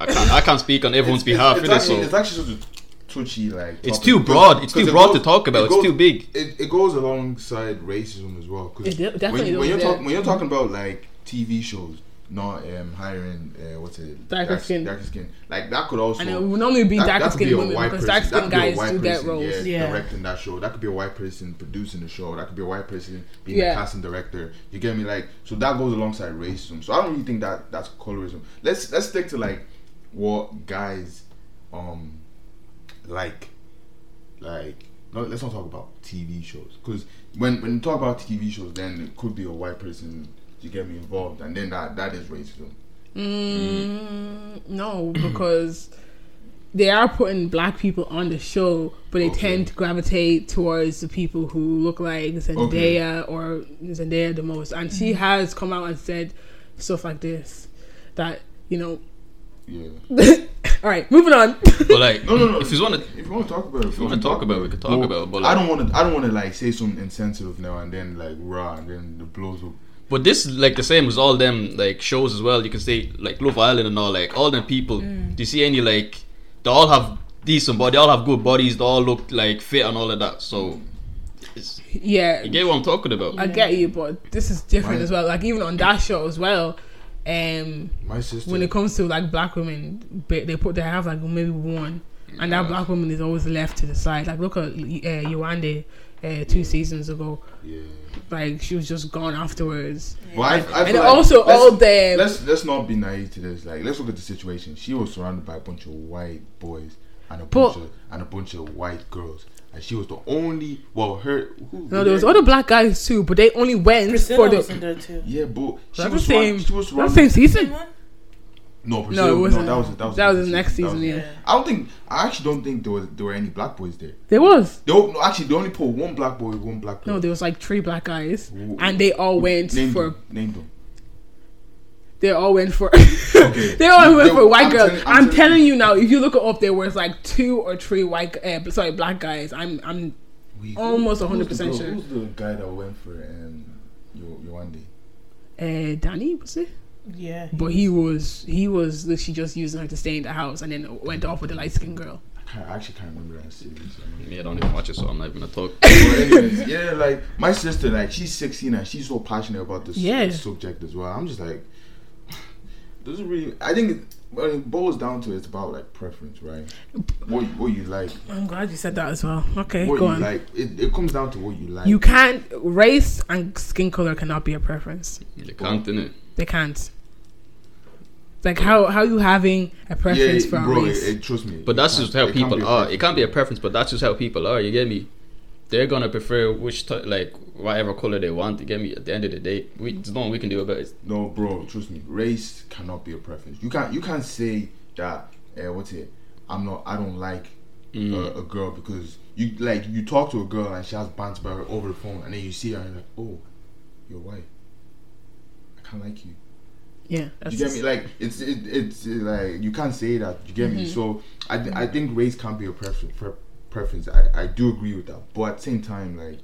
[SPEAKER 4] I can't. I can't speak on everyone's behalf.
[SPEAKER 3] It's,
[SPEAKER 4] innit,
[SPEAKER 3] actually,
[SPEAKER 4] so.
[SPEAKER 3] it's actually such a touchy, like.
[SPEAKER 4] It's
[SPEAKER 3] topic.
[SPEAKER 4] too
[SPEAKER 3] Because-
[SPEAKER 4] broad. It's too
[SPEAKER 3] because it
[SPEAKER 4] broad
[SPEAKER 3] goes-
[SPEAKER 4] to talk about.
[SPEAKER 3] it
[SPEAKER 4] It's
[SPEAKER 3] goes-
[SPEAKER 4] too big.
[SPEAKER 3] It, it goes alongside racism as well. 'cause
[SPEAKER 2] It de-
[SPEAKER 3] when
[SPEAKER 2] definitely
[SPEAKER 3] you-
[SPEAKER 2] goes
[SPEAKER 3] when, you're talk,
[SPEAKER 2] there.
[SPEAKER 3] when you're talking about like TV shows, not um, hiring uh, what's it
[SPEAKER 2] Darker
[SPEAKER 3] dark-
[SPEAKER 2] skin.
[SPEAKER 3] darker skin, like that could also
[SPEAKER 2] And it would normally be
[SPEAKER 3] that- that
[SPEAKER 2] darker
[SPEAKER 3] could be
[SPEAKER 2] skinned
[SPEAKER 3] a
[SPEAKER 2] women
[SPEAKER 3] white
[SPEAKER 2] because
[SPEAKER 3] person.
[SPEAKER 2] dark
[SPEAKER 3] That
[SPEAKER 2] skinned
[SPEAKER 3] could be a
[SPEAKER 2] guys
[SPEAKER 3] white
[SPEAKER 2] do get
[SPEAKER 3] person,
[SPEAKER 2] roles.
[SPEAKER 3] yeah,
[SPEAKER 1] Yeah.
[SPEAKER 3] directing that show. That could be a white person producing the show. That could be a white person being
[SPEAKER 2] Yeah.
[SPEAKER 3] a casting director. You get me? Like so that goes alongside racism. So I don't really think that that's colorism. Let's let's stick to like what guys um like like no, let's not talk about TV shows because when when you talk about TV shows, then it could be a white person. You get me involved, and then that that is racism.
[SPEAKER 2] Mm, no, because they are putting black people on the show, but they
[SPEAKER 3] Okay.
[SPEAKER 2] tend to gravitate towards the people who look like Zendaya or Zendaya the most. And she has come out and said stuff like this that, you know,
[SPEAKER 3] Yeah.
[SPEAKER 2] all right, moving on.
[SPEAKER 4] But like,
[SPEAKER 3] No, no, no.
[SPEAKER 4] if you want to
[SPEAKER 3] If you want to talk about it, if
[SPEAKER 4] you wanna talk about it, we can talk about it, but
[SPEAKER 3] I don't want to. I don't want to like say something insensitive now and then like raw and then the blows will
[SPEAKER 4] But this like the same as all them like shows as well. You can say like Love Island and all like all them people. Do you see any like they all have decent body, they all have good bodies, they all look like fit and all of that. So it's,
[SPEAKER 2] Yeah,
[SPEAKER 4] you get what I'm talking about.
[SPEAKER 2] I get you, but this is different
[SPEAKER 3] Why-
[SPEAKER 2] as well. Like even on that show as well, um,
[SPEAKER 3] My sister.
[SPEAKER 2] when it comes to like black women, but they put they have like maybe one, and that
[SPEAKER 4] Yeah.
[SPEAKER 2] black woman is always left to the side. Like look at uh, Yuande, uh, two seasons ago,
[SPEAKER 3] yeah.
[SPEAKER 2] like she was just gone afterwards.
[SPEAKER 3] But I, I feel
[SPEAKER 2] And
[SPEAKER 3] like-
[SPEAKER 2] also
[SPEAKER 3] let's-
[SPEAKER 2] all the
[SPEAKER 3] Let's let's not be naive to this. Like let's look at the situation. She was surrounded by a bunch of white boys and a
[SPEAKER 2] But-
[SPEAKER 3] bunch of and a bunch of white girls, and she was the only. Well, her. Who,
[SPEAKER 2] no, there was other black guys too, but they only went
[SPEAKER 1] Priscilla
[SPEAKER 2] for the.
[SPEAKER 1] was in there too.
[SPEAKER 3] Yeah, but she
[SPEAKER 2] That's the
[SPEAKER 3] was, surrounded,
[SPEAKER 2] same.
[SPEAKER 3] she was
[SPEAKER 2] That's the
[SPEAKER 3] surrounded.
[SPEAKER 2] same season.
[SPEAKER 3] No,
[SPEAKER 2] No,
[SPEAKER 3] Priscilla,
[SPEAKER 2] it wasn't.
[SPEAKER 3] that was that was,
[SPEAKER 2] that
[SPEAKER 3] a
[SPEAKER 2] was the
[SPEAKER 3] different
[SPEAKER 2] next
[SPEAKER 3] season. That
[SPEAKER 2] season.
[SPEAKER 3] was-
[SPEAKER 2] Yeah,
[SPEAKER 1] Yeah.
[SPEAKER 3] I don't think. I actually don't think there was there were any black boys there.
[SPEAKER 2] there was.
[SPEAKER 3] They all, no, actually they only pulled one black boy, one black girl.
[SPEAKER 2] No, there was like three black guys,
[SPEAKER 3] Who-
[SPEAKER 2] and they all went
[SPEAKER 3] named
[SPEAKER 2] for
[SPEAKER 3] them, named them.
[SPEAKER 2] they all went for
[SPEAKER 3] Okay.
[SPEAKER 2] they all went
[SPEAKER 3] They-
[SPEAKER 2] for white
[SPEAKER 3] I'm
[SPEAKER 2] girls.
[SPEAKER 3] telling- I'm
[SPEAKER 2] I'm,
[SPEAKER 3] telling
[SPEAKER 2] telling
[SPEAKER 3] you.
[SPEAKER 2] you now, if you look it up, there was like two or three white, uh, sorry, black guys. I'm I'm
[SPEAKER 3] Wait,
[SPEAKER 2] Almost
[SPEAKER 3] who- who's the
[SPEAKER 2] 100%
[SPEAKER 3] girl-
[SPEAKER 2] sure.
[SPEAKER 3] Who's the guy that went for um, your your one day?
[SPEAKER 2] uh, Danny was it?
[SPEAKER 1] Yeah.
[SPEAKER 2] But he was he was she just using her to stay in the house, and then went off with the light skinned girl.
[SPEAKER 3] I, can't, I actually can't remember that series. I mean.
[SPEAKER 4] Yeah, I don't even watch it, so I'm not even gonna talk.
[SPEAKER 3] But anyways, yeah, like my sister, like she's 16 and she's so passionate about this
[SPEAKER 2] Yeah.
[SPEAKER 3] subject as well. I'm just like, doesn't really. I think it, when it boils down to it's about like preference, right? What what you like,
[SPEAKER 2] I'm glad you said that as well. Okay,
[SPEAKER 3] what
[SPEAKER 2] go
[SPEAKER 3] you
[SPEAKER 2] on.
[SPEAKER 3] like. It, it comes down to what you like.
[SPEAKER 2] You can't race and skin color cannot be a preference.
[SPEAKER 4] You can't, innit?
[SPEAKER 2] They can't. Like how how you having a preference
[SPEAKER 3] yeah,
[SPEAKER 2] for a
[SPEAKER 3] bro,
[SPEAKER 2] race?
[SPEAKER 3] It, it- trust me.
[SPEAKER 4] But that's
[SPEAKER 3] it
[SPEAKER 4] just
[SPEAKER 3] can't-
[SPEAKER 4] how
[SPEAKER 3] it can't
[SPEAKER 4] people
[SPEAKER 3] be a
[SPEAKER 4] are.
[SPEAKER 3] preference.
[SPEAKER 4] It can't be a preference, but that's just how people are. You get me? They're gonna prefer which t- like whatever color they want. You get me? At the end of the day, we there's nothing we can do about it.
[SPEAKER 3] No, bro, trust me. Race cannot be a preference. You can't you can't say that. Uh, what's it? I'm not. I don't like
[SPEAKER 4] Mm.
[SPEAKER 3] a, a girl because you like you talk to a girl and she has banter about her over the phone, and then you see her and you're like, oh, you're white. I can't like you.
[SPEAKER 2] yeah, that's
[SPEAKER 3] you get me? Like it's it, it's uh, like you can't say that. You get
[SPEAKER 2] Mm-hmm.
[SPEAKER 3] me? So I th- I think race can't be a preference. Pre- preference. I I do agree with that, but at the same time, like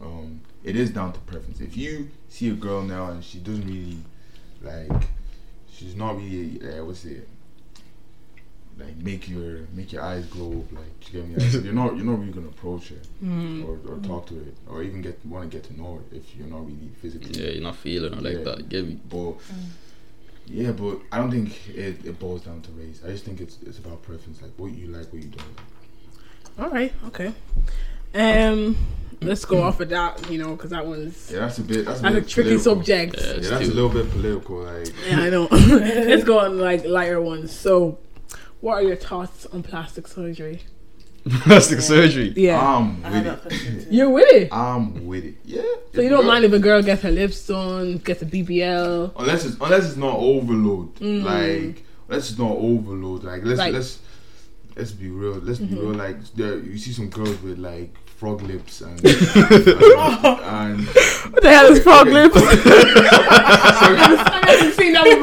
[SPEAKER 3] um, it is down to preference. If you see a girl now and she doesn't really like, she's not really uh, what's it? Like make your make your eyes glow. Like you get me? Like, you're not you're not really gonna approach her
[SPEAKER 2] Mm.
[SPEAKER 3] or, or talk to her or even get want to get to know her if you're not really physically
[SPEAKER 4] Yeah, you're not feeling it like
[SPEAKER 3] Yeah.
[SPEAKER 4] that. You get me?
[SPEAKER 3] but
[SPEAKER 1] Mm.
[SPEAKER 3] yeah, but I don't think it, it boils down to race. I just think it's it's about preference, like what you like, what you don't. Like.
[SPEAKER 2] All right. Okay. Um, let's go off of that. You know, because that one's
[SPEAKER 3] Yeah, that's a bit. That's a,
[SPEAKER 2] that's a
[SPEAKER 3] bit
[SPEAKER 2] tricky
[SPEAKER 3] political.
[SPEAKER 2] subject.
[SPEAKER 4] Yeah.
[SPEAKER 2] Yeah,
[SPEAKER 3] Yeah, that's a little bit political. Like,
[SPEAKER 2] I know. let's go on like lighter ones. So, what are your thoughts on plastic surgery?
[SPEAKER 4] Plastic surgery.
[SPEAKER 2] Yeah,
[SPEAKER 3] I'm
[SPEAKER 1] I had that
[SPEAKER 3] with it.
[SPEAKER 1] question too.
[SPEAKER 2] you're with it.
[SPEAKER 3] I'm with it. Yeah.
[SPEAKER 2] So you don't mind if a girl gets her lips done, gets a BBL.
[SPEAKER 3] unless it's unless it's not overload.
[SPEAKER 2] Mm.
[SPEAKER 3] Like let's not overload. Like let's
[SPEAKER 2] Like-
[SPEAKER 3] let's let's be real. Let's be
[SPEAKER 2] Mm-hmm.
[SPEAKER 3] real. Like there, you see some girls with like frog lips and and, and
[SPEAKER 2] What the hell is frog
[SPEAKER 3] okay.
[SPEAKER 2] lips? I haven't seen that one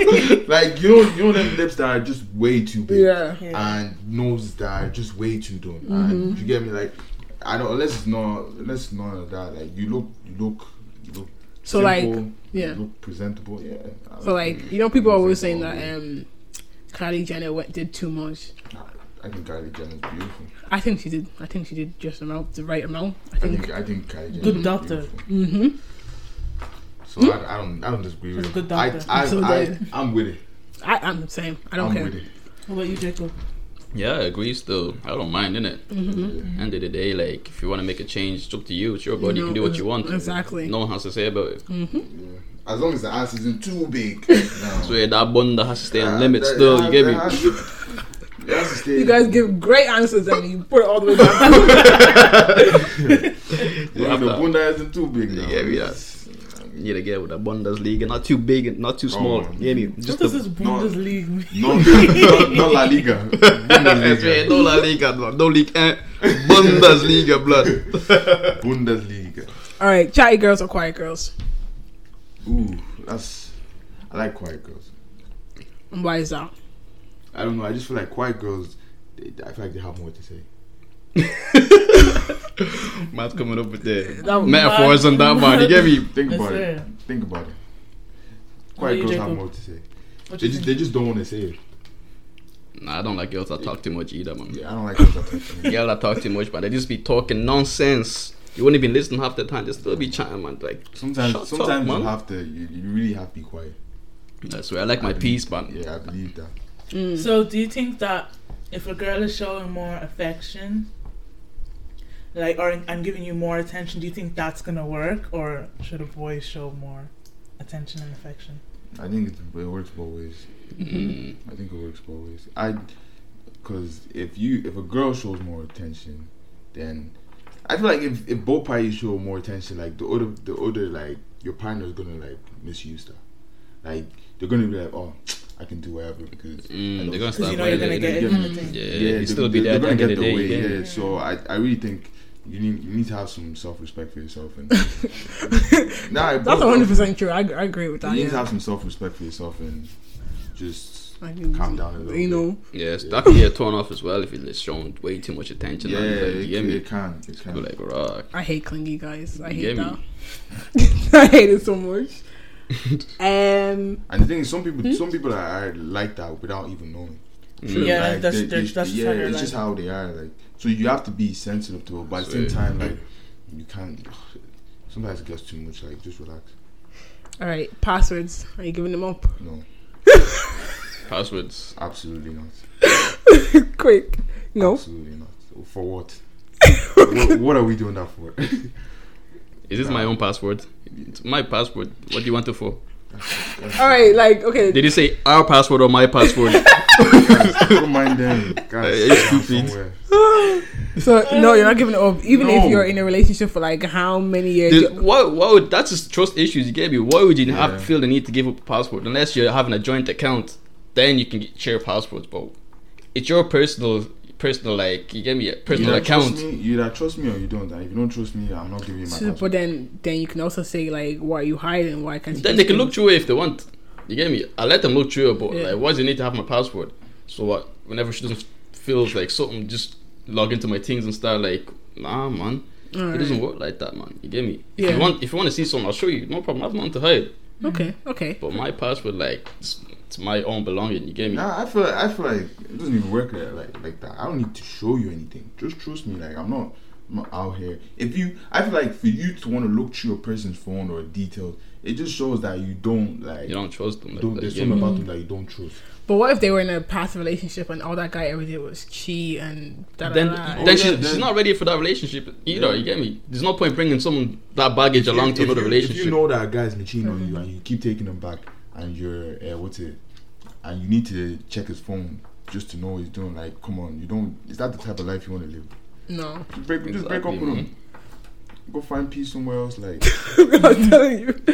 [SPEAKER 2] before.
[SPEAKER 3] like you know you know them lips that are just way too big.
[SPEAKER 2] yeah.
[SPEAKER 3] Uh,
[SPEAKER 2] Mm-hmm.
[SPEAKER 1] Yeah.
[SPEAKER 3] and noses that are just way too done. And you get me? Like I don't unless it's not unless it's none of that. Like you look you look you look
[SPEAKER 2] So
[SPEAKER 3] simple,
[SPEAKER 2] like, yeah.
[SPEAKER 3] you look presentable. Yeah. I
[SPEAKER 2] So like, you know, people are always saying that um, Kylie Jenner went, did too much.
[SPEAKER 3] I think Kylie Jenner's beautiful.
[SPEAKER 2] I think she did. I think she did just amount, the right amount. I
[SPEAKER 3] I
[SPEAKER 2] think.
[SPEAKER 3] think I think Kylie Jenner's
[SPEAKER 1] Good doctor.
[SPEAKER 3] beautiful.
[SPEAKER 2] hmm
[SPEAKER 3] So I, I don't I don't disagree with
[SPEAKER 1] She's a good
[SPEAKER 3] it. I,
[SPEAKER 1] doctor.
[SPEAKER 3] I,
[SPEAKER 2] So
[SPEAKER 3] I,
[SPEAKER 2] then-
[SPEAKER 3] I am with it.
[SPEAKER 2] I, I'm the same. I don't
[SPEAKER 3] I'm
[SPEAKER 2] care.
[SPEAKER 3] with it.
[SPEAKER 1] What about you, Jacob?
[SPEAKER 4] Yeah, I agree. Still, I don't mind, innit?
[SPEAKER 2] Mm-hmm.
[SPEAKER 4] End of the day, like if you want to make a change, it's up to you. It's your body. You can
[SPEAKER 2] know,
[SPEAKER 4] do what you want.
[SPEAKER 2] exactly.
[SPEAKER 4] No one has to say about it.
[SPEAKER 3] Yeah. As long as the ass isn't too big.
[SPEAKER 4] So
[SPEAKER 3] No.
[SPEAKER 4] yeah, that bun that has to stay on
[SPEAKER 3] Uh,
[SPEAKER 4] limit.
[SPEAKER 3] that-
[SPEAKER 4] Still,
[SPEAKER 3] that-
[SPEAKER 4] you get
[SPEAKER 3] that
[SPEAKER 4] me?
[SPEAKER 3] has to- that has to stay-
[SPEAKER 2] You guys give great answers and you put it all the way down.
[SPEAKER 3] Yeah, the bunda isn't too big now.
[SPEAKER 4] Yeah, yeah. You need to get with the Bundesliga, not too big and not too small.
[SPEAKER 3] man.
[SPEAKER 4] Yeah, me
[SPEAKER 1] What
[SPEAKER 4] just the
[SPEAKER 1] does this Bundesliga mean?
[SPEAKER 3] No, no, no La Liga.
[SPEAKER 4] Yeah,
[SPEAKER 3] Bundesliga.
[SPEAKER 4] no La Liga, no, no League, eh, Bundesliga, blood.
[SPEAKER 3] Bundesliga.
[SPEAKER 2] all right, chatty girls or quiet girls?
[SPEAKER 3] Ooh, that's. I like quiet girls.
[SPEAKER 2] And why is that?
[SPEAKER 3] I don't know. I just feel like quiet girls. They, I feel like they have more to say.
[SPEAKER 4] Matt's coming up with the
[SPEAKER 2] That-
[SPEAKER 4] metaphors on that one. You get me?
[SPEAKER 3] Think
[SPEAKER 1] Yes,
[SPEAKER 3] about it.
[SPEAKER 1] sir.
[SPEAKER 3] Think about it.
[SPEAKER 1] What
[SPEAKER 3] Quite
[SPEAKER 1] do you
[SPEAKER 3] girls
[SPEAKER 1] think
[SPEAKER 3] have
[SPEAKER 1] of-
[SPEAKER 3] more to say.
[SPEAKER 1] What
[SPEAKER 3] They
[SPEAKER 1] you
[SPEAKER 3] just,
[SPEAKER 1] think?
[SPEAKER 3] they just don't want to say it.
[SPEAKER 4] Nah, I don't like girls that talk too much either, man.
[SPEAKER 3] Yeah, I don't like girls that talk to me.
[SPEAKER 4] Girls that talk too much, man. They just be talking nonsense. You wouldn't even listen half the time. They still be chatting, man. Like
[SPEAKER 3] Sometimes,
[SPEAKER 4] shut
[SPEAKER 3] sometimes
[SPEAKER 4] up,
[SPEAKER 3] you
[SPEAKER 4] man.
[SPEAKER 3] have to. You, you really have to be quiet.
[SPEAKER 4] That's where I like my peace, man.
[SPEAKER 3] Yeah, I believe that.
[SPEAKER 2] Mm.
[SPEAKER 1] So, do you think that if a girl is showing more affection, like, or I'm giving you more attention, do you think that's gonna work, or should a boy show more attention and affection?
[SPEAKER 3] I think it, it works both ways.
[SPEAKER 4] Mm.
[SPEAKER 3] I think it works both ways. I, because if you if a girl shows more attention, then I feel like if, if both parties show more attention, like the other the other like your partner is gonna like misuse that. Like they're gonna be like, oh, I can do whatever because
[SPEAKER 4] Mm,
[SPEAKER 3] I
[SPEAKER 4] they're
[SPEAKER 3] don't-
[SPEAKER 4] gonna start
[SPEAKER 1] you know you're
[SPEAKER 4] violating
[SPEAKER 1] gonna
[SPEAKER 4] it.
[SPEAKER 1] get
[SPEAKER 3] Yeah,
[SPEAKER 1] everything.
[SPEAKER 4] Yeah,
[SPEAKER 3] yeah,
[SPEAKER 4] you
[SPEAKER 3] they-
[SPEAKER 4] still be
[SPEAKER 3] they're
[SPEAKER 4] there at the
[SPEAKER 3] gonna
[SPEAKER 4] end of the
[SPEAKER 3] get their
[SPEAKER 4] day.
[SPEAKER 3] way.
[SPEAKER 4] yeah.
[SPEAKER 3] Yeah, so I, I really think you need you need to have some self respect for yourself and nah, it
[SPEAKER 2] That's
[SPEAKER 3] both-
[SPEAKER 2] 100 percent true. I, I agree with that.
[SPEAKER 3] You need to
[SPEAKER 2] Yeah.
[SPEAKER 3] have some self respect for yourself and just
[SPEAKER 2] I think
[SPEAKER 3] calm down a little.
[SPEAKER 2] you know,
[SPEAKER 4] Yes, that can get torn off as well if it's shown way too much
[SPEAKER 3] bit.
[SPEAKER 4] attention.
[SPEAKER 3] yeah,
[SPEAKER 4] man. Like,
[SPEAKER 3] it,
[SPEAKER 4] you get
[SPEAKER 3] can-
[SPEAKER 4] me?
[SPEAKER 3] it can, it
[SPEAKER 4] Be
[SPEAKER 3] can.
[SPEAKER 4] like, rock.
[SPEAKER 2] I hate clingy guys. I
[SPEAKER 4] You
[SPEAKER 2] hate
[SPEAKER 4] get
[SPEAKER 2] that. I hate it so much. um,
[SPEAKER 3] And the thing is, some people, some people are, are like that without even knowing.
[SPEAKER 4] Mm.
[SPEAKER 1] Yeah, that's-
[SPEAKER 3] Like, they-
[SPEAKER 1] that's-
[SPEAKER 3] they-
[SPEAKER 1] that's just
[SPEAKER 3] yeah,
[SPEAKER 1] how they're
[SPEAKER 3] it's just
[SPEAKER 1] like.
[SPEAKER 3] how they are. Like, so you have to be sensitive to it, but at the same
[SPEAKER 4] So-
[SPEAKER 3] time, like, you can't. Sometimes it gets too much. Like, just relax.
[SPEAKER 2] all right, passwords. Are you giving them up?
[SPEAKER 3] No,
[SPEAKER 4] Passwords.
[SPEAKER 3] absolutely not.
[SPEAKER 2] Quick, no.
[SPEAKER 3] absolutely not. For what? what? What are we doing that for?
[SPEAKER 4] Is this my own password? It's my password. What do you want it for?
[SPEAKER 2] All right, like okay.
[SPEAKER 4] Did you say our password or my password?
[SPEAKER 3] Don't mind them, guys.
[SPEAKER 4] you're
[SPEAKER 3] sit down
[SPEAKER 4] stupid.
[SPEAKER 3] somewhere.
[SPEAKER 2] So no, you're not giving it up. Even if
[SPEAKER 3] No.
[SPEAKER 2] you're in a relationship for like how many years?
[SPEAKER 4] There's- why, why would, that's just trust issues. You get me? Why would you
[SPEAKER 3] Yeah.
[SPEAKER 4] have feel the need to give up a password unless you're having a joint account? Then you can get, share passwords, but it's your personal, personal like you get me, personal
[SPEAKER 3] either
[SPEAKER 4] account.
[SPEAKER 3] Trust me, you either trust me or you don't. And if you don't trust me, I'm not giving you my
[SPEAKER 2] So,
[SPEAKER 3] password.
[SPEAKER 2] but then, then you can also say like, why are you hiding? Why can't you?
[SPEAKER 4] Then they can look through it if they want. You get me? I let them look through it, but
[SPEAKER 2] Yeah.
[SPEAKER 4] like, why do you need to have my password? So what? Whenever she doesn't feel like something, just log into my things and start like, nah, man. It doesn't work like that, man. You get me? If
[SPEAKER 2] Yeah.
[SPEAKER 4] you want, if you want to see something, I'll show you. No problem. I have nothing to hide.
[SPEAKER 2] Okay, okay.
[SPEAKER 4] But
[SPEAKER 1] Mm.
[SPEAKER 4] my password, like, it's, it's my own belonging. You get me?
[SPEAKER 3] Nah, I feel like, I feel like it doesn't even work like, like like that. I don't need to show you anything. Just trust me. Like I'm not, I'm not out here. If you, I feel like for you to want to look through a person's phone or details, it just shows that you don't like.
[SPEAKER 4] You don't trust them. Like,
[SPEAKER 3] don't,
[SPEAKER 4] that,
[SPEAKER 3] there's
[SPEAKER 4] you
[SPEAKER 3] something
[SPEAKER 4] get me?
[SPEAKER 3] about them that you don't trust.
[SPEAKER 2] But what if they were in a past relationship and all that guy ever did was cheat and da da
[SPEAKER 4] Then,
[SPEAKER 2] da?
[SPEAKER 4] then
[SPEAKER 3] Oh, yeah,
[SPEAKER 4] she, she's
[SPEAKER 3] then-
[SPEAKER 4] not ready for that relationship either.
[SPEAKER 3] Yeah.
[SPEAKER 4] You get me? There's no point bringing someone that baggage along
[SPEAKER 3] If-
[SPEAKER 4] to
[SPEAKER 3] if
[SPEAKER 4] another
[SPEAKER 3] you-
[SPEAKER 4] relationship.
[SPEAKER 3] If you know that a guy's been cheating on you and you keep taking him back and you're uh, what's it, and you need to check his phone just to know what he's doing. Like, come on, you don't. Is that the type of life you want to live?
[SPEAKER 2] No,
[SPEAKER 3] Just break, just break up
[SPEAKER 4] Exactly,
[SPEAKER 3] with
[SPEAKER 4] man.
[SPEAKER 3] him. Go find peace somewhere else. Like.
[SPEAKER 2] I'm telling you.
[SPEAKER 3] If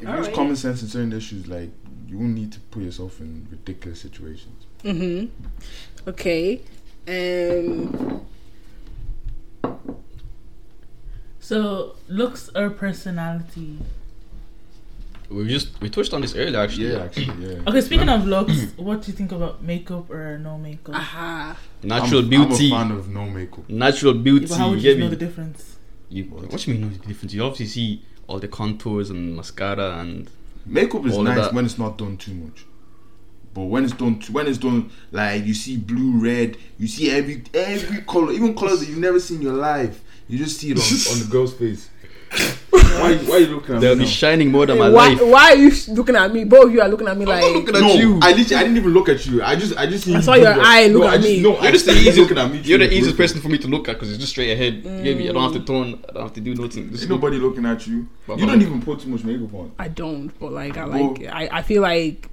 [SPEAKER 3] you
[SPEAKER 2] All
[SPEAKER 3] use
[SPEAKER 2] right.
[SPEAKER 3] common sense in certain issues, like you won't need to put yourself in ridiculous situations.
[SPEAKER 2] Mhm. Okay. Um.
[SPEAKER 1] So, looks or personality?
[SPEAKER 4] we just we touched on this earlier actually.
[SPEAKER 3] actually, yeah.
[SPEAKER 1] Okay, speaking of looks, what do you think about makeup or no makeup?
[SPEAKER 2] Aha.
[SPEAKER 4] Natural
[SPEAKER 3] I'm,
[SPEAKER 4] beauty.
[SPEAKER 3] I'm a fan of no makeup.
[SPEAKER 4] natural
[SPEAKER 1] Yeah,
[SPEAKER 4] beauty.
[SPEAKER 1] but how would
[SPEAKER 4] you
[SPEAKER 1] you
[SPEAKER 4] get
[SPEAKER 1] know
[SPEAKER 4] me?
[SPEAKER 1] the difference?
[SPEAKER 4] You- what do you mean know the difference? You obviously see all the contours and mascara and
[SPEAKER 3] Makeup is
[SPEAKER 4] All of
[SPEAKER 3] nice
[SPEAKER 4] that.
[SPEAKER 3] when it's not done too much, but when it's done, when it's done, like you see blue, red, you see every every color, even colors that you've never seen in your life. You just see it on, on the girl's face. why, why are you looking at
[SPEAKER 4] they'll
[SPEAKER 3] me
[SPEAKER 4] be
[SPEAKER 3] now?
[SPEAKER 4] shining more than my
[SPEAKER 2] Why?
[SPEAKER 4] life.
[SPEAKER 2] Why are you sh- looking at me? Both of you are looking at me like.
[SPEAKER 4] looking
[SPEAKER 3] no,
[SPEAKER 4] at you.
[SPEAKER 3] I literally I didn't even look at you. I just I just seen
[SPEAKER 2] I
[SPEAKER 3] you
[SPEAKER 2] saw
[SPEAKER 3] do
[SPEAKER 2] your
[SPEAKER 3] that.
[SPEAKER 2] eye look
[SPEAKER 3] No, I
[SPEAKER 2] at
[SPEAKER 3] just-
[SPEAKER 2] me.
[SPEAKER 3] No, Oh, I
[SPEAKER 4] You're just the
[SPEAKER 3] see you
[SPEAKER 4] easiest.
[SPEAKER 3] looking at me.
[SPEAKER 4] You're the
[SPEAKER 3] through
[SPEAKER 4] easiest
[SPEAKER 3] window.
[SPEAKER 4] person for me to look at because it's just straight ahead. You get me? I
[SPEAKER 1] Mm.
[SPEAKER 4] don't have to turn. I don't have to do nothing. Just
[SPEAKER 3] Ain't
[SPEAKER 4] look.
[SPEAKER 3] nobody looking at you.
[SPEAKER 4] But-
[SPEAKER 3] You
[SPEAKER 4] but-
[SPEAKER 3] don't even put too much makeup on.
[SPEAKER 2] I don't, but like I
[SPEAKER 3] Well-
[SPEAKER 2] like I, I feel like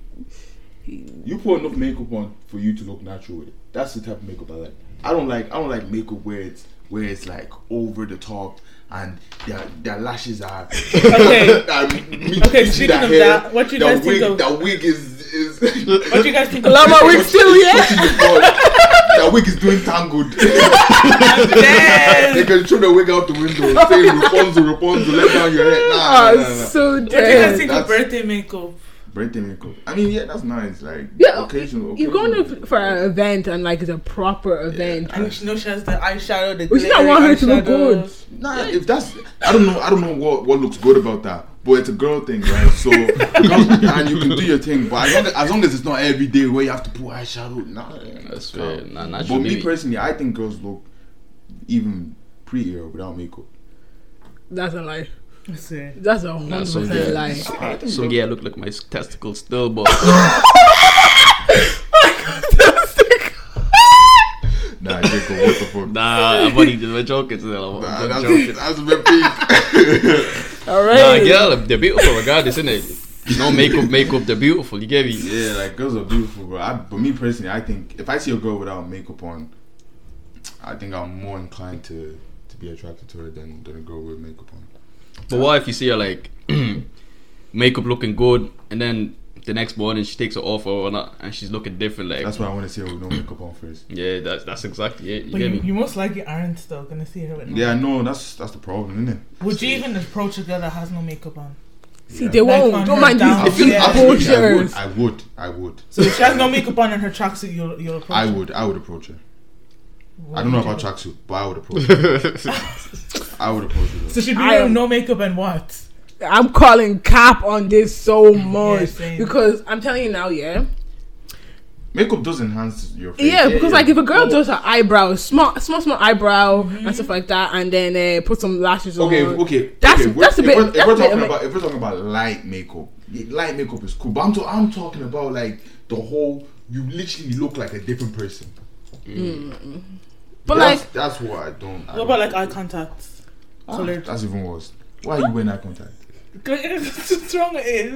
[SPEAKER 3] You put enough makeup on for you to look natural with it. That's the type of makeup I like. I don't like I don't like makeup where it's where it's like over the top and their their lashes are
[SPEAKER 1] Okay.
[SPEAKER 3] are me- me-
[SPEAKER 1] Okay,
[SPEAKER 3] me-
[SPEAKER 1] speaking
[SPEAKER 3] their
[SPEAKER 1] of
[SPEAKER 3] hair,
[SPEAKER 1] that, what you
[SPEAKER 3] their
[SPEAKER 1] guys
[SPEAKER 3] wig,
[SPEAKER 1] think of-
[SPEAKER 3] that wig is is
[SPEAKER 1] What do you guys think of
[SPEAKER 2] Lama we're still here.
[SPEAKER 3] that wig is doing tangled. they can throw the wig out the window. Say Rapunzel, Rapunzel, let down your head. Nah, nah, nah,
[SPEAKER 2] so
[SPEAKER 3] nah.
[SPEAKER 1] What do you guys
[SPEAKER 2] dead.
[SPEAKER 1] think of
[SPEAKER 3] That's-
[SPEAKER 1] birthday makeup?
[SPEAKER 3] birthday makeup. I mean, yeah, that's nice. Like,
[SPEAKER 2] Yeah,
[SPEAKER 3] occasional.
[SPEAKER 2] You're going
[SPEAKER 3] occasional.
[SPEAKER 2] to, for
[SPEAKER 4] uh,
[SPEAKER 2] an event and like it's a proper event.
[SPEAKER 1] And she knows she has the eyeshadow, the
[SPEAKER 2] We should not
[SPEAKER 1] glittery
[SPEAKER 2] want her to look
[SPEAKER 1] eyeshadow.
[SPEAKER 2] good.
[SPEAKER 3] Nah, if that's I don't know I don't know what, what looks good about that, but it's a girl thing, right? So come and you can do your thing, but as long as, as, long as it's not every day where you have to put eyeshadow, nah.
[SPEAKER 4] That's
[SPEAKER 3] calm.
[SPEAKER 4] fair. Nah, nah,
[SPEAKER 3] But
[SPEAKER 4] should
[SPEAKER 3] me
[SPEAKER 4] be-
[SPEAKER 3] personally, I think girls look even prettier without makeup.
[SPEAKER 2] That's a lie.
[SPEAKER 1] That's it.
[SPEAKER 2] That's a hundred
[SPEAKER 4] Nah, some
[SPEAKER 2] percent
[SPEAKER 4] girl,
[SPEAKER 2] lie.
[SPEAKER 3] I think
[SPEAKER 4] some
[SPEAKER 3] so.
[SPEAKER 4] girl look like my testicles still, but
[SPEAKER 3] Nah, Jacob, what the fuck?
[SPEAKER 4] nah, I'm only just I'm joking. I'm,
[SPEAKER 3] Nah,
[SPEAKER 4] I'm
[SPEAKER 3] that's,
[SPEAKER 4] joking.
[SPEAKER 3] that's a bit peak.
[SPEAKER 2] All
[SPEAKER 4] Nah,
[SPEAKER 2] right.
[SPEAKER 4] girl, they're beautiful regardless, innit? No makeup, makeup, they're beautiful. You get me?
[SPEAKER 3] yeah, like girls are beautiful, bro. I, but me personally, I think if I see a girl without makeup on, I think I'm more inclined to to be attracted to her than than a girl with makeup on.
[SPEAKER 4] But what if you see her like makeup looking good, and then the next morning she takes it off or whatnot, and she's looking different? Like,
[SPEAKER 3] That's why I want to see her with no makeup on first.
[SPEAKER 4] yeah, that's that's exactly it. You
[SPEAKER 1] But
[SPEAKER 4] get
[SPEAKER 1] you,
[SPEAKER 4] me?
[SPEAKER 1] you most likely aren't still gonna see her with no.
[SPEAKER 3] Yeah, no, that's that's the problem, isn't it?
[SPEAKER 1] Would you even approach a girl that has no makeup on?
[SPEAKER 2] See, they won't.
[SPEAKER 1] Like,
[SPEAKER 2] Don't
[SPEAKER 1] on
[SPEAKER 2] mind
[SPEAKER 1] her down.
[SPEAKER 2] these
[SPEAKER 1] If you-
[SPEAKER 2] yeah.
[SPEAKER 1] absolutely,
[SPEAKER 3] I would,
[SPEAKER 2] vultures.
[SPEAKER 3] I would, I would,
[SPEAKER 1] So if she has no makeup on and her tracksuit, you'll you'll approach.
[SPEAKER 3] I
[SPEAKER 1] her.
[SPEAKER 3] would, I would approach her.
[SPEAKER 1] What
[SPEAKER 3] I don't know
[SPEAKER 1] would you
[SPEAKER 3] about
[SPEAKER 1] do?
[SPEAKER 3] tracksuit, but I would approach her. I would approach her.
[SPEAKER 1] So
[SPEAKER 3] Though.
[SPEAKER 1] she'd be
[SPEAKER 2] I
[SPEAKER 1] wearing
[SPEAKER 2] am-
[SPEAKER 1] no makeup and what?
[SPEAKER 2] I'm calling cap on this so much
[SPEAKER 1] same.
[SPEAKER 2] because I'm telling you now, yeah,
[SPEAKER 3] Makeup does enhance your face.
[SPEAKER 2] yeah. Because like, if a girl
[SPEAKER 3] Oh.
[SPEAKER 2] does her eyebrows, small, small, small eyebrow and stuff like that, and then uh, put some lashes
[SPEAKER 3] Okay,
[SPEAKER 2] on.
[SPEAKER 3] okay.
[SPEAKER 2] That's-
[SPEAKER 3] okay,
[SPEAKER 2] that's a
[SPEAKER 3] if
[SPEAKER 2] bit-
[SPEAKER 3] We're, if
[SPEAKER 2] that's
[SPEAKER 3] we're
[SPEAKER 2] a bit
[SPEAKER 3] talking
[SPEAKER 2] of
[SPEAKER 3] about if we're talking about light makeup, yeah, light makeup is cool. But I'm, to, I'm talking about like the whole. You literally look like a different person.
[SPEAKER 2] But
[SPEAKER 3] that's,
[SPEAKER 2] like,
[SPEAKER 3] that's what I don't. I
[SPEAKER 1] What
[SPEAKER 3] don't-
[SPEAKER 1] about like eye contact?
[SPEAKER 3] Ah,
[SPEAKER 1] colored?
[SPEAKER 3] That's even worse. Why are you wearing eye contact?
[SPEAKER 1] What's wrong with it?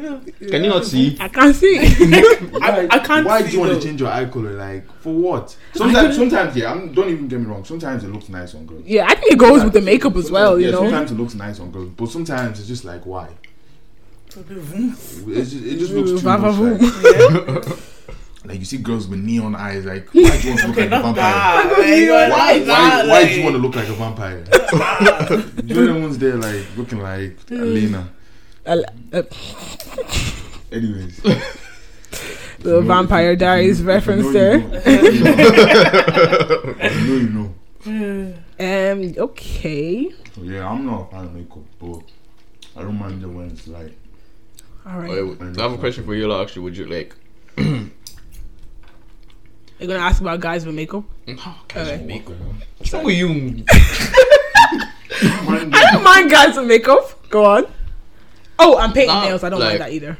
[SPEAKER 4] Can you not see?
[SPEAKER 2] I can't see.
[SPEAKER 1] I, I can't.
[SPEAKER 3] Why
[SPEAKER 1] see
[SPEAKER 3] do you want
[SPEAKER 1] though.
[SPEAKER 3] to change your eye color? Like for what? Sometimes, sometimes yeah. I'm, don't even get me wrong. Sometimes it looks nice on girls.
[SPEAKER 2] yeah, I think it goes with the makeup as well.
[SPEAKER 3] Sometimes-
[SPEAKER 2] You
[SPEAKER 3] yeah,
[SPEAKER 2] know,
[SPEAKER 3] Sometimes it looks nice on girls, but sometimes it's just like why?
[SPEAKER 1] Vroom.
[SPEAKER 3] It's just, it just
[SPEAKER 1] Mm,
[SPEAKER 3] looks too
[SPEAKER 2] Va- va- voom.
[SPEAKER 3] much. Like, like you see girls with neon eyes. Like why do you want to look
[SPEAKER 1] Okay,
[SPEAKER 3] like a
[SPEAKER 1] not
[SPEAKER 3] vampire?
[SPEAKER 1] that. Hey,
[SPEAKER 2] Why-
[SPEAKER 3] Why,
[SPEAKER 1] not
[SPEAKER 3] why,
[SPEAKER 1] that,
[SPEAKER 3] why do you want
[SPEAKER 1] like-
[SPEAKER 3] to look like a vampire? You're the ones there like looking like
[SPEAKER 1] Mm.
[SPEAKER 3] Elena.
[SPEAKER 2] Al- uh,
[SPEAKER 3] Anyways,
[SPEAKER 2] the Vampire Diaries reference there.
[SPEAKER 3] there. you know, you know.
[SPEAKER 2] Um. Okay.
[SPEAKER 3] So, yeah, I'm not a fan of makeup, but I don't mind it when it's light.
[SPEAKER 2] All
[SPEAKER 3] Oh,
[SPEAKER 2] right.
[SPEAKER 4] Wait, I have a question for you, like, actually. Would you like?
[SPEAKER 2] You're gonna ask about guys with makeup.
[SPEAKER 4] Okay.
[SPEAKER 2] Okay.
[SPEAKER 4] Makeup. What's wrong with you?
[SPEAKER 3] Mind
[SPEAKER 2] I don't mind Oh guys with makeup. Go on. Oh, I'm painting
[SPEAKER 4] Nah,
[SPEAKER 2] nails. I don't
[SPEAKER 4] like-
[SPEAKER 2] mind that either.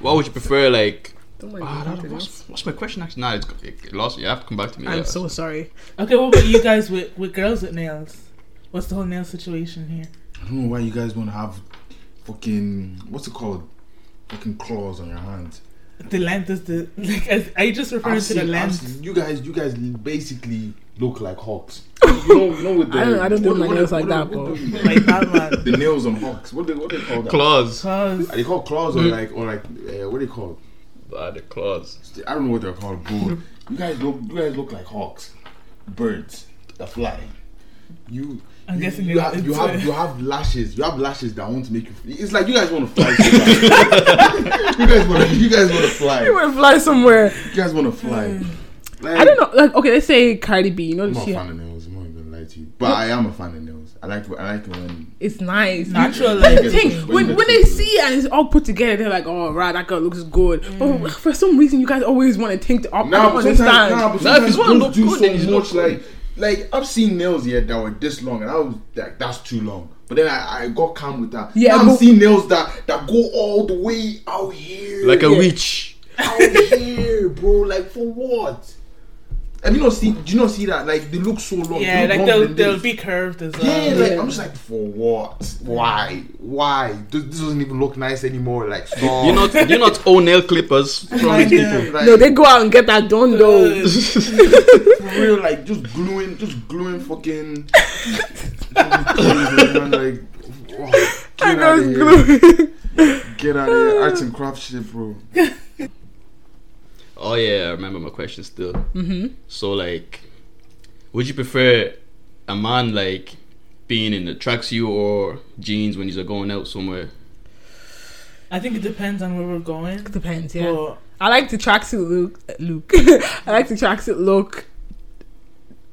[SPEAKER 4] What would you prefer, like?
[SPEAKER 2] Don't mind
[SPEAKER 4] Ah,
[SPEAKER 2] painting
[SPEAKER 4] that-
[SPEAKER 2] nails.
[SPEAKER 4] what's, what's my question actually? Nah, it's, it it lost. You have to come back to me.
[SPEAKER 2] I'm
[SPEAKER 4] yeah.
[SPEAKER 2] so sorry.
[SPEAKER 1] Okay, what about you guys with with girls with nails? What's the whole nail situation here?
[SPEAKER 3] I don't know why you guys want to have fucking what's it called? Fucking claws on your hands.
[SPEAKER 1] The length is the like. As, are you just referring
[SPEAKER 3] I've
[SPEAKER 1] to the
[SPEAKER 3] seen- I've
[SPEAKER 1] length?
[SPEAKER 3] seen- you guys, you guys basically look like hawks. You don't know what
[SPEAKER 2] I don't- I don't do
[SPEAKER 3] what-
[SPEAKER 2] my
[SPEAKER 3] what-
[SPEAKER 2] nails like
[SPEAKER 3] what-
[SPEAKER 2] that,
[SPEAKER 3] what-
[SPEAKER 2] bro.
[SPEAKER 3] what-
[SPEAKER 1] Like that man.
[SPEAKER 3] the nails on hawks. What they what they call that?
[SPEAKER 4] Claws.
[SPEAKER 1] Cause
[SPEAKER 3] Are they called claws or like or like uh, what are they called?
[SPEAKER 4] Ah, the claws.
[SPEAKER 3] I don't know what they're called. But you guys look you guys look like hawks, birds that fly. You.
[SPEAKER 1] I'm
[SPEAKER 3] you,
[SPEAKER 1] guessing
[SPEAKER 3] you
[SPEAKER 1] you're
[SPEAKER 3] have you
[SPEAKER 1] into
[SPEAKER 3] have
[SPEAKER 1] it.
[SPEAKER 3] you have lashes. You have lashes that want to make you. Fly. It's like you guys want to fly. so bad. you guys want to. You guys want to fly.
[SPEAKER 2] You
[SPEAKER 3] You
[SPEAKER 2] want to fly somewhere?
[SPEAKER 3] guys want to fly. Like,
[SPEAKER 2] I don't know. Like, okay, let's say Cardi B. You know,
[SPEAKER 3] I'm not
[SPEAKER 2] she,
[SPEAKER 3] a fan of nails. I'm not even gonna lie to you, but I am a fan of nails. I like I like when
[SPEAKER 2] it's nice.
[SPEAKER 1] natural
[SPEAKER 3] Like
[SPEAKER 1] length.
[SPEAKER 3] it.
[SPEAKER 2] Thing.
[SPEAKER 3] When you
[SPEAKER 2] When
[SPEAKER 3] get
[SPEAKER 2] when
[SPEAKER 3] to
[SPEAKER 2] they
[SPEAKER 3] do it.
[SPEAKER 2] see it and it's all put together, they're like, "Oh, right, that girl looks good."
[SPEAKER 1] Mm.
[SPEAKER 2] But for some reason, you guys always want to think the opposite. I
[SPEAKER 3] Nah,
[SPEAKER 2] don't
[SPEAKER 3] but sometimes,
[SPEAKER 2] understand.
[SPEAKER 3] nah, but
[SPEAKER 4] Nah, if
[SPEAKER 3] sometimes
[SPEAKER 4] it's one
[SPEAKER 3] girls
[SPEAKER 4] look
[SPEAKER 3] do
[SPEAKER 4] good, then it's
[SPEAKER 3] so
[SPEAKER 4] look
[SPEAKER 3] much. Like, like I've seen nails here that were this long, and I was like, that's too long. But then I, I got calm with that.
[SPEAKER 2] Yeah,
[SPEAKER 3] Yeah, I'm
[SPEAKER 2] but-
[SPEAKER 3] seeing nails that that go all the way out here,
[SPEAKER 4] Like a witch.
[SPEAKER 3] out here, bro. Like for what? Have you not seen? Do you not see that? Like they look so long.
[SPEAKER 1] Yeah,
[SPEAKER 3] they
[SPEAKER 1] like
[SPEAKER 3] look
[SPEAKER 1] they'll
[SPEAKER 3] longer than
[SPEAKER 1] they'll
[SPEAKER 3] this.
[SPEAKER 1] be curved as
[SPEAKER 3] Yeah,
[SPEAKER 1] well.
[SPEAKER 3] like
[SPEAKER 2] Yeah.
[SPEAKER 3] I'm just like, for what? Why? Why? This, this doesn't even look nice anymore. Like, stop.
[SPEAKER 4] You're not. You're not own nail clippers.
[SPEAKER 3] From
[SPEAKER 1] Like,
[SPEAKER 3] people,
[SPEAKER 1] yeah.
[SPEAKER 3] like-
[SPEAKER 2] no, they go out and get that done though.
[SPEAKER 1] Ugh.
[SPEAKER 3] For real, like just gluing, just gluing fucking. like, oh,
[SPEAKER 2] I
[SPEAKER 3] get
[SPEAKER 2] know
[SPEAKER 3] out
[SPEAKER 2] it's
[SPEAKER 3] of here!
[SPEAKER 2] good.
[SPEAKER 3] Get out of here! Arts and craft shit, bro.
[SPEAKER 4] Oh yeah, I remember my question still.
[SPEAKER 2] hmm
[SPEAKER 4] So like, would you prefer a man like being in a tracksuit or jeans when he's uh, going out somewhere?
[SPEAKER 1] I think it depends on where we're going.
[SPEAKER 2] Depends, yeah.
[SPEAKER 1] But
[SPEAKER 2] I like the tracksuit look. Look, I like the tracksuit look.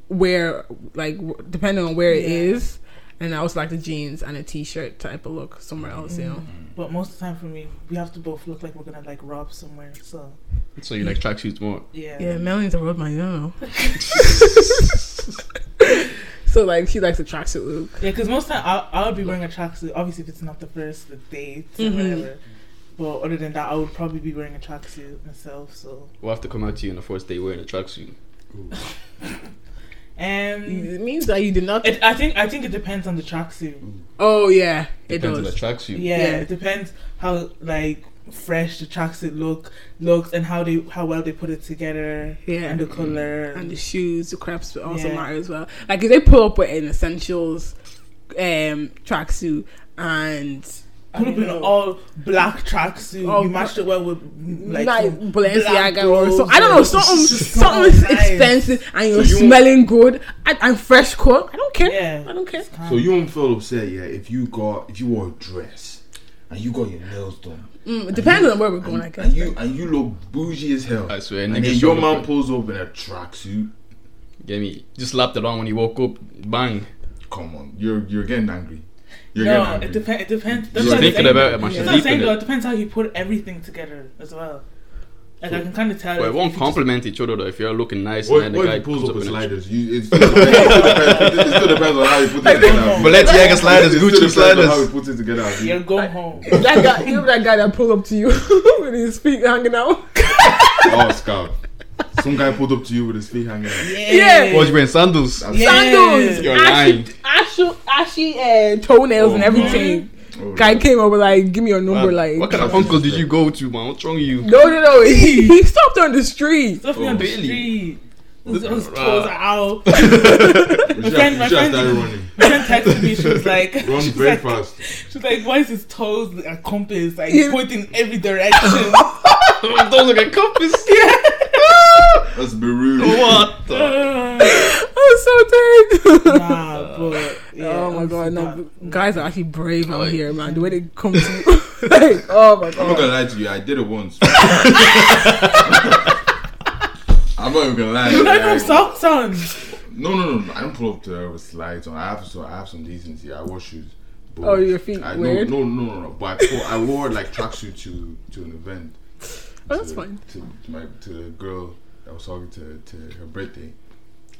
[SPEAKER 2] Where, like, w- depending on where it
[SPEAKER 1] Yeah.
[SPEAKER 2] is, and I also like the jeans and a t-shirt type of look somewhere else. You know,
[SPEAKER 1] but most of the time for me, we have to both look like we're gonna like rob somewhere. So
[SPEAKER 4] So you like tracksuits more?
[SPEAKER 1] yeah,
[SPEAKER 2] yeah, Melanie's a road man, you don't know. so like, she likes the tracksuit look.
[SPEAKER 1] Yeah, because most time I I would be wearing a tracksuit. Obviously, if it's not the first date or
[SPEAKER 3] Mm-hmm.
[SPEAKER 2] Mhm.
[SPEAKER 1] whatever. But other than that, I would probably be wearing a tracksuit myself. So
[SPEAKER 4] We'll have to come out to you on the first day wearing a tracksuit.
[SPEAKER 1] and
[SPEAKER 2] It means that you did not.
[SPEAKER 1] it, I think I think it depends on the tracksuit.
[SPEAKER 2] oh yeah, it
[SPEAKER 4] Depends on the
[SPEAKER 2] does.
[SPEAKER 4] tracksuit.
[SPEAKER 1] Yeah,
[SPEAKER 2] Yeah.
[SPEAKER 1] it depends how like fresh the tracksuit look looks and how they how well they put it together.
[SPEAKER 2] Yeah.
[SPEAKER 1] and the color.
[SPEAKER 2] and the shoes, the crepes also
[SPEAKER 1] Yeah.
[SPEAKER 2] matter as well. Like if they pull up with an essentials um tracksuit and
[SPEAKER 1] Could have been all black tracksuit.
[SPEAKER 2] Oh,
[SPEAKER 1] you matched it well with mm, like,
[SPEAKER 2] like,
[SPEAKER 1] some black
[SPEAKER 2] Balenciaga or
[SPEAKER 1] gloves
[SPEAKER 2] so I don't know
[SPEAKER 1] or-
[SPEAKER 2] something
[SPEAKER 1] Something
[SPEAKER 2] something
[SPEAKER 1] nice.
[SPEAKER 2] expensive and you're
[SPEAKER 4] you-
[SPEAKER 2] smelling good and, and fresh cut. I don't care.
[SPEAKER 1] Yeah.
[SPEAKER 2] I don't care.
[SPEAKER 3] So you don't feel upset, yeah, if you got if you wore a dress and you got your nails done.
[SPEAKER 2] Mm, it depends on where we're going. I
[SPEAKER 3] And,
[SPEAKER 2] guess.
[SPEAKER 3] and you and you look bougie as hell.
[SPEAKER 4] I swear,
[SPEAKER 3] And
[SPEAKER 4] niggas
[SPEAKER 3] then
[SPEAKER 4] show
[SPEAKER 3] your
[SPEAKER 4] up
[SPEAKER 3] man
[SPEAKER 4] with-
[SPEAKER 3] pulls up in a tracksuit.
[SPEAKER 4] Get me? Just slapped it on when he woke up. Bang.
[SPEAKER 3] Come on, you're you're getting angry. You're
[SPEAKER 1] No,
[SPEAKER 3] getting
[SPEAKER 1] it
[SPEAKER 3] angry.
[SPEAKER 1] depends. It depends.
[SPEAKER 3] She's
[SPEAKER 1] what I'm
[SPEAKER 4] thinking
[SPEAKER 1] saying.
[SPEAKER 4] about it, man. She's
[SPEAKER 1] That's what I'm saying
[SPEAKER 4] deep in
[SPEAKER 1] though.
[SPEAKER 4] it.
[SPEAKER 1] It depends how you put everything together as well. Like I
[SPEAKER 4] Cool.
[SPEAKER 1] can kind of tell.
[SPEAKER 4] But it
[SPEAKER 1] if
[SPEAKER 4] won't
[SPEAKER 1] you
[SPEAKER 4] compliment each other though. If you're looking nice
[SPEAKER 3] What,
[SPEAKER 4] and then
[SPEAKER 3] what
[SPEAKER 4] the
[SPEAKER 3] if
[SPEAKER 4] guy
[SPEAKER 3] he pulls up with
[SPEAKER 4] in a-
[SPEAKER 3] sliders? You, it's, it still depends- it still depends on how you put it together.
[SPEAKER 4] But let's Jaeger sliders,
[SPEAKER 3] It still
[SPEAKER 4] Gucci
[SPEAKER 3] depends on How he
[SPEAKER 4] sliders.
[SPEAKER 3] puts it together.
[SPEAKER 1] just- You're going home.
[SPEAKER 2] that guy, you know that guy that pulled up to you with his feet hanging out.
[SPEAKER 3] Oh, scout. Some guy pulled up to you with his feet hanging out.
[SPEAKER 2] Yeah.
[SPEAKER 4] What you wearing sandals?
[SPEAKER 3] That's-
[SPEAKER 1] Yeah.
[SPEAKER 2] Sandals,
[SPEAKER 4] You're lying.
[SPEAKER 2] ashy, ashy, ashy uh, toenails and
[SPEAKER 3] Oh, God.
[SPEAKER 2] everything.
[SPEAKER 3] Oh,
[SPEAKER 2] Guy
[SPEAKER 3] no.
[SPEAKER 2] came over like, give me your number.
[SPEAKER 4] Man,
[SPEAKER 2] like,
[SPEAKER 4] what kind of uncle did you go to, man? What's wrong with you?
[SPEAKER 2] No, no, no. He, he stopped on the street.
[SPEAKER 1] Stuff me on the
[SPEAKER 4] really?
[SPEAKER 1] street. Those
[SPEAKER 4] This-
[SPEAKER 1] those toes are out.
[SPEAKER 3] We should
[SPEAKER 1] friend- my
[SPEAKER 3] have- we should have
[SPEAKER 1] friend-
[SPEAKER 3] started running.
[SPEAKER 1] My friend texted me. She was like,
[SPEAKER 3] Run
[SPEAKER 1] she's
[SPEAKER 3] very
[SPEAKER 1] like,
[SPEAKER 3] fast.
[SPEAKER 1] she's like, why is his toes like a compass, like
[SPEAKER 2] Yeah.
[SPEAKER 1] pointing every direction?
[SPEAKER 4] Those look like compass.
[SPEAKER 3] Let's be real.
[SPEAKER 4] What? the-
[SPEAKER 1] Uh,
[SPEAKER 2] I'm so tired.
[SPEAKER 1] nah, but yeah,
[SPEAKER 2] oh my god, no. Guys are actually brave out
[SPEAKER 4] Like-
[SPEAKER 2] here, man. The way they come to you. like, oh my
[SPEAKER 3] I'm not
[SPEAKER 2] god.
[SPEAKER 3] gonna lie to you. I did it once. I'm not even gonna lie.
[SPEAKER 1] You don't have
[SPEAKER 3] Like,
[SPEAKER 1] socks on.
[SPEAKER 3] no, no, no, no. I don't pull up to her with slides on. I have so I have some decency. I wore shoes. But
[SPEAKER 2] Oh, your feet
[SPEAKER 3] I,
[SPEAKER 2] weird?
[SPEAKER 3] No, no, no, no, no. But I, pull, I wore like tracksuit to to an event.
[SPEAKER 2] Oh, that's
[SPEAKER 3] to-
[SPEAKER 2] fine.
[SPEAKER 3] To my to the girl I was talking to to her birthday,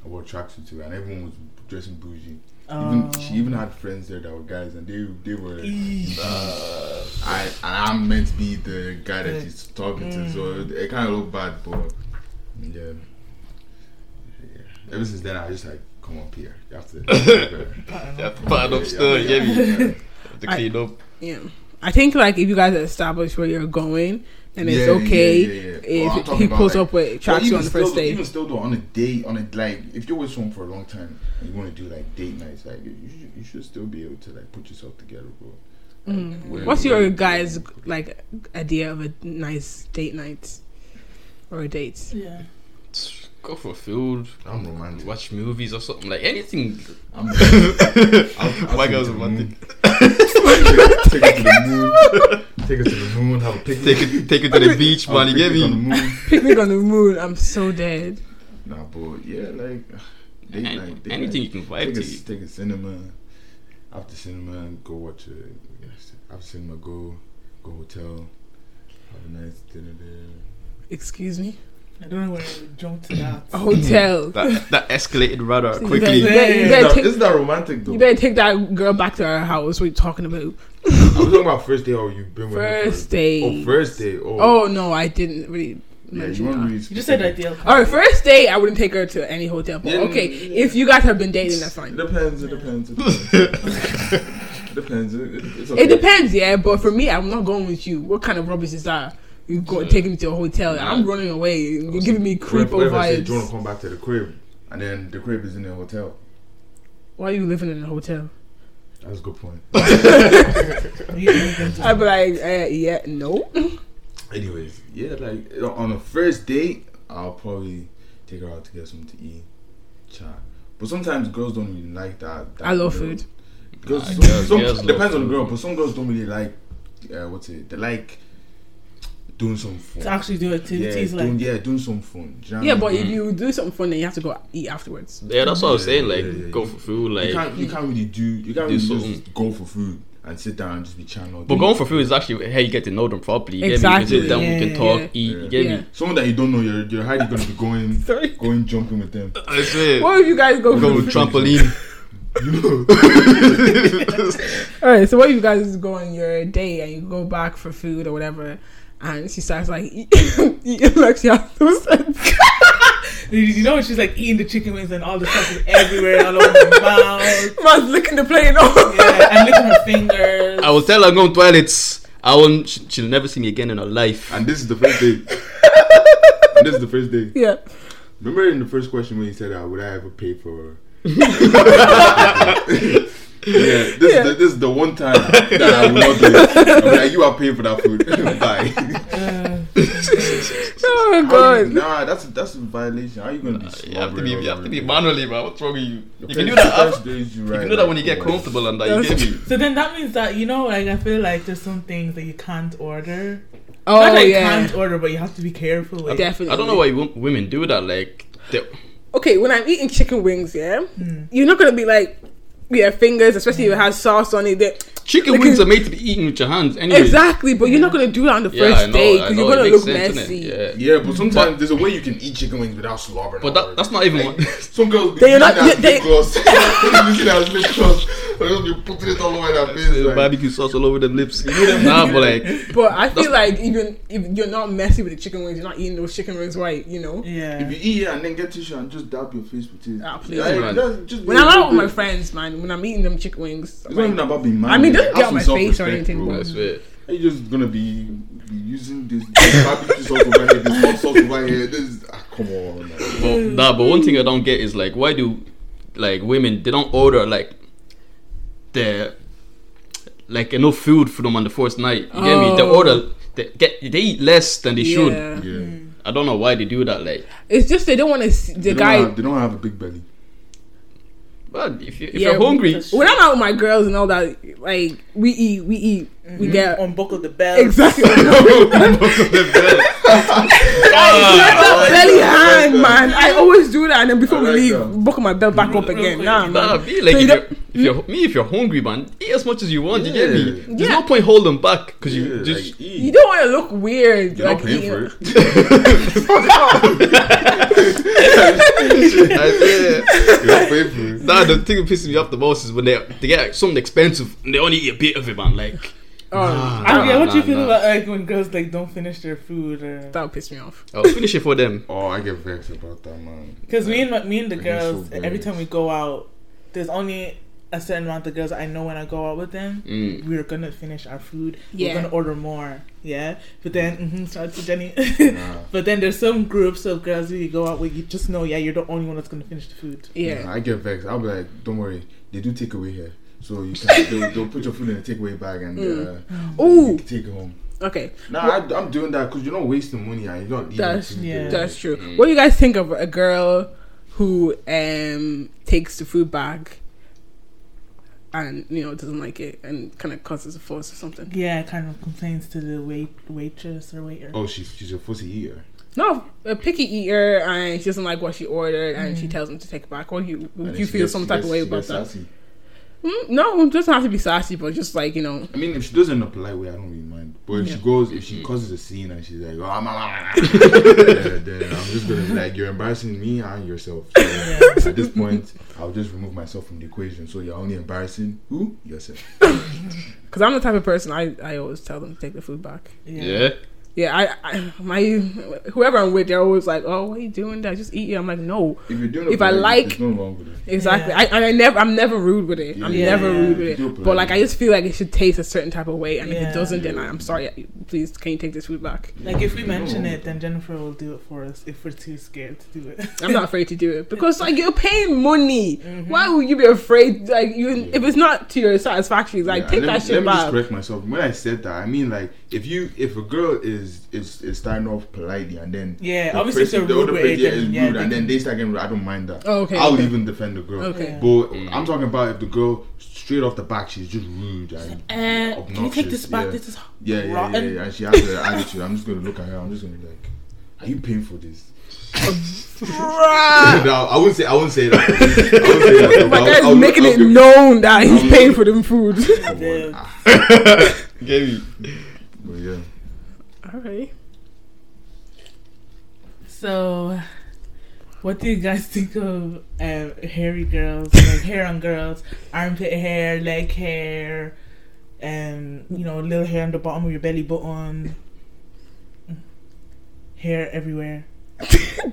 [SPEAKER 3] I wore tracksuit to, her, and everyone was dressing bougie. Even, she even had friends there that were guys, and they they were. Uh, I and I'm meant to be the guy that she's talking to, so it, it kind of looked bad, but yeah. yeah. Ever since then, I just like come up here. You have to.
[SPEAKER 4] Yeah, Pad up still.
[SPEAKER 3] Yeah,
[SPEAKER 4] Get
[SPEAKER 3] yeah,
[SPEAKER 4] me.
[SPEAKER 3] yeah.
[SPEAKER 4] To clean up.
[SPEAKER 2] Yeah. I think, like, if you guys establish where you're going, then it's
[SPEAKER 3] Yeah,
[SPEAKER 2] okay
[SPEAKER 3] yeah, yeah, yeah. Well, I'm
[SPEAKER 2] if
[SPEAKER 3] talking
[SPEAKER 2] he
[SPEAKER 3] about,
[SPEAKER 2] pulls
[SPEAKER 3] like-
[SPEAKER 2] up with
[SPEAKER 3] But
[SPEAKER 2] tracksuit
[SPEAKER 3] even
[SPEAKER 2] on the
[SPEAKER 3] still,
[SPEAKER 2] first day.
[SPEAKER 3] Even still, though, on a date, on a like, if you're with someone for a long time and you want to do like date nights, like you should, you should still be able to like put yourself together, bro. Like, where-
[SPEAKER 2] Mm. What's
[SPEAKER 3] where-
[SPEAKER 2] your guys' like idea of a nice date night or a date?
[SPEAKER 1] Yeah.
[SPEAKER 4] Go for food.
[SPEAKER 3] I'm romantic.
[SPEAKER 4] Watch movies or something like anything.
[SPEAKER 3] I'm romantic. I'll- I'll
[SPEAKER 4] My
[SPEAKER 3] take
[SPEAKER 4] girl's
[SPEAKER 3] it to the
[SPEAKER 4] romantic.
[SPEAKER 3] moon. Take it to the moon. Take it to the moon. Have a picnic.
[SPEAKER 4] Take it, take it to the beach,
[SPEAKER 3] Have a
[SPEAKER 4] man. You get
[SPEAKER 3] picnic on the
[SPEAKER 4] me?
[SPEAKER 3] moon.
[SPEAKER 2] Picnic on the moon. I'm so dead.
[SPEAKER 3] Nah, but yeah, like date
[SPEAKER 4] An-
[SPEAKER 3] night. Date
[SPEAKER 4] anything
[SPEAKER 3] night.
[SPEAKER 4] you can vibe
[SPEAKER 3] Take
[SPEAKER 4] to.
[SPEAKER 3] a, take a cinema. After cinema, go watch a. yes, After cinema, go go hotel. Have a nice dinner there.
[SPEAKER 2] Excuse me.
[SPEAKER 1] I don't know where we jumped to that.
[SPEAKER 2] A hotel.
[SPEAKER 4] That that escalated
[SPEAKER 3] Uh,
[SPEAKER 4] rather
[SPEAKER 2] You better- you
[SPEAKER 4] quickly.
[SPEAKER 2] better- you
[SPEAKER 1] Yeah,
[SPEAKER 3] Isn't
[SPEAKER 2] better
[SPEAKER 3] that,
[SPEAKER 2] take-
[SPEAKER 3] isn't that romantic though?
[SPEAKER 2] you better take that girl back to her house. What you talking about?
[SPEAKER 3] I'm talking about first day or you've been with her
[SPEAKER 2] First
[SPEAKER 3] first
[SPEAKER 2] date.
[SPEAKER 3] Oh, first day. Oh,
[SPEAKER 2] Oh no, I didn't really
[SPEAKER 3] yeah.
[SPEAKER 2] mention
[SPEAKER 3] You want
[SPEAKER 2] that.
[SPEAKER 3] to really
[SPEAKER 1] You just said
[SPEAKER 3] specific.
[SPEAKER 1] ideal.
[SPEAKER 2] All right, first date, I wouldn't take her to any hotel. But
[SPEAKER 3] Yeah,
[SPEAKER 2] okay,
[SPEAKER 3] yeah.
[SPEAKER 2] if you guys have been dating, that's
[SPEAKER 3] It
[SPEAKER 2] fine.
[SPEAKER 3] depends. It depends. It depends. It depends. It, it- it's okay.
[SPEAKER 2] It depends, yeah. But for me, I'm not going with you. What kind of rubbish is that? You go taking me to a hotel?
[SPEAKER 4] Nah.
[SPEAKER 2] I'm running away. You're giving me creepo
[SPEAKER 3] Whatever- whatever I say, Do you want
[SPEAKER 2] vibes.
[SPEAKER 3] to come back to the crib? And then the crib is in the hotel.
[SPEAKER 2] Why are you living in a hotel?
[SPEAKER 3] That's a good point.
[SPEAKER 1] You don't get to-
[SPEAKER 2] I'd be like, uh, yeah, no.
[SPEAKER 3] Mm-hmm. Anyways, yeah, like you know, on a first date, I'll probably take her out to get something to eat, chat. But sometimes girls don't really like that. that
[SPEAKER 2] I love
[SPEAKER 3] little-
[SPEAKER 2] food.
[SPEAKER 3] Girls,
[SPEAKER 4] Nah,
[SPEAKER 3] some,
[SPEAKER 4] girls-
[SPEAKER 3] some-
[SPEAKER 4] girls love
[SPEAKER 3] depends on the
[SPEAKER 4] food.
[SPEAKER 3] girl, but some girls don't really like uh, what's it? They like doing some fun.
[SPEAKER 1] to actually do
[SPEAKER 3] yeah,
[SPEAKER 1] activities like
[SPEAKER 3] doing, yeah, doing some fun. Do you know
[SPEAKER 2] Yeah,
[SPEAKER 3] what
[SPEAKER 2] but
[SPEAKER 3] I mean?
[SPEAKER 2] if you do something fun, then you have to go eat afterwards.
[SPEAKER 4] Yeah, that's what I was saying. Like,
[SPEAKER 3] Yeah, yeah, yeah.
[SPEAKER 4] go for food.
[SPEAKER 3] you
[SPEAKER 4] Like,
[SPEAKER 3] can't you can't really do you can't
[SPEAKER 4] do
[SPEAKER 3] really
[SPEAKER 4] something.
[SPEAKER 3] just go for food and sit down and just be channeled.
[SPEAKER 4] but going for food is actually how you get to know them properly. You
[SPEAKER 2] Exactly.
[SPEAKER 4] get me? You can sit down, we
[SPEAKER 2] Yeah.
[SPEAKER 4] can talk,
[SPEAKER 2] Yeah.
[SPEAKER 4] eat.
[SPEAKER 3] Yeah.
[SPEAKER 4] You get
[SPEAKER 2] Yeah.
[SPEAKER 4] me?
[SPEAKER 3] someone that you don't know, you're you're highly gonna be going
[SPEAKER 2] Sorry.
[SPEAKER 3] going jumping with them.
[SPEAKER 4] I swear.
[SPEAKER 2] What if you guys go?
[SPEAKER 4] We
[SPEAKER 2] For,
[SPEAKER 4] go with trampoline.
[SPEAKER 3] You know,
[SPEAKER 2] all right. So what if you guys go on your day and you go back for food or whatever, and she starts like eating like she has no sense.
[SPEAKER 1] You- you know she's like eating the chicken wings and all the stuff is everywhere all over her mouth
[SPEAKER 2] Man's licking the plate off.
[SPEAKER 1] yeah and licking her fingers
[SPEAKER 4] I will tell her I'm going to toilets. I won't. she- She'll never see me again in her life.
[SPEAKER 3] and this is the first day. and this is the first day.
[SPEAKER 2] Yeah.
[SPEAKER 3] Remember in the first question when you said, uh, "Would I ever pay for?" yeah, this,
[SPEAKER 2] Yeah.
[SPEAKER 3] Is the, this is the one time that I will not do it. I'm like, you are paying for that food. Bye.
[SPEAKER 2] Oh god.
[SPEAKER 3] Nah, that's that's a violation. How are you gonna be?
[SPEAKER 4] You have to
[SPEAKER 3] slobbering
[SPEAKER 4] be,
[SPEAKER 3] all
[SPEAKER 4] you have to
[SPEAKER 3] over
[SPEAKER 4] be
[SPEAKER 3] the-
[SPEAKER 4] manually, man. What's wrong with you?
[SPEAKER 3] the
[SPEAKER 4] You
[SPEAKER 3] first-
[SPEAKER 4] can do that.
[SPEAKER 3] the
[SPEAKER 4] After,
[SPEAKER 3] first days
[SPEAKER 4] you
[SPEAKER 3] ride,
[SPEAKER 4] can do that
[SPEAKER 3] like,
[SPEAKER 4] when you get
[SPEAKER 3] oh,
[SPEAKER 4] comfortable and that. You get me?
[SPEAKER 1] so then that means that you know like I feel like there's some things that you can't order not
[SPEAKER 2] Oh
[SPEAKER 1] that you
[SPEAKER 2] yeah.
[SPEAKER 1] can't order but you have to be careful with
[SPEAKER 2] Definitely.
[SPEAKER 4] I don't know why wo- women do that. Like, they-
[SPEAKER 2] okay, when I'm eating chicken wings, yeah, you're not gonna be like, yeah, fingers, especially if it has sauce on it. That,
[SPEAKER 4] chicken
[SPEAKER 2] Like,
[SPEAKER 4] wings are made to be eaten with your hands anyway.
[SPEAKER 2] exactly, but you're not gonna do that on the
[SPEAKER 4] Yeah,
[SPEAKER 2] first
[SPEAKER 4] I know.
[SPEAKER 2] day
[SPEAKER 4] I
[SPEAKER 2] because
[SPEAKER 4] know.
[SPEAKER 2] you're gonna
[SPEAKER 4] it makes
[SPEAKER 2] look
[SPEAKER 4] sense,
[SPEAKER 2] messy.
[SPEAKER 4] innit? Yeah.
[SPEAKER 3] Yeah, but sometimes
[SPEAKER 4] But-
[SPEAKER 3] there's a way you can eat chicken wings without slobbering.
[SPEAKER 4] But
[SPEAKER 3] all
[SPEAKER 4] that, that's
[SPEAKER 3] over.
[SPEAKER 4] not even what.
[SPEAKER 3] some girls.
[SPEAKER 2] They are not-
[SPEAKER 3] They
[SPEAKER 2] they-
[SPEAKER 3] lip gloss. They using that as lip gloss. They're just be putting it all over their face. Like,
[SPEAKER 4] barbecue sauce all over them lips. nah, but like,
[SPEAKER 2] But I feel like even if you're not messy with the chicken wings, you're not eating those chicken wings right, you know.
[SPEAKER 1] yeah
[SPEAKER 3] if you eat it and then get tissue and just dab your face with it.
[SPEAKER 2] Ah, please.
[SPEAKER 3] Like,
[SPEAKER 4] Man.
[SPEAKER 3] that's just
[SPEAKER 2] When I'm out with my friends, man, when I'm eating them chicken wings,
[SPEAKER 3] It's not even
[SPEAKER 2] like,
[SPEAKER 3] about being mad.
[SPEAKER 2] I mean,
[SPEAKER 3] Like,
[SPEAKER 2] don't
[SPEAKER 3] have
[SPEAKER 2] get on my
[SPEAKER 3] some
[SPEAKER 2] face or
[SPEAKER 3] self-respect,
[SPEAKER 2] anything,
[SPEAKER 3] bro.
[SPEAKER 4] I swear.
[SPEAKER 3] Are you just gonna be, be using this this barbecue sauce over here, this hot sauce over here? This ah, come
[SPEAKER 2] Mm.
[SPEAKER 3] on. man.
[SPEAKER 4] But, nah, but one thing I don't get is like, why do like women they don't order like the like enough food for them on the first night? You get me? They
[SPEAKER 2] Oh.
[SPEAKER 4] order they get they eat less than they
[SPEAKER 2] Yeah.
[SPEAKER 4] should.
[SPEAKER 3] Yeah.
[SPEAKER 4] I don't know why they do that. Like,
[SPEAKER 2] it's just they don't want to see the
[SPEAKER 3] They don't,
[SPEAKER 2] guy.
[SPEAKER 3] have, they don't have a big belly.
[SPEAKER 4] but if, you, if
[SPEAKER 2] Yeah,
[SPEAKER 4] you're hungry,
[SPEAKER 1] that's-
[SPEAKER 2] When I'm out with my girls and all that, like we eat, we eat,
[SPEAKER 1] Mm-hmm.
[SPEAKER 2] we get
[SPEAKER 4] Oh,
[SPEAKER 1] unbuckle the belt
[SPEAKER 2] exactly.
[SPEAKER 4] Ah,
[SPEAKER 2] Belly belly hang,
[SPEAKER 3] that.
[SPEAKER 2] man. I always do that, and then before
[SPEAKER 3] I
[SPEAKER 2] we
[SPEAKER 3] like
[SPEAKER 2] leave,
[SPEAKER 3] that.
[SPEAKER 2] buckle my belt back up
[SPEAKER 1] Real
[SPEAKER 2] again.
[SPEAKER 1] quick.
[SPEAKER 2] Nah,
[SPEAKER 4] nah,
[SPEAKER 2] man.
[SPEAKER 4] be like
[SPEAKER 2] So you
[SPEAKER 4] if,
[SPEAKER 2] don't-
[SPEAKER 4] you're, if you're me, if you're hungry, man, eat as much as you want. You get me?
[SPEAKER 3] Yeah.
[SPEAKER 4] There's
[SPEAKER 2] Yeah.
[SPEAKER 4] no point holding back because you
[SPEAKER 3] Yeah,
[SPEAKER 4] just
[SPEAKER 3] like,
[SPEAKER 2] You
[SPEAKER 3] eat.
[SPEAKER 2] don't want to look weird.
[SPEAKER 3] You're
[SPEAKER 2] like,
[SPEAKER 3] not paying
[SPEAKER 2] you
[SPEAKER 3] for
[SPEAKER 2] know-
[SPEAKER 3] it.
[SPEAKER 4] I swear.
[SPEAKER 3] You're not paying for it.
[SPEAKER 4] Nah, the thing that pisses me off the most is when they they get something expensive and they only eat a bit of it, man. Like,
[SPEAKER 2] Oh,
[SPEAKER 1] I mean, yeah, what do you feel
[SPEAKER 4] Ah, nah, nah.
[SPEAKER 1] about like when girls like don't finish their food or
[SPEAKER 2] that would piss me off.
[SPEAKER 4] I'll finish it for them.
[SPEAKER 3] Oh, I get vexed about that, man.
[SPEAKER 1] Because me and my, me and the
[SPEAKER 3] I get so
[SPEAKER 1] girls, every
[SPEAKER 3] bored.
[SPEAKER 1] time we go out, there's only a certain amount of girls I know when I go out with them.
[SPEAKER 4] Mm.
[SPEAKER 1] We're gonna finish our food.
[SPEAKER 2] Yeah.
[SPEAKER 1] We're gonna order more. Yeah. But then, mm-hmm, shout out to Jenny.
[SPEAKER 3] Nah.
[SPEAKER 1] but then there's some groups of girls who you go out with. You just know, yeah, you're the only one that's gonna finish the food.
[SPEAKER 2] Yeah.
[SPEAKER 3] I get vexed. I'll be like, don't worry, they do take away here. So you can, they'll, they'll put your food in a takeaway bag and uh, you
[SPEAKER 2] Mm. Ooh.
[SPEAKER 3] can take it home.
[SPEAKER 2] Okay,
[SPEAKER 3] Nah, I, I'm doing that because you're not wasting money and you're not eating.
[SPEAKER 2] That's-
[SPEAKER 3] food.
[SPEAKER 1] yeah.
[SPEAKER 2] that's true.
[SPEAKER 3] Mm.
[SPEAKER 2] What do you guys think of a girl who um takes the food back and you know doesn't like it and kind of causes a fuss or something?
[SPEAKER 1] Yeah, kind of complains to the wait waitress or waiter.
[SPEAKER 3] Oh, she's she's a fussy eater.
[SPEAKER 2] No, a picky eater and she doesn't like what she ordered and she tells him to take it back. Or you,
[SPEAKER 3] Mm. And
[SPEAKER 2] would
[SPEAKER 3] then
[SPEAKER 2] you
[SPEAKER 3] she
[SPEAKER 2] feel
[SPEAKER 3] gets-
[SPEAKER 2] some
[SPEAKER 3] she
[SPEAKER 2] type
[SPEAKER 3] gets-
[SPEAKER 2] of way
[SPEAKER 3] she
[SPEAKER 2] about
[SPEAKER 3] gets
[SPEAKER 2] that?
[SPEAKER 3] sassy.
[SPEAKER 2] Mm, no, it doesn't have to be sassy, but just like you know,
[SPEAKER 3] I mean, if she does it in a polite way, I don't really mind. But if she goes, if she causes a scene and she's like, oh, I'm, yeah, then I'm just gonna be like, you're embarrassing me and yourself. So at this point, I'll just remove myself from the equation. So you're only embarrassing who yourself.
[SPEAKER 2] because I'm the type of person I, I always tell them to take the food back.
[SPEAKER 1] Yeah.
[SPEAKER 4] Yeah.
[SPEAKER 2] Yeah, I, I my whoever I'm with, they're always like, "Oh, what are you doing? That just eat it." I'm like, "No,
[SPEAKER 3] If you're doing it
[SPEAKER 2] If I
[SPEAKER 3] politely,
[SPEAKER 2] like-
[SPEAKER 3] there's no wrong with it.
[SPEAKER 2] exactly."
[SPEAKER 1] Yeah.
[SPEAKER 2] I and I never I'm never rude with it. I'm
[SPEAKER 3] Yeah.
[SPEAKER 2] never
[SPEAKER 1] Yeah.
[SPEAKER 2] rude with
[SPEAKER 3] You do
[SPEAKER 2] it.
[SPEAKER 3] politely.
[SPEAKER 2] But like, I just feel like it should taste a certain type of way, and if
[SPEAKER 1] Yeah.
[SPEAKER 2] it doesn't, then I, I'm sorry. Please, can you take this food back?
[SPEAKER 1] Like if we
[SPEAKER 3] There's no
[SPEAKER 1] mention
[SPEAKER 3] wrong
[SPEAKER 1] it,
[SPEAKER 3] with
[SPEAKER 1] then Jennifer will do it for us if we're too scared to do it.
[SPEAKER 2] I'm not afraid to do it because like you're paying money.
[SPEAKER 1] Mm-hmm.
[SPEAKER 2] Why would you be afraid? Like you, if it's not to your satisfaction, like
[SPEAKER 3] Yeah,
[SPEAKER 2] take
[SPEAKER 3] let
[SPEAKER 2] that
[SPEAKER 3] me,
[SPEAKER 2] shit
[SPEAKER 3] Let me just
[SPEAKER 2] back.
[SPEAKER 3] correct myself. When I said that, I mean like if you if a girl is is, is starting off politely and then
[SPEAKER 1] Yeah,
[SPEAKER 3] the
[SPEAKER 1] obviously if
[SPEAKER 3] person-
[SPEAKER 1] they're rude
[SPEAKER 3] the
[SPEAKER 1] with
[SPEAKER 3] other person
[SPEAKER 1] it,
[SPEAKER 3] yeah,
[SPEAKER 1] then
[SPEAKER 3] is rude
[SPEAKER 1] yeah, they
[SPEAKER 3] and then
[SPEAKER 1] can-
[SPEAKER 3] they start getting rude, I don't mind that.
[SPEAKER 2] Oh, okay,
[SPEAKER 3] I'll
[SPEAKER 2] okay.
[SPEAKER 3] even defend the girl.
[SPEAKER 2] Okay.
[SPEAKER 3] But I'm talking about if the girl straight off the back, she's just rude and
[SPEAKER 1] And
[SPEAKER 3] obnoxious.
[SPEAKER 1] can you take this back?
[SPEAKER 3] Oh, Yeah.
[SPEAKER 1] This is
[SPEAKER 3] yeah, yeah, yeah,
[SPEAKER 1] rotten.
[SPEAKER 3] yeah. And she has an attitude. I'm just gonna look at her. I'm just gonna be like, "Are you paying for this?" no, I wouldn't say. I wouldn't say that. I wouldn't say that.
[SPEAKER 2] My
[SPEAKER 3] I would-
[SPEAKER 2] guy's
[SPEAKER 3] I would-
[SPEAKER 2] making
[SPEAKER 3] I
[SPEAKER 2] it
[SPEAKER 3] would-
[SPEAKER 2] known that he's paying for them food.
[SPEAKER 3] Come on.
[SPEAKER 1] Yeah.
[SPEAKER 3] Ah,
[SPEAKER 4] Gabby.
[SPEAKER 3] But yeah,
[SPEAKER 2] All right.
[SPEAKER 1] So, what do you guys think of um, hairy girls, like hair on girls, armpit hair, leg hair, and you know, little hair on the bottom of your belly button, hair everywhere?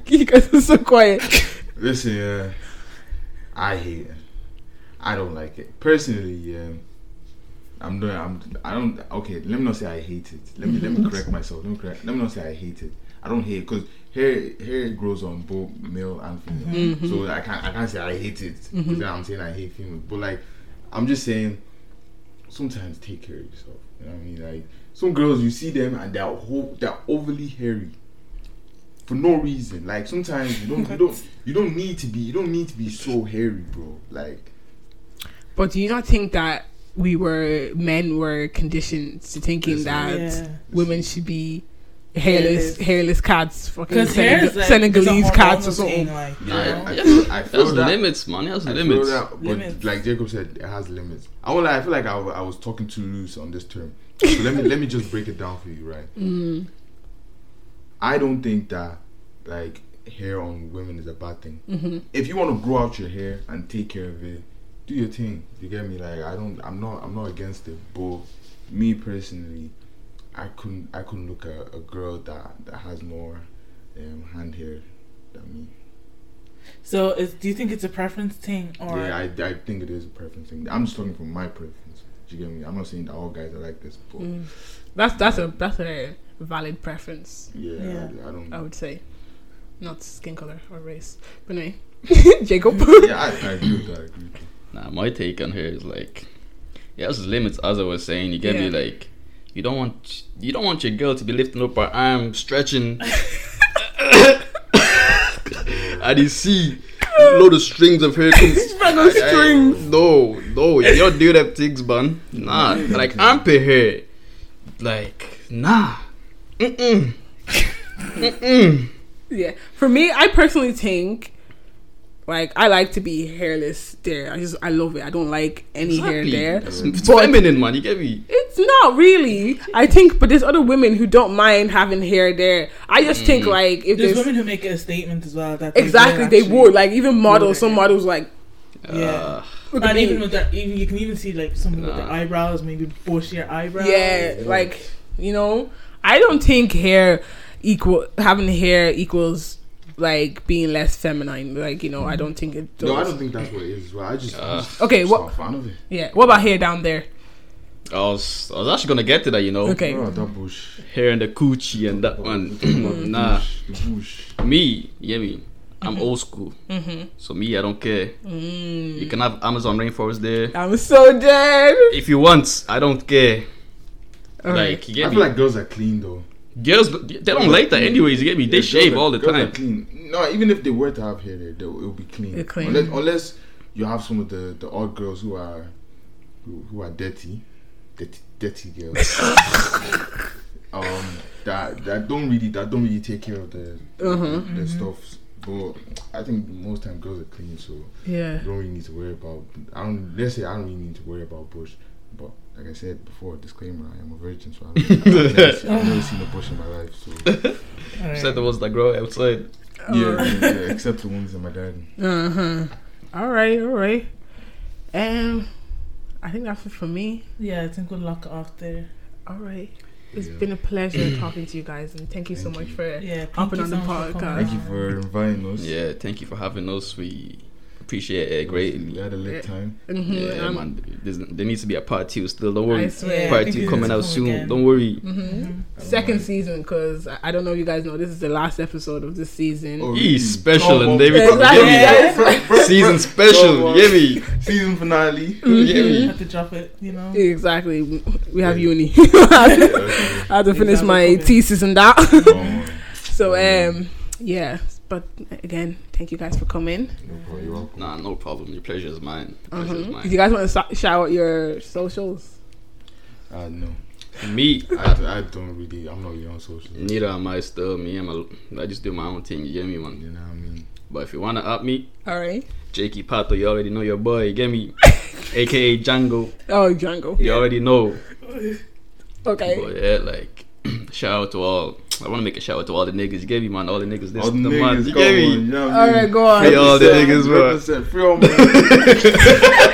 [SPEAKER 2] You guys are so quiet.
[SPEAKER 3] listen. Yeah, I hate it. I don't like it personally. Yeah, I'm not. I'm. I don't. Okay, let me not say I hate it. Let me let me correct myself. Let me correct. Let me not say I hate it. I don't hate it because hair hair grows on both male and female. So I can't I can't say I hate it. 'cause then I'm saying I hate female, but like I'm just saying sometimes take care of yourself. You know what I mean? Like some girls, you see them and they're whole, they're overly hairy for no reason. Like sometimes you don't you don't you don't need to be you don't need to be so hairy, bro. Like
[SPEAKER 2] But do you not think that we were men were conditioned to thinking
[SPEAKER 3] Listen.
[SPEAKER 2] that
[SPEAKER 1] Yeah.
[SPEAKER 2] women should be
[SPEAKER 1] Hairless.
[SPEAKER 2] hairless, hairless cats, fucking
[SPEAKER 1] Because hair is
[SPEAKER 2] Senegal-
[SPEAKER 1] like
[SPEAKER 2] Senegalese
[SPEAKER 1] it's a
[SPEAKER 2] cats or
[SPEAKER 1] hormonal
[SPEAKER 2] something?
[SPEAKER 1] thing, Like, you
[SPEAKER 3] yeah,
[SPEAKER 1] know?
[SPEAKER 3] I, I
[SPEAKER 4] Yeah.
[SPEAKER 3] feel, I feel
[SPEAKER 4] There's
[SPEAKER 3] that.
[SPEAKER 4] limits, man. There's
[SPEAKER 3] I feel
[SPEAKER 4] limits.
[SPEAKER 3] that, but
[SPEAKER 1] Limits.
[SPEAKER 3] like Jacob said, it has limits. I will. I feel like I, wa- I was talking too loose on this term. So let me let me just break it down for you, right?
[SPEAKER 2] Mm.
[SPEAKER 3] I don't think that like hair on women is a bad thing.
[SPEAKER 2] hmm
[SPEAKER 3] If you want to grow out your hair and take care of it, do your thing. You get me? Like I don't. I'm not. I'm not against it. But me personally, I couldn't. I couldn't look at a girl that that has more um, hand hair than me.
[SPEAKER 1] So, is, do you think it's a preference thing or?
[SPEAKER 3] Yeah, I, I think it is a preference thing. I'm just talking from my preference. Do you get me? I'm not saying that all guys are like this, but
[SPEAKER 2] Mm. That's that's a that's a valid preference,
[SPEAKER 3] yeah,
[SPEAKER 1] Yeah.
[SPEAKER 3] I, I don't.
[SPEAKER 2] I would say, not skin color or race. But anyway, Jacob.
[SPEAKER 3] Yeah, I, I agree with that. I agree with that.
[SPEAKER 4] Nah, my take on her is like, yeah, there's limits. As I was saying, you get me
[SPEAKER 2] Yeah.
[SPEAKER 4] like, you don't want you don't want your girl to be lifting up her arm, stretching, and you see a load of strings of hair come.
[SPEAKER 2] Struggle
[SPEAKER 4] I- I-
[SPEAKER 2] strings.
[SPEAKER 4] no, no, you don't do that things, man. Nah, like armpit hair, like nah. Mm-mm. Mm-mm.
[SPEAKER 2] Yeah, for me, I personally think. Like I like to be hairless there. I just I love it. I don't like any hair
[SPEAKER 4] Exactly.
[SPEAKER 2] there.
[SPEAKER 4] That's- It's
[SPEAKER 2] But-
[SPEAKER 4] feminine, man. You get me?
[SPEAKER 2] It's not really. I think, but there's other women who don't mind having hair there. I just
[SPEAKER 3] Mm.
[SPEAKER 2] think like if
[SPEAKER 1] There's
[SPEAKER 2] there's,
[SPEAKER 1] women who make a statement as well that
[SPEAKER 2] exactly they would like even models. Some
[SPEAKER 1] Yeah.
[SPEAKER 2] models like
[SPEAKER 1] Yeah.
[SPEAKER 4] Uh,
[SPEAKER 2] look at
[SPEAKER 1] and
[SPEAKER 2] me.
[SPEAKER 1] even with their, even you can even see like some with their
[SPEAKER 4] Nah.
[SPEAKER 1] eyebrows, maybe bushier eyebrows.
[SPEAKER 2] yeah, like you know, I don't think hair equal having hair equals like being less feminine. Like you know, I don't think it. Does.
[SPEAKER 3] No, I don't think that's what it is. as Well, I just,
[SPEAKER 4] Uh,
[SPEAKER 3] I'm just
[SPEAKER 2] Okay,
[SPEAKER 3] just
[SPEAKER 2] what-
[SPEAKER 3] not a fan of it.
[SPEAKER 2] Yeah. What about hair down there?
[SPEAKER 4] I was I was actually gonna get to that, you know.
[SPEAKER 2] Okay.
[SPEAKER 3] Oh, that bush.
[SPEAKER 4] hair and the coochie and that one.
[SPEAKER 2] Mm-hmm.
[SPEAKER 4] nah,
[SPEAKER 3] The bush.
[SPEAKER 4] me, yeah me. I'm old school,
[SPEAKER 2] Mm-hmm.
[SPEAKER 4] so me, I don't care.
[SPEAKER 2] Mm.
[SPEAKER 4] You can have Amazon rainforest there
[SPEAKER 2] I'm so dead.
[SPEAKER 4] if you want. I don't care.
[SPEAKER 2] Alright.
[SPEAKER 4] Like, you get
[SPEAKER 3] I
[SPEAKER 4] me?
[SPEAKER 3] feel like girls are clean though.
[SPEAKER 4] girls, they don't like that anyways. You get me? They
[SPEAKER 3] Yeah,
[SPEAKER 4] shave
[SPEAKER 3] girls are-
[SPEAKER 4] all the
[SPEAKER 3] girls are
[SPEAKER 4] time.
[SPEAKER 3] clean. No, even if they were to have hair, there, they, it'll be clean.
[SPEAKER 2] They're clean.
[SPEAKER 3] Unless, unless you have some of the, the odd girls who are who, who are dirty, dirty, dirty girls. um, that that don't really that don't really take care of the
[SPEAKER 2] Uh-huh.
[SPEAKER 3] the, stuff. But I think most time girls are clean, so
[SPEAKER 2] Yeah.
[SPEAKER 3] you don't really need to worry about. I don't. Let's say I don't really need to worry about bush, but. Like I said before, disclaimer: I am a virgin, so I've, I've, never, seen- I've never seen a bush in my life. So
[SPEAKER 1] Alright.
[SPEAKER 4] Except the ones that grow outside.
[SPEAKER 2] Oh.
[SPEAKER 3] yeah, yeah, yeah, except the ones in my garden.
[SPEAKER 2] Uh huh. All right. All right. Um, I think that's it for me.
[SPEAKER 1] yeah, I think we'll lock it off there.
[SPEAKER 2] All right. it's
[SPEAKER 3] Yeah.
[SPEAKER 2] been a pleasure talking to you guys, and thank you so
[SPEAKER 3] Thank
[SPEAKER 2] much
[SPEAKER 3] you.
[SPEAKER 2] for
[SPEAKER 1] Yeah,
[SPEAKER 2] hopping
[SPEAKER 1] you
[SPEAKER 2] on the
[SPEAKER 1] so much for
[SPEAKER 2] podcast.
[SPEAKER 1] coming
[SPEAKER 3] Thank you
[SPEAKER 1] on.
[SPEAKER 3] for inviting us.
[SPEAKER 4] Yeah, thank you for having us. We appreciate it
[SPEAKER 3] We
[SPEAKER 4] greatly.
[SPEAKER 3] had a
[SPEAKER 2] Yeah.
[SPEAKER 3] lit time.
[SPEAKER 2] Mhm,
[SPEAKER 4] Yeah,
[SPEAKER 2] um,
[SPEAKER 4] man. There's, there needs to be a part two still. Don't
[SPEAKER 2] I
[SPEAKER 4] worry.
[SPEAKER 1] Yeah,
[SPEAKER 2] swear.
[SPEAKER 1] I
[SPEAKER 4] part
[SPEAKER 1] think
[SPEAKER 4] two
[SPEAKER 1] it's
[SPEAKER 4] coming out
[SPEAKER 1] cool
[SPEAKER 4] soon.
[SPEAKER 1] again.
[SPEAKER 4] Don't worry.
[SPEAKER 2] Mhm.
[SPEAKER 1] Mhm.
[SPEAKER 3] I don't
[SPEAKER 2] Second
[SPEAKER 3] mind.
[SPEAKER 2] season, because I I don't know, you guys know this is the last episode of this season.
[SPEAKER 3] Oh, really?
[SPEAKER 4] He's special
[SPEAKER 3] Double-
[SPEAKER 4] and they
[SPEAKER 2] Exactly.
[SPEAKER 4] yeah.
[SPEAKER 2] Yeah.
[SPEAKER 4] season special.
[SPEAKER 3] Double-
[SPEAKER 4] Yeah, me.
[SPEAKER 3] Season finale.
[SPEAKER 4] Yeah, me.
[SPEAKER 1] Have to drop it, you know.
[SPEAKER 2] Exactly, we we have
[SPEAKER 3] Yeah.
[SPEAKER 2] uni. I
[SPEAKER 3] Okay.
[SPEAKER 2] had to finish
[SPEAKER 1] Exam
[SPEAKER 2] my
[SPEAKER 1] is coming.
[SPEAKER 2] thesis and that.
[SPEAKER 3] Oh,
[SPEAKER 2] so um, yeah, But again, thank you guys for coming.
[SPEAKER 3] No problem. You're welcome.
[SPEAKER 4] Nah, no problem. Your pleasure is mine. Your pleasure is
[SPEAKER 2] Mhm. You
[SPEAKER 4] mine.
[SPEAKER 2] guys want to so- shout out your socials?
[SPEAKER 3] Uh, no.
[SPEAKER 4] Me,
[SPEAKER 3] I,
[SPEAKER 4] I,
[SPEAKER 3] d- I don't really. I'm not really on social. media.
[SPEAKER 4] neither am I still. Me, I'm a, I just do my own thing. You get me, man.
[SPEAKER 3] You know what I mean?
[SPEAKER 4] But if you wanna up me,
[SPEAKER 2] All right.
[SPEAKER 4] Jakey Pato, you already know your boy. You get me, aka Django.
[SPEAKER 2] Oh, Django.
[SPEAKER 4] You already know.
[SPEAKER 2] Okay.
[SPEAKER 4] But yeah, like shout out to all. I want to make a shout out to all the niggas. You get me, man. All the niggas. This
[SPEAKER 3] All the
[SPEAKER 4] the man.
[SPEAKER 3] niggas
[SPEAKER 4] You
[SPEAKER 3] go on.
[SPEAKER 4] get
[SPEAKER 3] You
[SPEAKER 4] me.
[SPEAKER 3] know what I
[SPEAKER 2] All
[SPEAKER 3] mean?
[SPEAKER 2] right, go on.
[SPEAKER 4] Hey, all the
[SPEAKER 3] Represent,
[SPEAKER 4] niggas, man.
[SPEAKER 3] represent, Free all man.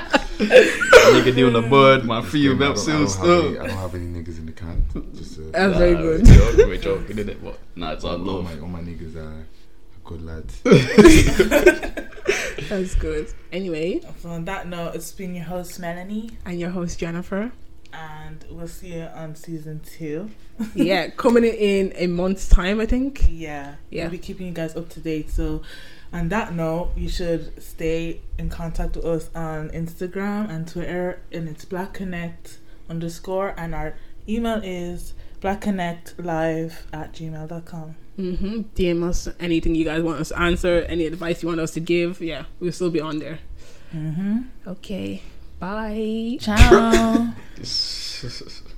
[SPEAKER 4] Nigga deal in the bud. My free you,
[SPEAKER 3] Disclaimer, I don't-
[SPEAKER 4] Bep soon
[SPEAKER 3] I don't have
[SPEAKER 4] still.
[SPEAKER 3] any- I don't have any niggas in the can. Just uh,
[SPEAKER 2] That's very good.
[SPEAKER 4] We joke. We did it. But nah, it's all
[SPEAKER 3] all, all
[SPEAKER 4] love.
[SPEAKER 3] my all my niggas are good lads.
[SPEAKER 2] That's good. Anyway,
[SPEAKER 1] So on that note, it's been your host Melanie,
[SPEAKER 2] and your host Jennifer.
[SPEAKER 1] and we'll see you on season two.
[SPEAKER 2] yeah, coming in a month's time, I think.
[SPEAKER 1] Yeah,
[SPEAKER 2] Yeah.
[SPEAKER 1] We'll be keeping you guys up to date. So, on that note, you should stay in contact with us on Instagram and Twitter, and it's Black Connect underscore, and our email is blackconnectlive at gmail.com.
[SPEAKER 2] hmm DM us anything you guys want us to answer, any advice you want us to give. Yeah, we'll still be on there.
[SPEAKER 1] Mm-hmm.
[SPEAKER 2] Okay. Bye.
[SPEAKER 1] Ciao.
[SPEAKER 4] It's-